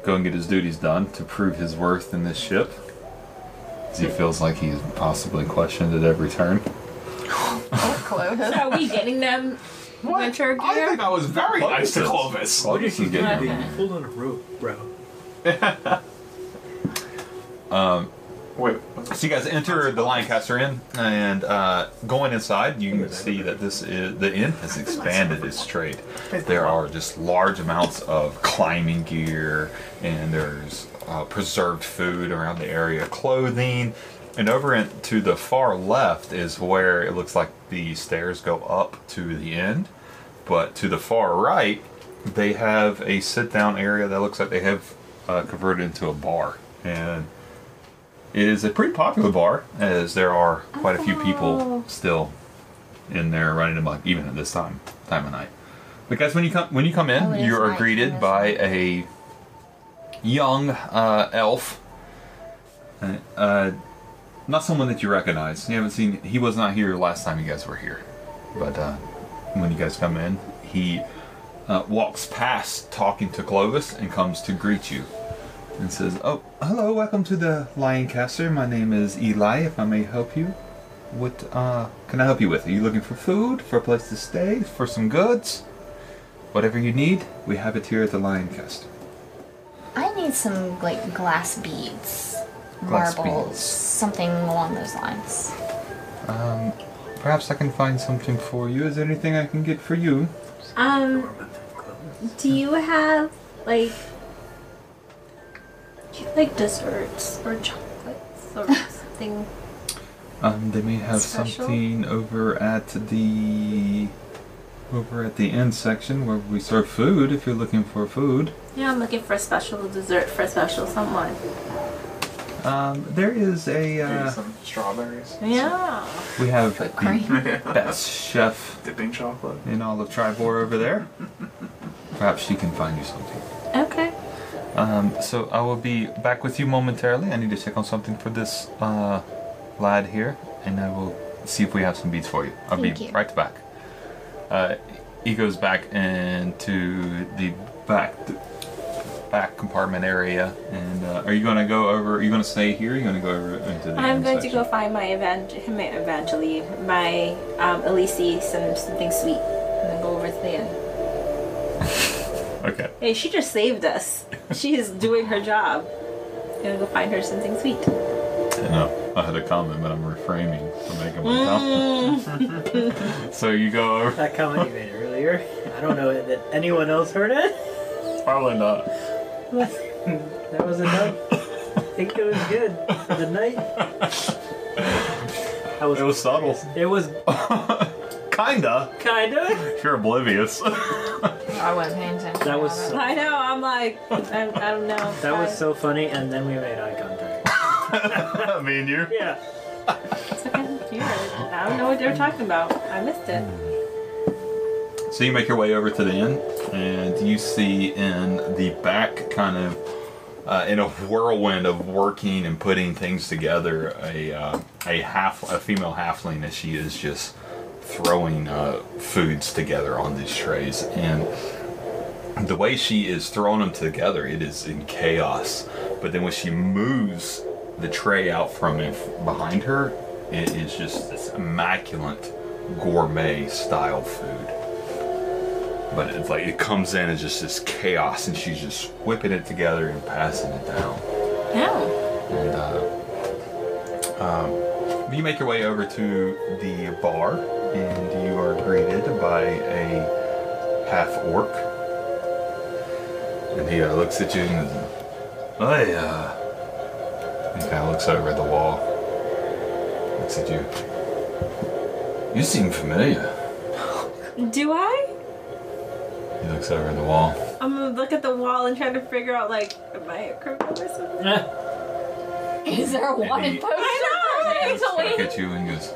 S2: go and get his duties done to prove his worth in this ship. As he feels like he's possibly questioned at every turn.
S5: So are we getting them winter gear? I think
S6: I was very nice to
S2: is-
S6: Clovis.
S2: Clovis is
S3: You'd
S2: getting
S3: be
S2: them.
S3: pulled on a rope, bro.
S2: Um,
S6: Wait.
S2: So you guys enter the Lancaster Inn, and uh, going inside, you can see that this is the inn has expanded its trade. There are just large amounts of climbing gear, and there's uh, preserved food around the area, clothing, and over in, to the far left is where it looks like the stairs go up to the end. But to the far right, they have a sit-down area that looks like they have uh, converted into a bar, and it is a pretty popular bar, as there are quite a few people still in there running amok, even at this time time of night. Because when you come when you come in,
S15: Oh, it is
S2: you are
S15: night,
S2: greeted
S15: yes.
S2: by a young uh, elf. Uh, uh, not someone that you recognize. You haven't seen. He was not here last time you guys were here, but uh, when you guys come in, he uh, walks past, talking to Clovis, and comes to greet you. and says, "Oh, hello, welcome to the Lioncaster. My name is Eli. If I may help you, what uh, can I help you with? Are you looking for food, for a place to stay, for some goods? Whatever you need, we have it here at the Lioncaster.
S4: I need some like glass beads,
S2: Glass
S4: marbles,
S2: beads.
S4: something along those lines.
S2: Um, perhaps I can find something for you. Is there anything I can get for you?
S5: Um, do you have like like desserts or chocolates or something?
S2: Um, they may have
S5: Special?
S2: something over at the over at the end section where we serve food. If you're looking for food,
S5: Yeah, I'm looking for a special dessert for a special someone.
S2: um, there is a.
S6: Maybe
S2: Uh,
S6: some strawberries.
S5: Yeah.
S2: we have the
S4: cream.
S2: best chef
S6: Dipping chocolate.
S2: in all of Tribor over there. Perhaps she can find you something.
S5: Okay.
S16: Um, so I will be back with you momentarily. I need to check on something for this uh, lad here, and I will see if we have some beads for you. I'll
S4: Thank
S16: be
S4: you.
S16: right back. Uh, he goes back into the back back compartment area, and uh,
S2: Are you gonna go over? Are you gonna stay here? Or are you gonna go over into the?
S5: I'm
S2: end
S5: going to
S2: section?
S5: go find my evangel, my Evangeline, my um, Elise, some something sweet, and then go over to the end.
S16: okay.
S5: Hey, she just saved us. she is doing her job. I'm gonna go find her something sweet.
S16: No, I had a comment, but I'm reframing from making my
S5: Mm.
S16: comment. so you go over.
S14: That comment you made earlier, I don't know that anyone else heard it.
S16: Probably not.
S14: that was enough. I think it was good. The night. I was,
S16: It was subtle.
S14: It was
S16: Kinda.
S14: kinda.
S16: You're oblivious.
S4: I wasn't paying attention.
S14: That was so,
S5: I know. I'm like, I'm, I don't know.
S14: that was
S5: I-
S14: so funny, and then we made eye contact.
S16: Me and you.
S14: Yeah.
S5: it's okay, I'm here. I don't know what they were talking about. I missed it.
S2: So you make your way over to the inn, and you see in the back, kind of uh, in a whirlwind of working and putting things together, a uh, a half a female halfling as she is just throwing uh, foods together on these trays, and the way she is throwing them together, it is in chaos. But then when she moves the tray out from in, behind her, it is just this immaculate gourmet style food. But it's like it comes in as just this chaos, and she's just whipping it together and passing it down.
S5: No.
S2: And uh, um, you make your way over to the bar, and you are greeted by a half orc. And he uh, looks at you and is, "Hey," uh, he kind of looks over at the wall. Looks at you. You seem familiar.
S5: Do I?
S2: He looks over at the wall.
S5: I'm gonna look at the wall and try to figure out like, am I a criminal or something?
S4: Is there a
S2: Maybe-
S4: wanted poster?
S5: I know,
S2: Look at you and goes,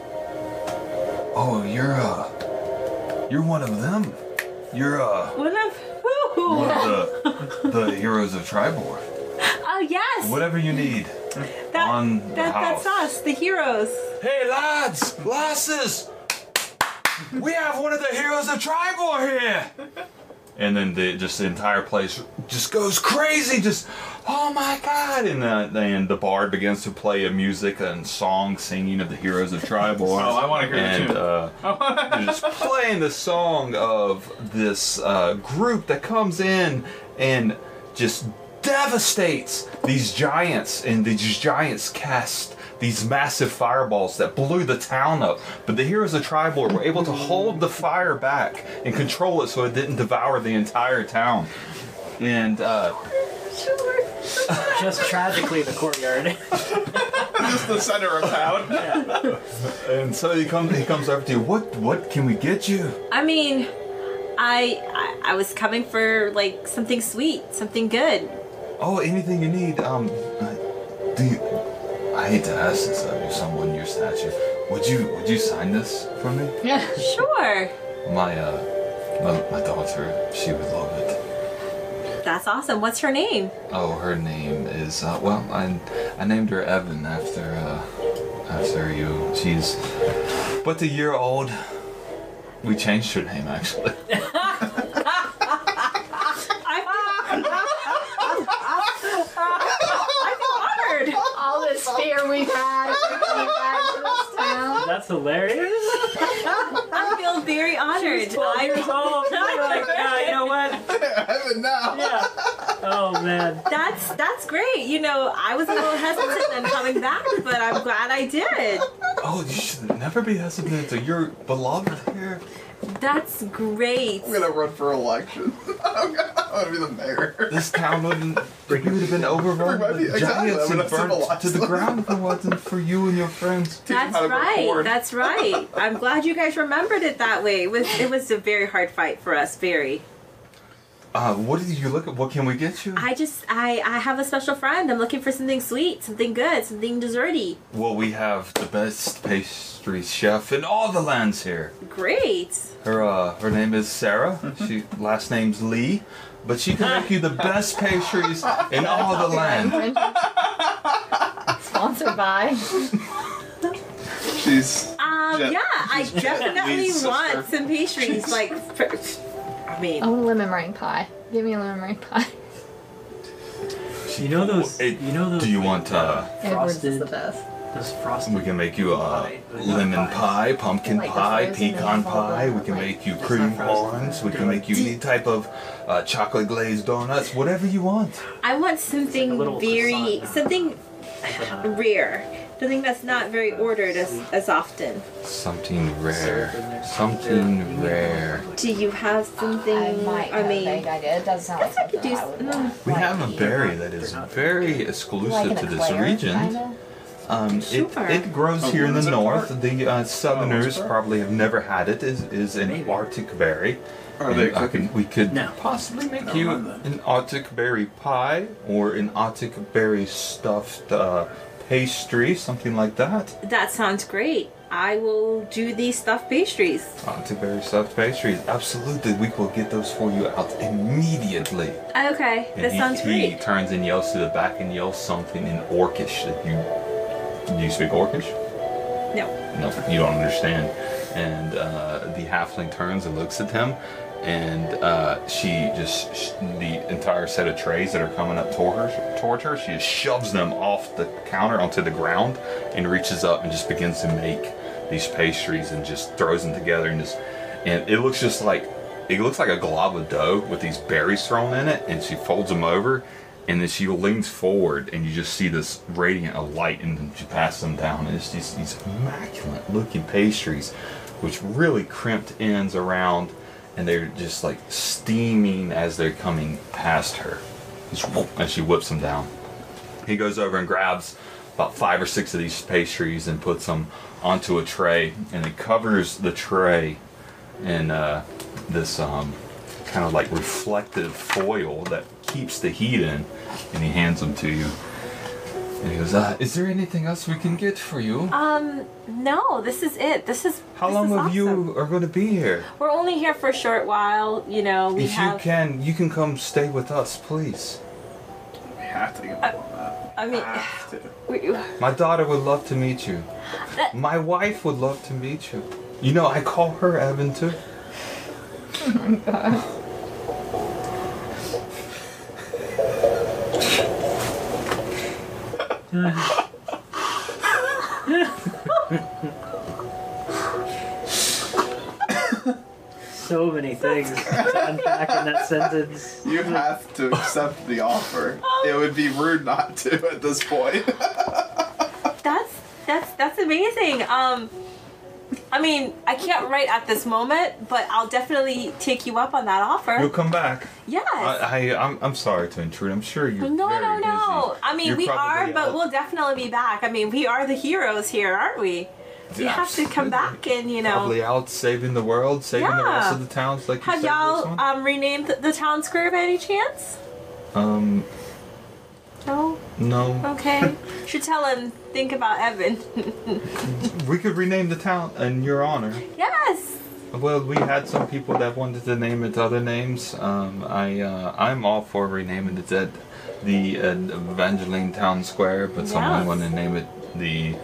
S2: "Oh, you're uh, you're one of them. You're uh,
S5: What if? Who?
S2: one of the the heroes of Tribor.
S5: Oh yes.
S2: Whatever you need
S5: that,
S2: on the
S5: that,
S2: house.
S5: that's us, the heroes.
S2: Hey, lads, lasses, we have one of the heroes of Tribor here." And then the just the entire place just goes crazy. Just oh my god! And uh, then the bard begins to play a music and song, singing of the heroes of Tribor.
S6: Oh, I wanna hear the
S2: and,
S6: tune.
S2: Uh, They're just playing the song of this uh, group that comes in and just devastates these giants and these giants cast these massive fireballs that blew the town up but the heroes of tribal were able to hold the fire back and control it so it didn't devour the entire town and uh,
S5: Sure.
S14: Just tragically, the courtyard.
S8: Just the center of town.
S2: and so he comes he comes up to you what what can we get you
S5: I mean, I, I I was coming for like something sweet, something good.
S2: Oh, anything you need. Um, uh, do you? I hate to ask this of you, someone your stature. Would you Would you sign this for me?
S5: Sure.
S2: My uh, my, my daughter, she would love it.
S5: That's awesome. What's her name?
S2: Oh, her name is uh, well, I I named her Evan after uh, after you. She's but a year old. We changed her name actually.
S5: I
S4: we've had since we arrived in this town.
S14: That's hilarious.
S5: I feel very honored.
S14: She's 12 years old. She's like, yeah, Oh you know what?
S8: Heaven now.
S14: Yeah. Oh man.
S5: That's that's great. You know, I was a little hesitant in coming back, but I'm glad I did.
S2: Oh, you should never be hesitant to your beloved here.
S5: That's great.
S8: I'm gonna run for election. I'm gonna be the mayor.
S2: This town wouldn't. You would have been overrun
S8: Everybody-
S2: with
S8: exactly,
S2: giants
S8: I'm
S2: and
S8: gonna
S2: burnt
S8: civilize
S2: to the
S8: them.
S2: ground if it wasn't for you and your friends.
S5: That's right. That's right. I'm glad you guys remembered it that way. It was it was a very hard fight for us. Very.
S2: Uh, what did you look at? What can we get you?
S5: I just I I have a special friend. I'm looking for something sweet, something good, something desserty.
S2: Well, we have the best pastry chef in all the lands here.
S5: Great.
S2: Her uh, her name is Sarah. She last name's Lee, but she can make you the best pastries in all the land.
S4: Sponsored by.
S8: She's.
S5: Um
S8: Jet-
S5: yeah, I
S8: Jet
S5: definitely
S8: Lee's
S5: want
S8: sister.
S5: some pastries. Like, fr- I mean,
S4: I want a lemon meringue pie. Give me a lemon meringue pie.
S14: You know those. you know those.
S2: Do you want uh?
S4: Edwards is
S14: frosted?
S4: the best.
S14: Those frosted.
S2: We can make you uh, lemon pie, pumpkin
S4: Like the
S2: pie,
S4: frozen
S2: pecan
S4: ones, all
S2: pie.
S4: the-
S2: We can make you
S4: like-
S2: cream horns. We can make you any type of uh, chocolate glazed donuts. Whatever you want.
S5: I want something
S14: little
S5: very
S14: croissant.
S5: something
S14: Pie.
S5: rare. Something that's not very ordered as, as often.
S2: Something rare. Something rare.
S5: Do you have something?
S4: I might have
S5: I
S4: a vague
S5: mean,
S4: idea. It does sound like
S5: guess I
S4: something
S5: could do
S4: I
S5: s-
S4: would
S5: mm.
S4: want.
S2: We
S4: Like
S2: have a
S4: the-
S2: berry that is very
S4: like
S2: exclusive
S4: an
S2: to this
S4: eclair,
S2: region.
S4: kinda.
S2: Um, it,
S5: Sure.
S2: it grows
S8: Oh,
S2: here in the
S8: Windsor
S2: north.
S8: Park?
S2: The uh, southerners
S8: Park?
S2: probably have never had it. Is is an Arctic berry.
S8: Are they
S2: And I
S8: cooking?
S2: could- we could
S14: No.
S2: possibly make
S8: Never
S2: you
S8: mind then.
S2: an Arctic berry pie or an Arctic berry stuffed uh, pastry, something like that.
S5: that sounds great. I will do these stuffed pastries.
S2: Arctic berry stuffed pastries. Absolutely, we will get those for you out immediately.
S5: Okay,
S2: And
S5: that
S2: he,
S5: sounds
S2: he
S5: great.
S2: turns and yells to the back and yells something in Orcish. That you do you speak Orcish?
S5: No.
S2: No, you don't understand. And uh, the halfling turns and looks at him, and uh, she just sh- the entire set of trays that are coming up toward her, toward her, she just shoves them off the counter onto the ground, and reaches up and just begins to make these pastries and just throws them together and just and it looks just like it looks like a glob of dough with these berries thrown in it, and she folds them over. And then she leans forward, and you just see this radiant of light, and then she passes them down. And it's just these immaculate looking pastries, which really crimped ends around, and they're just like steaming as they're coming past her. Just whoop, And she whips them down. He goes over and grabs about five or six of these pastries and puts them onto a tray, and he covers the tray in uh, this um, kind of like reflective foil that keeps the heat in, and he hands them to you. And he goes, uh, "Is there anything else we can get for you?
S5: Um, no, this is it. This is.
S2: How
S5: this
S2: long
S5: is
S2: of
S5: awesome.
S2: you are going to be here?
S5: We're only here for a short while. You know, we
S2: if
S5: have.
S2: you can, you can come stay with us, please.
S8: I have to get
S5: Uh,
S8: on that.
S5: I mean,
S8: Have to.
S5: we,
S2: My daughter would love to meet you.
S5: That-
S2: My wife would love to meet you. You know, I call her Evan too.
S14: So many things to unpack in that sentence.
S8: You have to accept the offer. It would be rude not to at this point.
S5: That's that's that's amazing. Um, I mean, I can't write at this moment, but I'll definitely take you up on that offer.
S2: You'll come back.
S5: Yes.
S2: I, I I'm, I'm sorry to intrude. I'm sure you're
S5: no,
S2: very
S5: no, no.
S2: busy.
S5: I mean,
S2: You're
S5: we are,
S2: probably
S5: but
S2: out-
S5: we'll definitely be back. I mean, we are the heroes here, aren't we? We
S2: Yeah,
S5: have to come
S2: absolutely.
S5: back and you know.
S2: Probably out saving the world, saving the
S5: Yeah.
S2: rest of the towns like
S5: Have
S2: you saved this
S5: y'all
S2: one.
S5: um, renamed the town square by any chance?
S2: um,
S5: No.
S2: no.
S5: Okay. Should tell him. Think about Evan.
S2: We could rename the town in your honor.
S5: yes.
S2: Well, we had some people that wanted to name it other names. Um, I uh, I'm all for renaming it that the uh, Evangeline Town Square, but someone
S5: Yes.
S2: wanted to name it the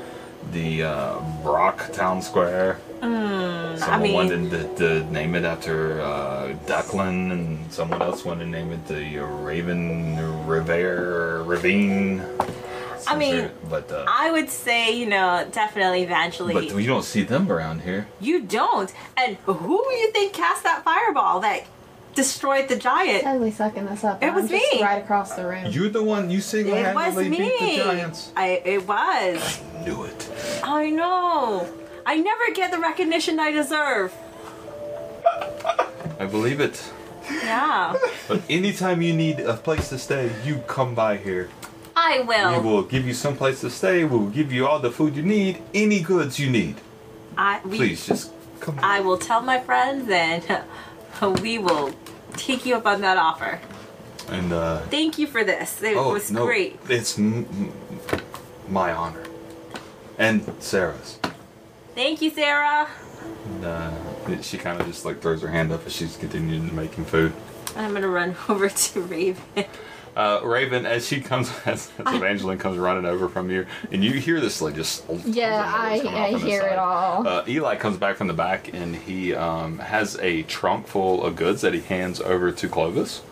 S2: the uh, Brock Town Square.
S5: Mm,
S2: Someone
S5: I mean,
S2: wanted to, to name it after uh, Ducklin, and someone else wanted to name it the Raven River Ravine.
S5: I mean,
S2: concerned, but uh,
S5: I would say, you know, definitely eventually.
S2: but you don't see them around here.
S5: You don't. And who do you think cast that fireball that destroyed the giant?
S4: Totally sucking this up.
S5: It
S4: I'm
S5: was
S4: just
S5: me.
S4: Right across the room.
S2: You're the one you
S5: It was
S2: single-handedly
S5: me.
S2: beat the giants.
S5: I, it was.
S2: I knew it.
S5: I know. I never get the recognition I deserve.
S2: I believe it.
S5: Yeah.
S2: But anytime you need a place to stay, you come by here.
S5: I will.
S2: We will give you some place to stay. We will give you all the food you need, any goods you need.
S5: I, we,
S2: Please, just come.
S5: I will tell my friends and we will take you up on that offer.
S2: And uh,
S5: Thank you for this. It
S2: oh
S5: was
S2: no,
S5: great.
S2: it's m- m- my honor, and Sarah's.
S5: Thank you, Sarah.
S2: And, uh, she kind of just like throws her hand up as she's continuing making food.
S5: I'm gonna run over to Raven.
S2: Uh, Raven, as she comes, as, as Evangeline comes running over from you, and you hear this like just
S4: Yeah, I, I hear it all.
S2: Uh, Eli comes back from the back and he um, has a trunk full of goods that he hands over to Clovis,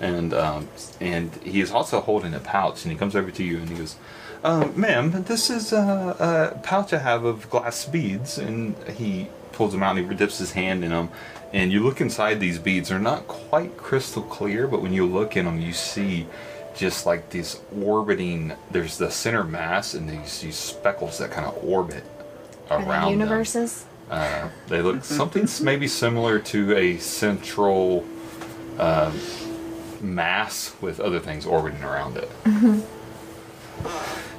S2: and um, and he is also holding a pouch. And he comes over to you and he goes, uh, "Ma'am, this is uh, a, a pouch I have of glass beads." And he pulls them out and he dips his hand in them. And you look inside these beads; they're not quite crystal clear, but when you look in them, you see just like these orbiting. There's the center mass and these, these speckles that kind of orbit around
S4: Are they
S2: them.
S4: universes?
S2: Uh, they look something maybe similar to a central uh, mass with other things orbiting around it.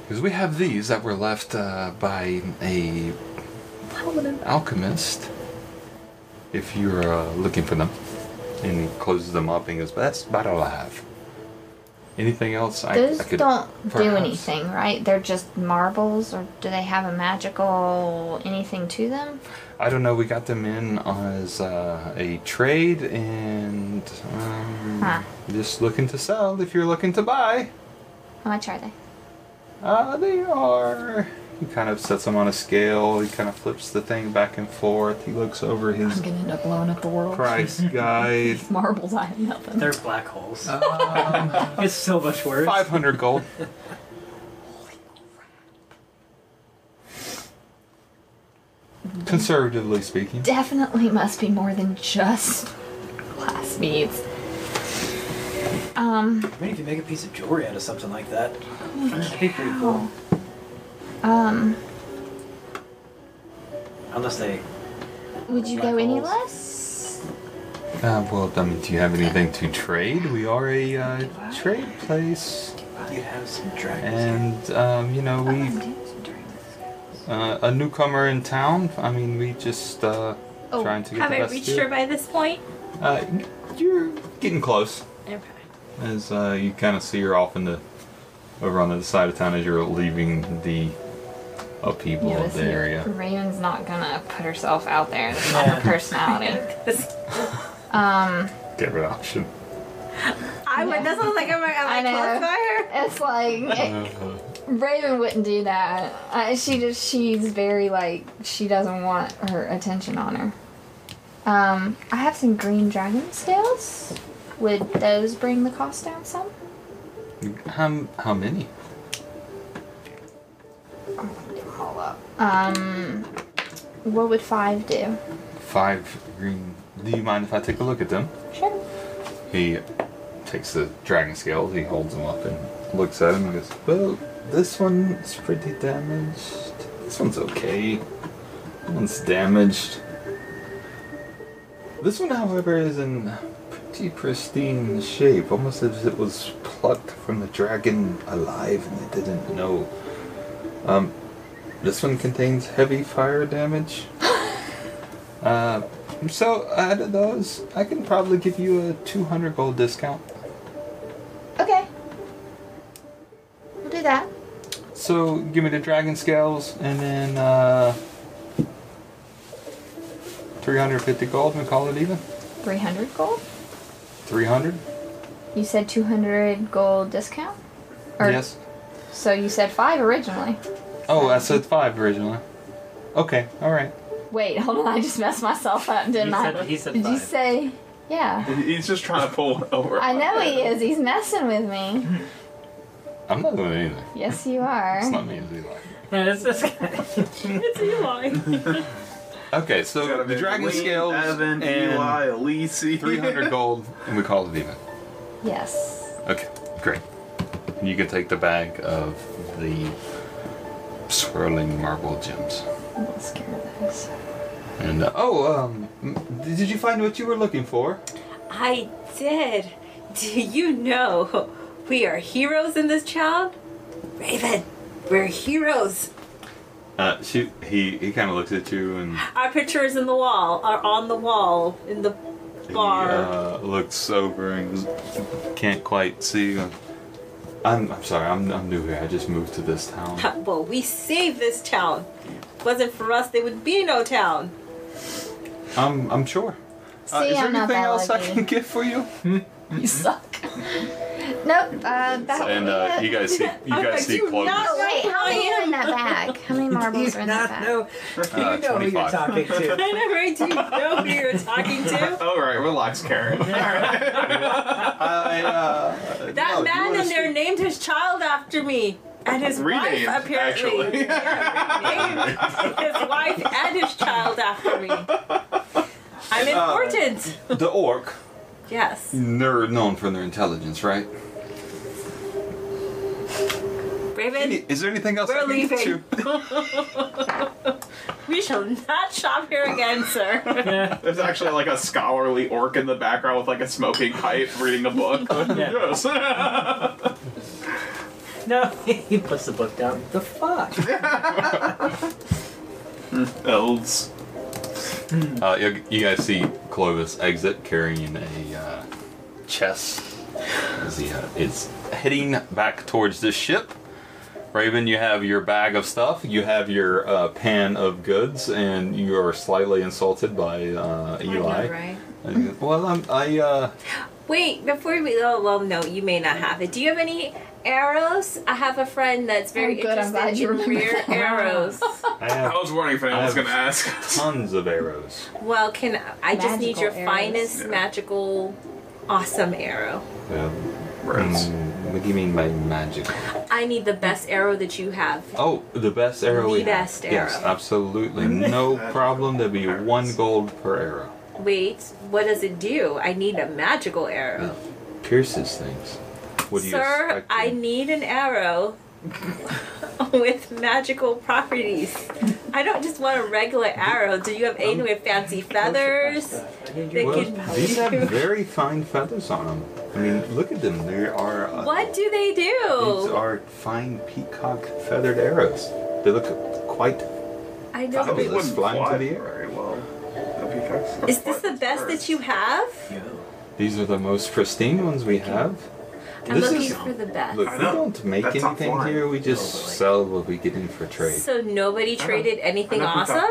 S2: Because we have these that were left uh, by a prominent alchemist. If you're uh, looking for them, and he closes them up and goes, "But that's about all I have." Anything else? I,
S4: Those
S2: I could
S4: don't do
S2: perhaps-
S4: anything, right? They're just marbles, or do they have a magical anything to them?
S2: I don't know. We got them in as uh, a trade, and um,
S4: Huh.
S2: just looking to sell. If you're looking to buy,
S4: How much are they?
S2: uh, they are. He kind of sets them on a scale. He kind of flips the thing back and forth. He looks over his
S9: I'm gonna end up blowing up the world.
S2: price guide.
S9: Marbles, I have nothing.
S14: They're black holes. it's so much worse.
S2: Five hundred gold. Conservatively speaking.
S4: Definitely must be more than just glass beads. Um,
S14: I mean, if you make a piece of jewelry out of something like that, that'd be pretty cool.
S4: um,
S14: Unless they
S4: would you go any less?
S2: Uh, well, I mean, do you have anything to trade? We are a uh, trade place.
S14: you have some dragons.
S2: And, um, you know, we. Uh, a newcomer in town. I mean, we just uh,
S5: Oh,
S2: trying to get
S5: have
S2: the
S5: I
S2: best
S5: reached
S2: deal.
S5: her by this point?
S2: Uh, you're getting close.
S5: Okay.
S2: As uh, you kind of see her off in the, over on the other side of town as you're leaving the upheaval of the area.
S4: Raven's not gonna put herself out there. That's not her personality. um,
S2: Get rid of option.
S5: I went. That's what I was like. I'm like, I'm like, close by her.
S4: It's like Raven wouldn't do that. Uh, she just she's very like she doesn't want her attention on her. Um, I have some green dragon scales. Would those bring the cost down some?
S2: How, how many?
S4: All up. Um, what would five do?
S2: Five green. Do you mind if I take a look at them?
S4: Sure.
S2: He takes the dragon scales, he holds them up and looks at them and goes, Well, this one's pretty damaged. This one's okay. That one's damaged. This one, however, is in pretty pristine shape, almost as it was plucked from the dragon alive and they didn't know. Um, this one contains heavy fire damage. Uh, so out of those, I can probably give you a 200 gold discount.
S4: Okay. We'll do that.
S2: So give me the dragon scales, and then uh, 350 gold, and call it even.
S4: Three hundred gold.
S2: 300.
S4: You said two hundred gold discount. Or-
S2: yes.
S4: So you said five originally.
S2: Oh, I said five originally. Okay. All right.
S4: Wait, hold on. I just messed myself up, didn't
S6: He
S4: I?
S6: said- he said
S4: Did you
S6: five.
S4: say? Yeah.
S6: He's just trying to pull over.
S4: I know he is. He's messing with me.
S2: I'm not doing anything.
S9: Yes, you are.
S2: It's not me, it's Eli.
S17: Yeah, it's this guy.
S5: it's Eli.
S2: Okay, so the dragon
S8: Wayne,
S2: scales
S8: Evan,
S2: and
S8: Eli, Elise.
S2: 300 gold, and we call it even.
S9: Yes.
S2: Okay, great. And you can take the bag of the swirling marble gems.
S9: I'm not scared of those.
S2: And uh, oh, um, m- did you find what you were looking for?
S5: I did. Do you know we are heroes in this child? Raven, we're heroes.
S4: Uh, she, he, he kind of looks at you and
S5: Our pictures in the wall are on the wall in the bar.
S4: uh, looks over and goes, can't quite see. you." I'm, I'm sorry, I'm, I'm new here. I just moved to this town.
S5: Ha, Well, we saved this town. Wasn't for us, there would be no town.
S4: I'm, I'm sure. Uh,
S9: See, I'm not that lucky.
S4: get for you?
S9: you suck. Nope. Uh, that
S4: And uh, you guys see, you
S9: I'm
S4: guys
S9: like,
S4: see
S9: "Do
S4: Clovis.
S9: Oh, wait, how many are in that bag? How many marbles are in that bag?
S3: No,
S4: Uh,
S3: you know who you're
S4: 25.
S3: talking to.
S5: I know, right? Do you know who you're talking to?
S6: All right, relax, Karen.
S4: I, uh,
S5: That
S4: no, you
S5: man
S4: wanna
S5: in there
S4: see-
S5: named his child after me. And his
S6: Renamed,
S5: wife, apparently.
S6: actually.
S5: Yeah, renamed his wife and his child after me. I'm
S4: Uh,
S5: important.
S4: The orc,
S5: yes.
S4: they're known for their intelligence, right?
S5: Raven,
S4: Is there anything else
S5: We're
S4: I can get
S5: leaving.
S4: you?
S5: we shall not shop here again, sir.
S6: There's actually like a scholarly orc in the background with like a smoking pipe reading a book. yes.
S3: No, he puts the book down. The fuck?
S6: Elves.
S4: Uh, you, you guys see Clovis exit carrying a uh, chest. As he uh, is heading back towards the ship.
S2: Raven, you have your bag of stuff, you have your uh, pan of goods, and you are slightly insulted by uh, Eli.
S9: right?
S2: And he goes, well, I'm, I, uh,
S5: Wait, before we. Oh, well, no, you may not have it. Do you have any arrows? I have a friend that's very
S9: Oh, good, I'm
S5: interested
S9: glad you
S5: in
S9: remembered
S5: rare
S9: that.
S5: arrows.
S2: I
S8: I
S2: have
S8: was wondering if anyone was
S2: I have-
S8: going to ask.
S2: tons of arrows.
S5: Well, can I just need
S9: Magical
S5: your
S9: arrows.
S5: finest
S8: Yeah.
S5: magical, awesome arrow?
S2: Well,
S8: Rose.
S2: mm, what do you mean by magic?
S5: I need the best arrow that you have.
S2: Oh, the best arrow
S5: The
S2: we have.
S5: best
S2: Yes,
S5: arrow.
S2: absolutely.
S8: Mm-hmm.
S2: No problem. There'd be one gold per arrow.
S5: Wait, what does it do? I need a magical arrow.
S2: Pierces things. What do you
S5: Oh. Sir,
S2: expect?
S5: I need an arrow with magical properties. I don't just want a regular arrow. Do you have any with fancy feathers? They
S2: Well,
S5: can
S2: these have very fine feathers on them. I mean, look at them. They are. Uh,
S5: What do they
S2: These
S5: do?
S2: are fine peacock feathered arrows. They look quite.
S5: I
S2: Probably
S5: know.
S2: Let's
S6: Oh,
S2: fly into the air.
S8: very well. The peacocks are
S5: Is this the
S8: flying
S5: best
S8: birds.
S5: that you have?
S2: These are the most pristine ones we have.
S5: I'm
S2: this
S5: looking
S2: is.
S5: for the best.
S2: Look,
S8: I
S2: we
S8: know.
S2: don't make
S8: That's not
S2: anything
S8: flying.
S2: here. We just sell what we get in for trade.
S5: So nobody traded anything awesome?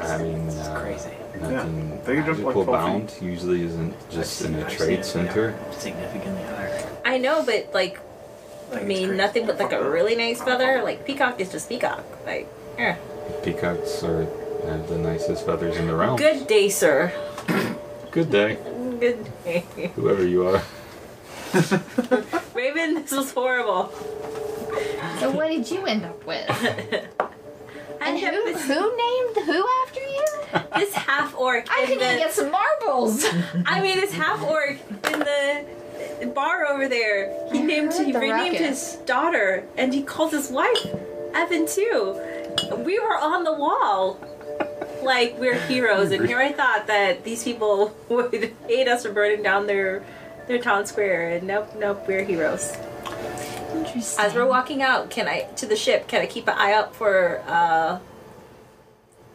S2: I mean,
S3: It's
S2: uh,
S3: crazy.
S2: Nothing
S8: Yeah, they just like
S2: magical
S8: twelve
S2: bound usually isn't just in a
S3: I've seen
S2: trade
S3: it,
S2: center.
S3: yeah. Significantly higher.
S5: I know, but like,
S3: Like,
S5: I
S3: it's
S5: mean,
S3: crazy.
S5: nothing but like a really nice feather. Like peacock is just peacock. Like, eh.
S2: Peacocks are have the nicest feathers in the realm.
S5: good day, sir.
S2: Good day,
S5: Good day,
S2: whoever you are.
S5: Raven. This was horrible.
S9: So what did you end up with?
S5: I
S9: And
S5: have
S9: who,
S5: this,
S9: who named who after you?
S5: this half orc.
S9: I
S5: in
S9: can
S5: the,
S9: get some marbles.
S5: I mean, this half orc in the bar over there. He
S9: I
S5: named
S9: heard
S5: he
S9: the
S5: renamed
S9: ruckus.
S5: his daughter, and he called his wife Evan too. We were on the wall, like we're heroes. And here I thought that these people would hate us for burning down their their town square, and nope, nope, we're heroes.
S9: Interesting.
S5: As we're walking out, can I to the ship? Can I keep an eye out for uh,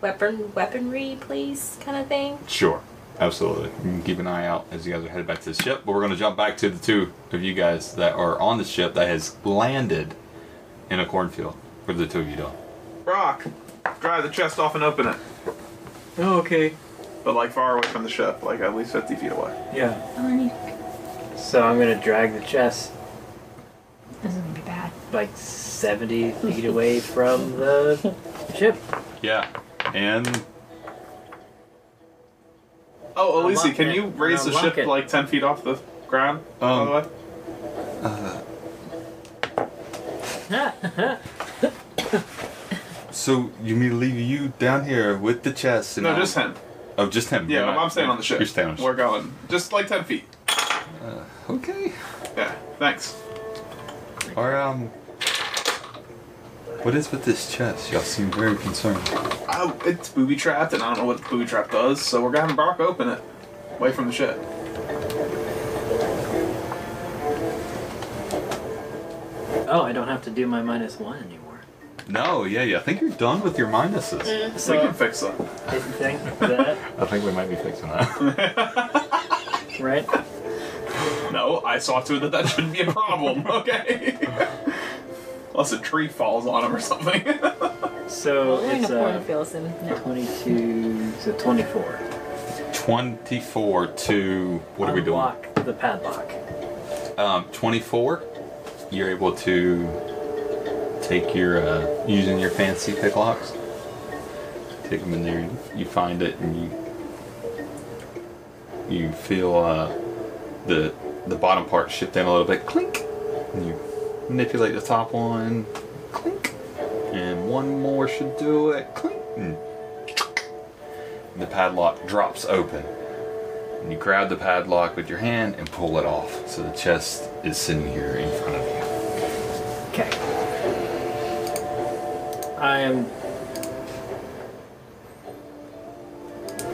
S5: weapon weaponry, please, kind of thing?
S2: Sure, absolutely. You can keep an eye out as you guys are headed back to the ship. But we're going to jump back to the two of you guys that are on the ship that has landed in a cornfield. What are the two of you doing?
S6: Brock, drive the chest off and open it.
S3: Oh, okay.
S6: But like far away from the ship, like at least 50 feet away.
S3: Yeah.
S9: Alright.
S3: So I'm gonna drag the chest
S9: This is gonna be bad.
S3: like 70 feet away from the ship.
S2: Yeah, and
S6: Oh, Elise,
S3: Unlock
S6: can
S3: it.
S6: you raise the
S3: Unlock
S6: ship
S3: it.
S6: like 10 feet off the ground, by
S2: Um,
S6: the way?
S3: Oh,
S2: So you mean to leave you down here with the chest? And
S6: No,
S2: all-
S6: just him.
S2: Oh, just him.
S6: Yeah,
S2: You're
S6: but
S2: not-
S6: I'm staying on the ship.
S2: You're staying on the
S6: We're
S2: ship.
S6: going just like ten feet.
S2: okay.
S6: Yeah. Thanks.
S2: Or um, what is with this chest? Y'all seem very concerned.
S6: Oh, it's booby trapped, and I don't know what the booby trap does, so we're gonna have Brock open it away from the ship.
S3: Oh, I don't have to do my minus one anymore.
S2: No, yeah, yeah. I think you're done with your minuses.
S3: So- We can
S6: fix that.
S3: Did you think that?
S18: I think we might be fixing that.
S3: Right?
S6: No, I saw to it that that shouldn't be a problem. Okay. Unless a tree falls on him or something.
S3: So
S5: Only in
S3: it's
S5: a foreign
S3: uh,
S5: field, so no.
S3: 22 to 24.
S2: 24 to what are we doing?
S3: Unlock the padlock.
S2: Um, 24. You're able to take your uh, using your fancy picklocks. Take them in there. and You find it, and you you feel uh, the the bottom part shift down a little bit. Clink. And you manipulate the top one. Clink. And one more should do it. Clink. And the padlock drops open. And you grab the padlock with your hand and pull it off. So the chest is sitting here in front of you.
S3: Okay. I am.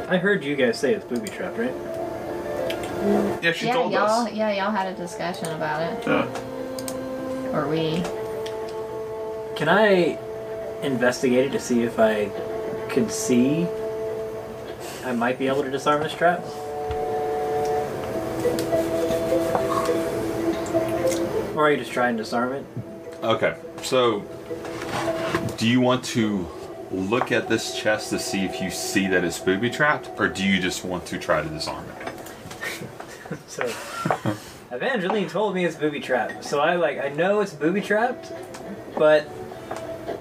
S3: I heard you guys say it's booby trapped, right?
S6: Yeah, she
S4: yeah,
S6: told
S4: y'all,
S6: us.
S4: yeah, y'all had a discussion about it.
S6: Yeah.
S4: Or we.
S3: Can I investigate it to see if I could see? I might be able to disarm this trap. Or I could just try and disarm it.
S2: Okay, so do you want to look at this chest to see if you see that it's booby trapped, or do you just want to try to disarm it?
S3: So, Evangeline told me it's booby trapped. So I like I know it's booby trapped, but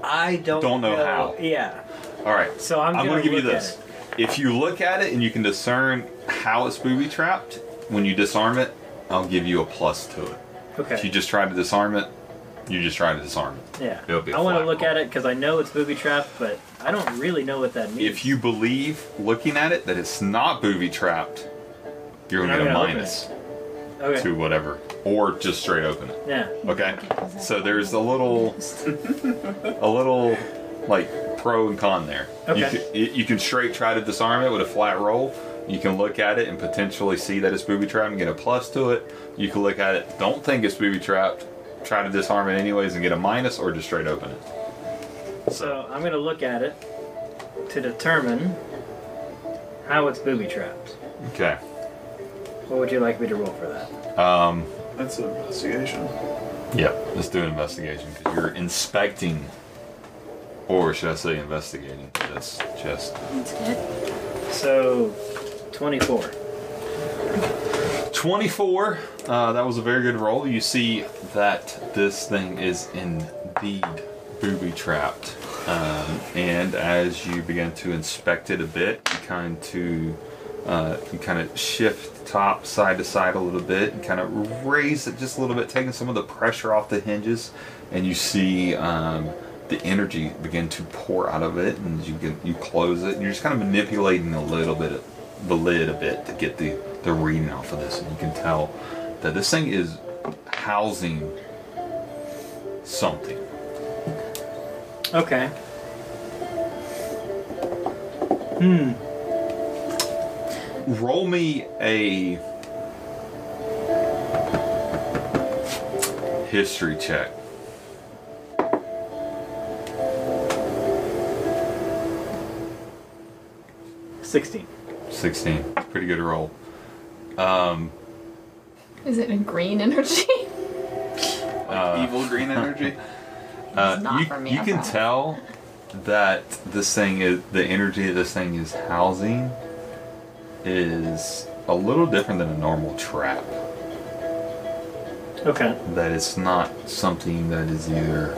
S3: I don't
S2: Don't know how.
S3: Yeah.
S2: All right.
S3: So I'm
S2: gonna
S3: gonna
S2: give you
S3: look at
S2: this. If you look at it and you can discern how it's booby trapped, when you disarm it, I'll give you a plus to it.
S3: Okay.
S2: If you just try to disarm it, you just try to disarm it.
S3: Yeah.
S2: It'll be a
S3: I want to
S2: flat
S3: look at it because I know it's booby trapped, but I don't really know what that means.
S2: If you believe looking at it that it's not booby trapped, you're gonna
S3: You're
S2: get a
S3: not gonna open
S2: minus
S3: okay.
S2: to whatever, or just straight open it.
S3: Yeah.
S2: Okay. So there's a little, a little, like pro and con there. You
S3: Okay.
S2: can, y- you can straight try to disarm it with a flat roll. You can look at it and potentially see that it's booby trapped and get a plus to it. You can look at it, don't think it's booby trapped, try to disarm it anyways and get a minus, or just straight open it.
S3: So I'm gonna look at it to determine how it's booby trapped.
S2: Okay.
S3: What would you like me to roll for that?
S2: Um,
S6: That's an investigation.
S2: Yep. Let's do an investigation because you're inspecting, or should I say investigating? That's just
S5: That's good.
S3: So, 24.
S2: 24. Uh, that was a very good roll. You see that this thing is indeed booby trapped. Um, and as you begin to inspect it a bit, you kind to uh, you kind of shift top side to side a little bit and kind of raise it just a little bit, taking some of the pressure off the hinges, and you see um, the energy begin to pour out of it, and you get you close it, and you're just kind of manipulating a little bit of, the lid a bit to get the the reading off of this, and you can tell that this thing is housing something.
S3: Okay. Hmm.
S2: Roll me a history check.
S3: Sixteen.
S2: 16. Pretty good roll. Um,
S9: Is it a green energy?
S2: uh,
S6: Evil green energy.
S2: Uh,
S9: It's not
S2: you,
S9: for me,
S2: you
S9: I
S2: can
S9: promise.
S2: tell that this thing is the energy that this thing is housing is a little different than a normal trap.
S3: Okay.
S2: That it's not something that is either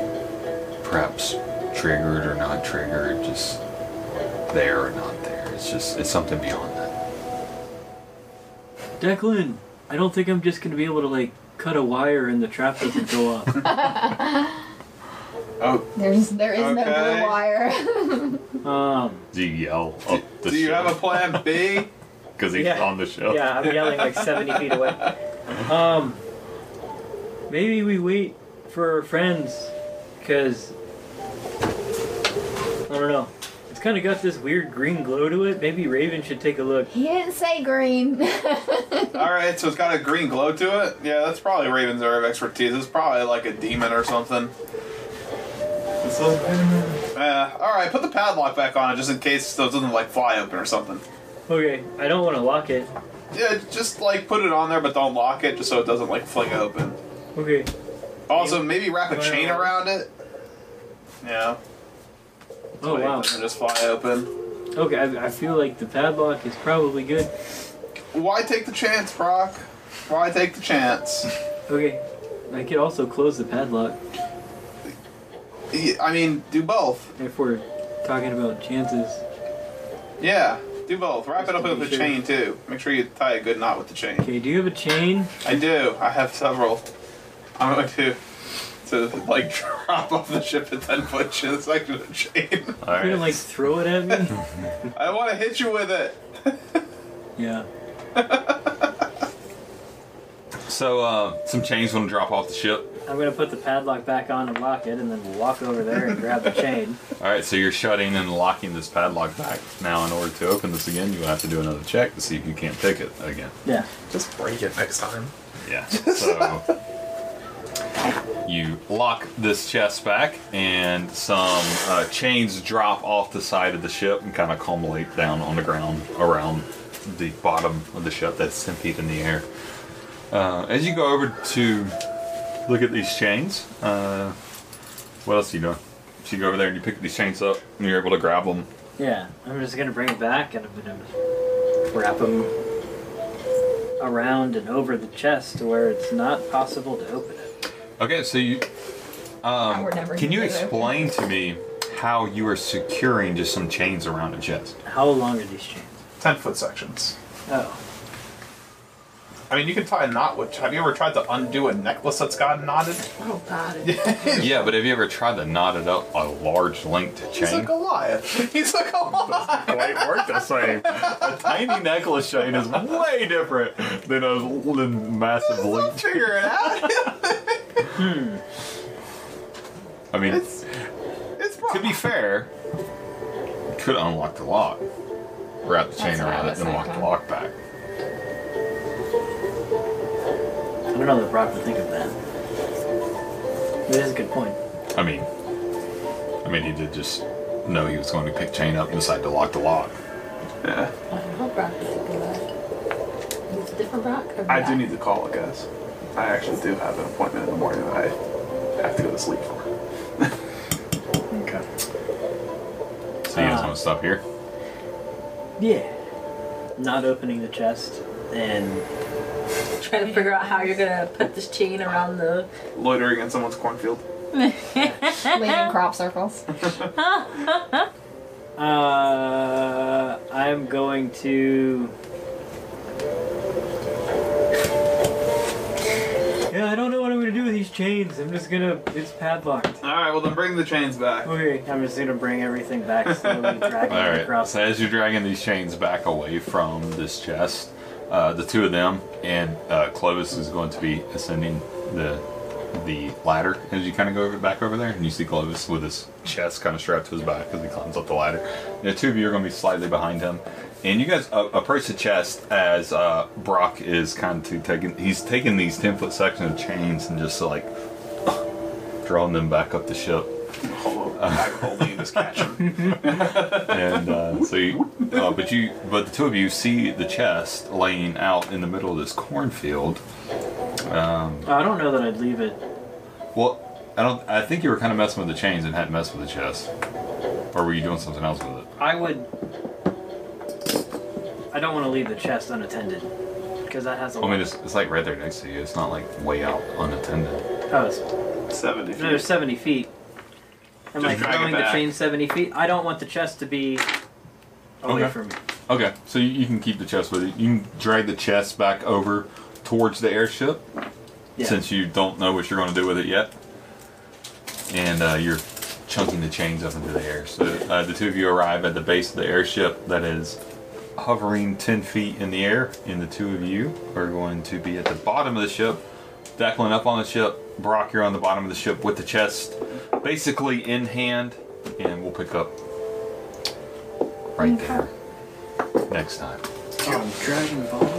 S2: perhaps triggered or not triggered, just there or not there. It's just it's something beyond that.
S19: Declan, I don't think I'm just gonna be able to like cut a wire and the trap doesn't go off.
S6: Oh.
S4: There's there is no
S6: Okay.
S4: blue wire.
S3: Um,
S2: Do you yell up the
S6: Do you have a plan B?
S2: Because he's
S3: Yeah.
S2: on the show.
S3: Yeah, I'm yelling like 70 feet away. Um, maybe we wait for our friends, because I don't know. It's kind of got this weird green glow to it. Maybe Raven should take a look.
S4: he didn't say green.
S6: All right, so it's got a green glow to it. Yeah, that's probably Raven's area of expertise. It's probably like a demon or something. It's a- Uh, all right, put the padlock back on it just in case so it doesn't like fly open or something.
S3: Okay, I don't want to lock it.
S6: Yeah, just like put it on there, but don't lock it just so it doesn't like fling open.
S3: Okay.
S6: Also, maybe wrap a chain around it. Yeah.
S3: Oh
S6: Wait,
S3: wow.
S6: doesn't just fly open.
S3: Okay, I, I feel like the padlock is probably good.
S6: Why take the chance, Brock? Why take the chance?
S3: Okay, I could also close the padlock
S6: Y- I mean, do both.
S3: if we're talking about chances.
S6: Yeah, do both. Wrap it up with
S3: Just
S6: a
S3: to be
S6: chain too. Make sure you tie a good knot with the chain.
S3: Okay, do you have a chain?
S6: I do. I have several. I'm going to to like drop off the ship at ten foot to the section of the chain.
S3: You're gonna like throw it at me?
S6: I want to hit you with it.
S3: yeah.
S2: So uh, some chains gonna drop off the ship.
S3: I'm gonna put the padlock back on and lock it, and then walk over there and grab the chain.
S2: All right, so you're shutting and locking this padlock back. Now, in order to open this again, you have to do another check to see if you can't pick it again.
S3: Yeah.
S8: Just break it next time.
S2: Yeah. So you lock this chest back, and some uh, chains drop off the side of the ship and kind of culminate down on the ground around the bottom of the ship that's ten feet in the air. Uh, as you go over to look at these chains, uh, what else do you do? So you go over there and you pick these chains up, and you're able to grab them.
S3: Yeah. I'm just gonna bring it back, and I'm gonna wrap them around and over the chest to where it's not possible to open it.
S2: Okay, so you. Um,
S3: we're never
S2: can
S3: gonna
S2: you
S3: get it
S2: explain to me how you are securing just some chains around a chest?
S3: How long are these chains?
S6: Ten foot sections.
S3: Oh.
S6: I mean, you can tie a knot. Which have you ever tried to undo a necklace that's gotten knotted?
S5: Oh God.
S2: yeah, but have you ever tried to knot it up a large linked
S6: He's a
S2: chain?
S6: Goliath. He's a Goliath.
S2: It worked the same. A tiny necklace chain is way different than a than massive link.
S6: Figure it out.
S2: I mean, to be fair, you could unlock the lock, wrap the chain
S3: That's what I
S2: around it,
S3: was
S2: then lock the
S3: thinking.
S2: lock back.
S3: I don't know that Brock would think of that. That is a good point.
S2: I mean, I mean, he did just know he was going to pick chain up and decide to lock the lock. Yeah.
S5: I don't know, Brock. Is it good? It's a different Brock. or
S6: I
S5: Brock?
S6: do need to call it, guys. I actually do have an appointment in the morning that I have to go to sleep for.
S3: okay.
S2: So you guys
S3: Uh-huh.
S2: want to stop here?
S3: Yeah. Not opening the chest and
S5: Trying to figure out how you're gonna put this chain around the.
S6: Loitering in someone's cornfield.
S4: Leaving crop circles.
S3: Uh, I'm going to. Yeah, I don't know what I'm gonna do with these chains. I'm just gonna. It's padlocked.
S6: All right, well then bring the chains back.
S3: Okay, I'm just gonna bring everything back slowly,
S2: All
S3: dragging it
S2: right.
S3: across.
S2: So as you're dragging these chains back away from this chest, uh, the two of them and uh, Clovis is going to be ascending the the ladder as you kind of go over, back over there, and you see Clovis with his chest kind of strapped to his back as he climbs up the ladder. And the two of you are going to be slightly behind him, and you guys uh, approach the chest as uh, Brock is kind of taking he's taking these ten foot sections of chains and just like drawing them back up the ship. and uh, so you, uh, but you but the two of you see the chest laying out in the middle of this cornfield um,
S3: I don't know that I'd leave it.
S2: well i don't i think you were kind of messing with the chains and hadn't messed with the chest or were you doing something else with it
S3: I would. I don't want to leave the chest unattended because that has a.
S2: i mean it's, it's like right there next to you it's not like way out unattended
S3: Oh, it's
S6: 70
S3: No, there's 70 feet. Am
S2: Just
S3: I
S2: drag it
S3: throwing the
S2: back.
S3: chain 70 feet? I don't want the chest to be away
S2: Okay.
S3: from me.
S2: okay so you, you can keep the chest with it you can drag the chest back over towards the airship
S3: Yeah.
S2: since you don't know what you're going to do with it yet and uh, you're chunking the chains up into the air. So uh, the two of you arrive at the base of the airship that is hovering 10 feet in the air, and the two of you are going to be at the bottom of the ship. Declan up on the ship, Brock, you're on the bottom of the ship with the chest basically in hand, and we'll pick up right there next time.
S14: Dragon Ball.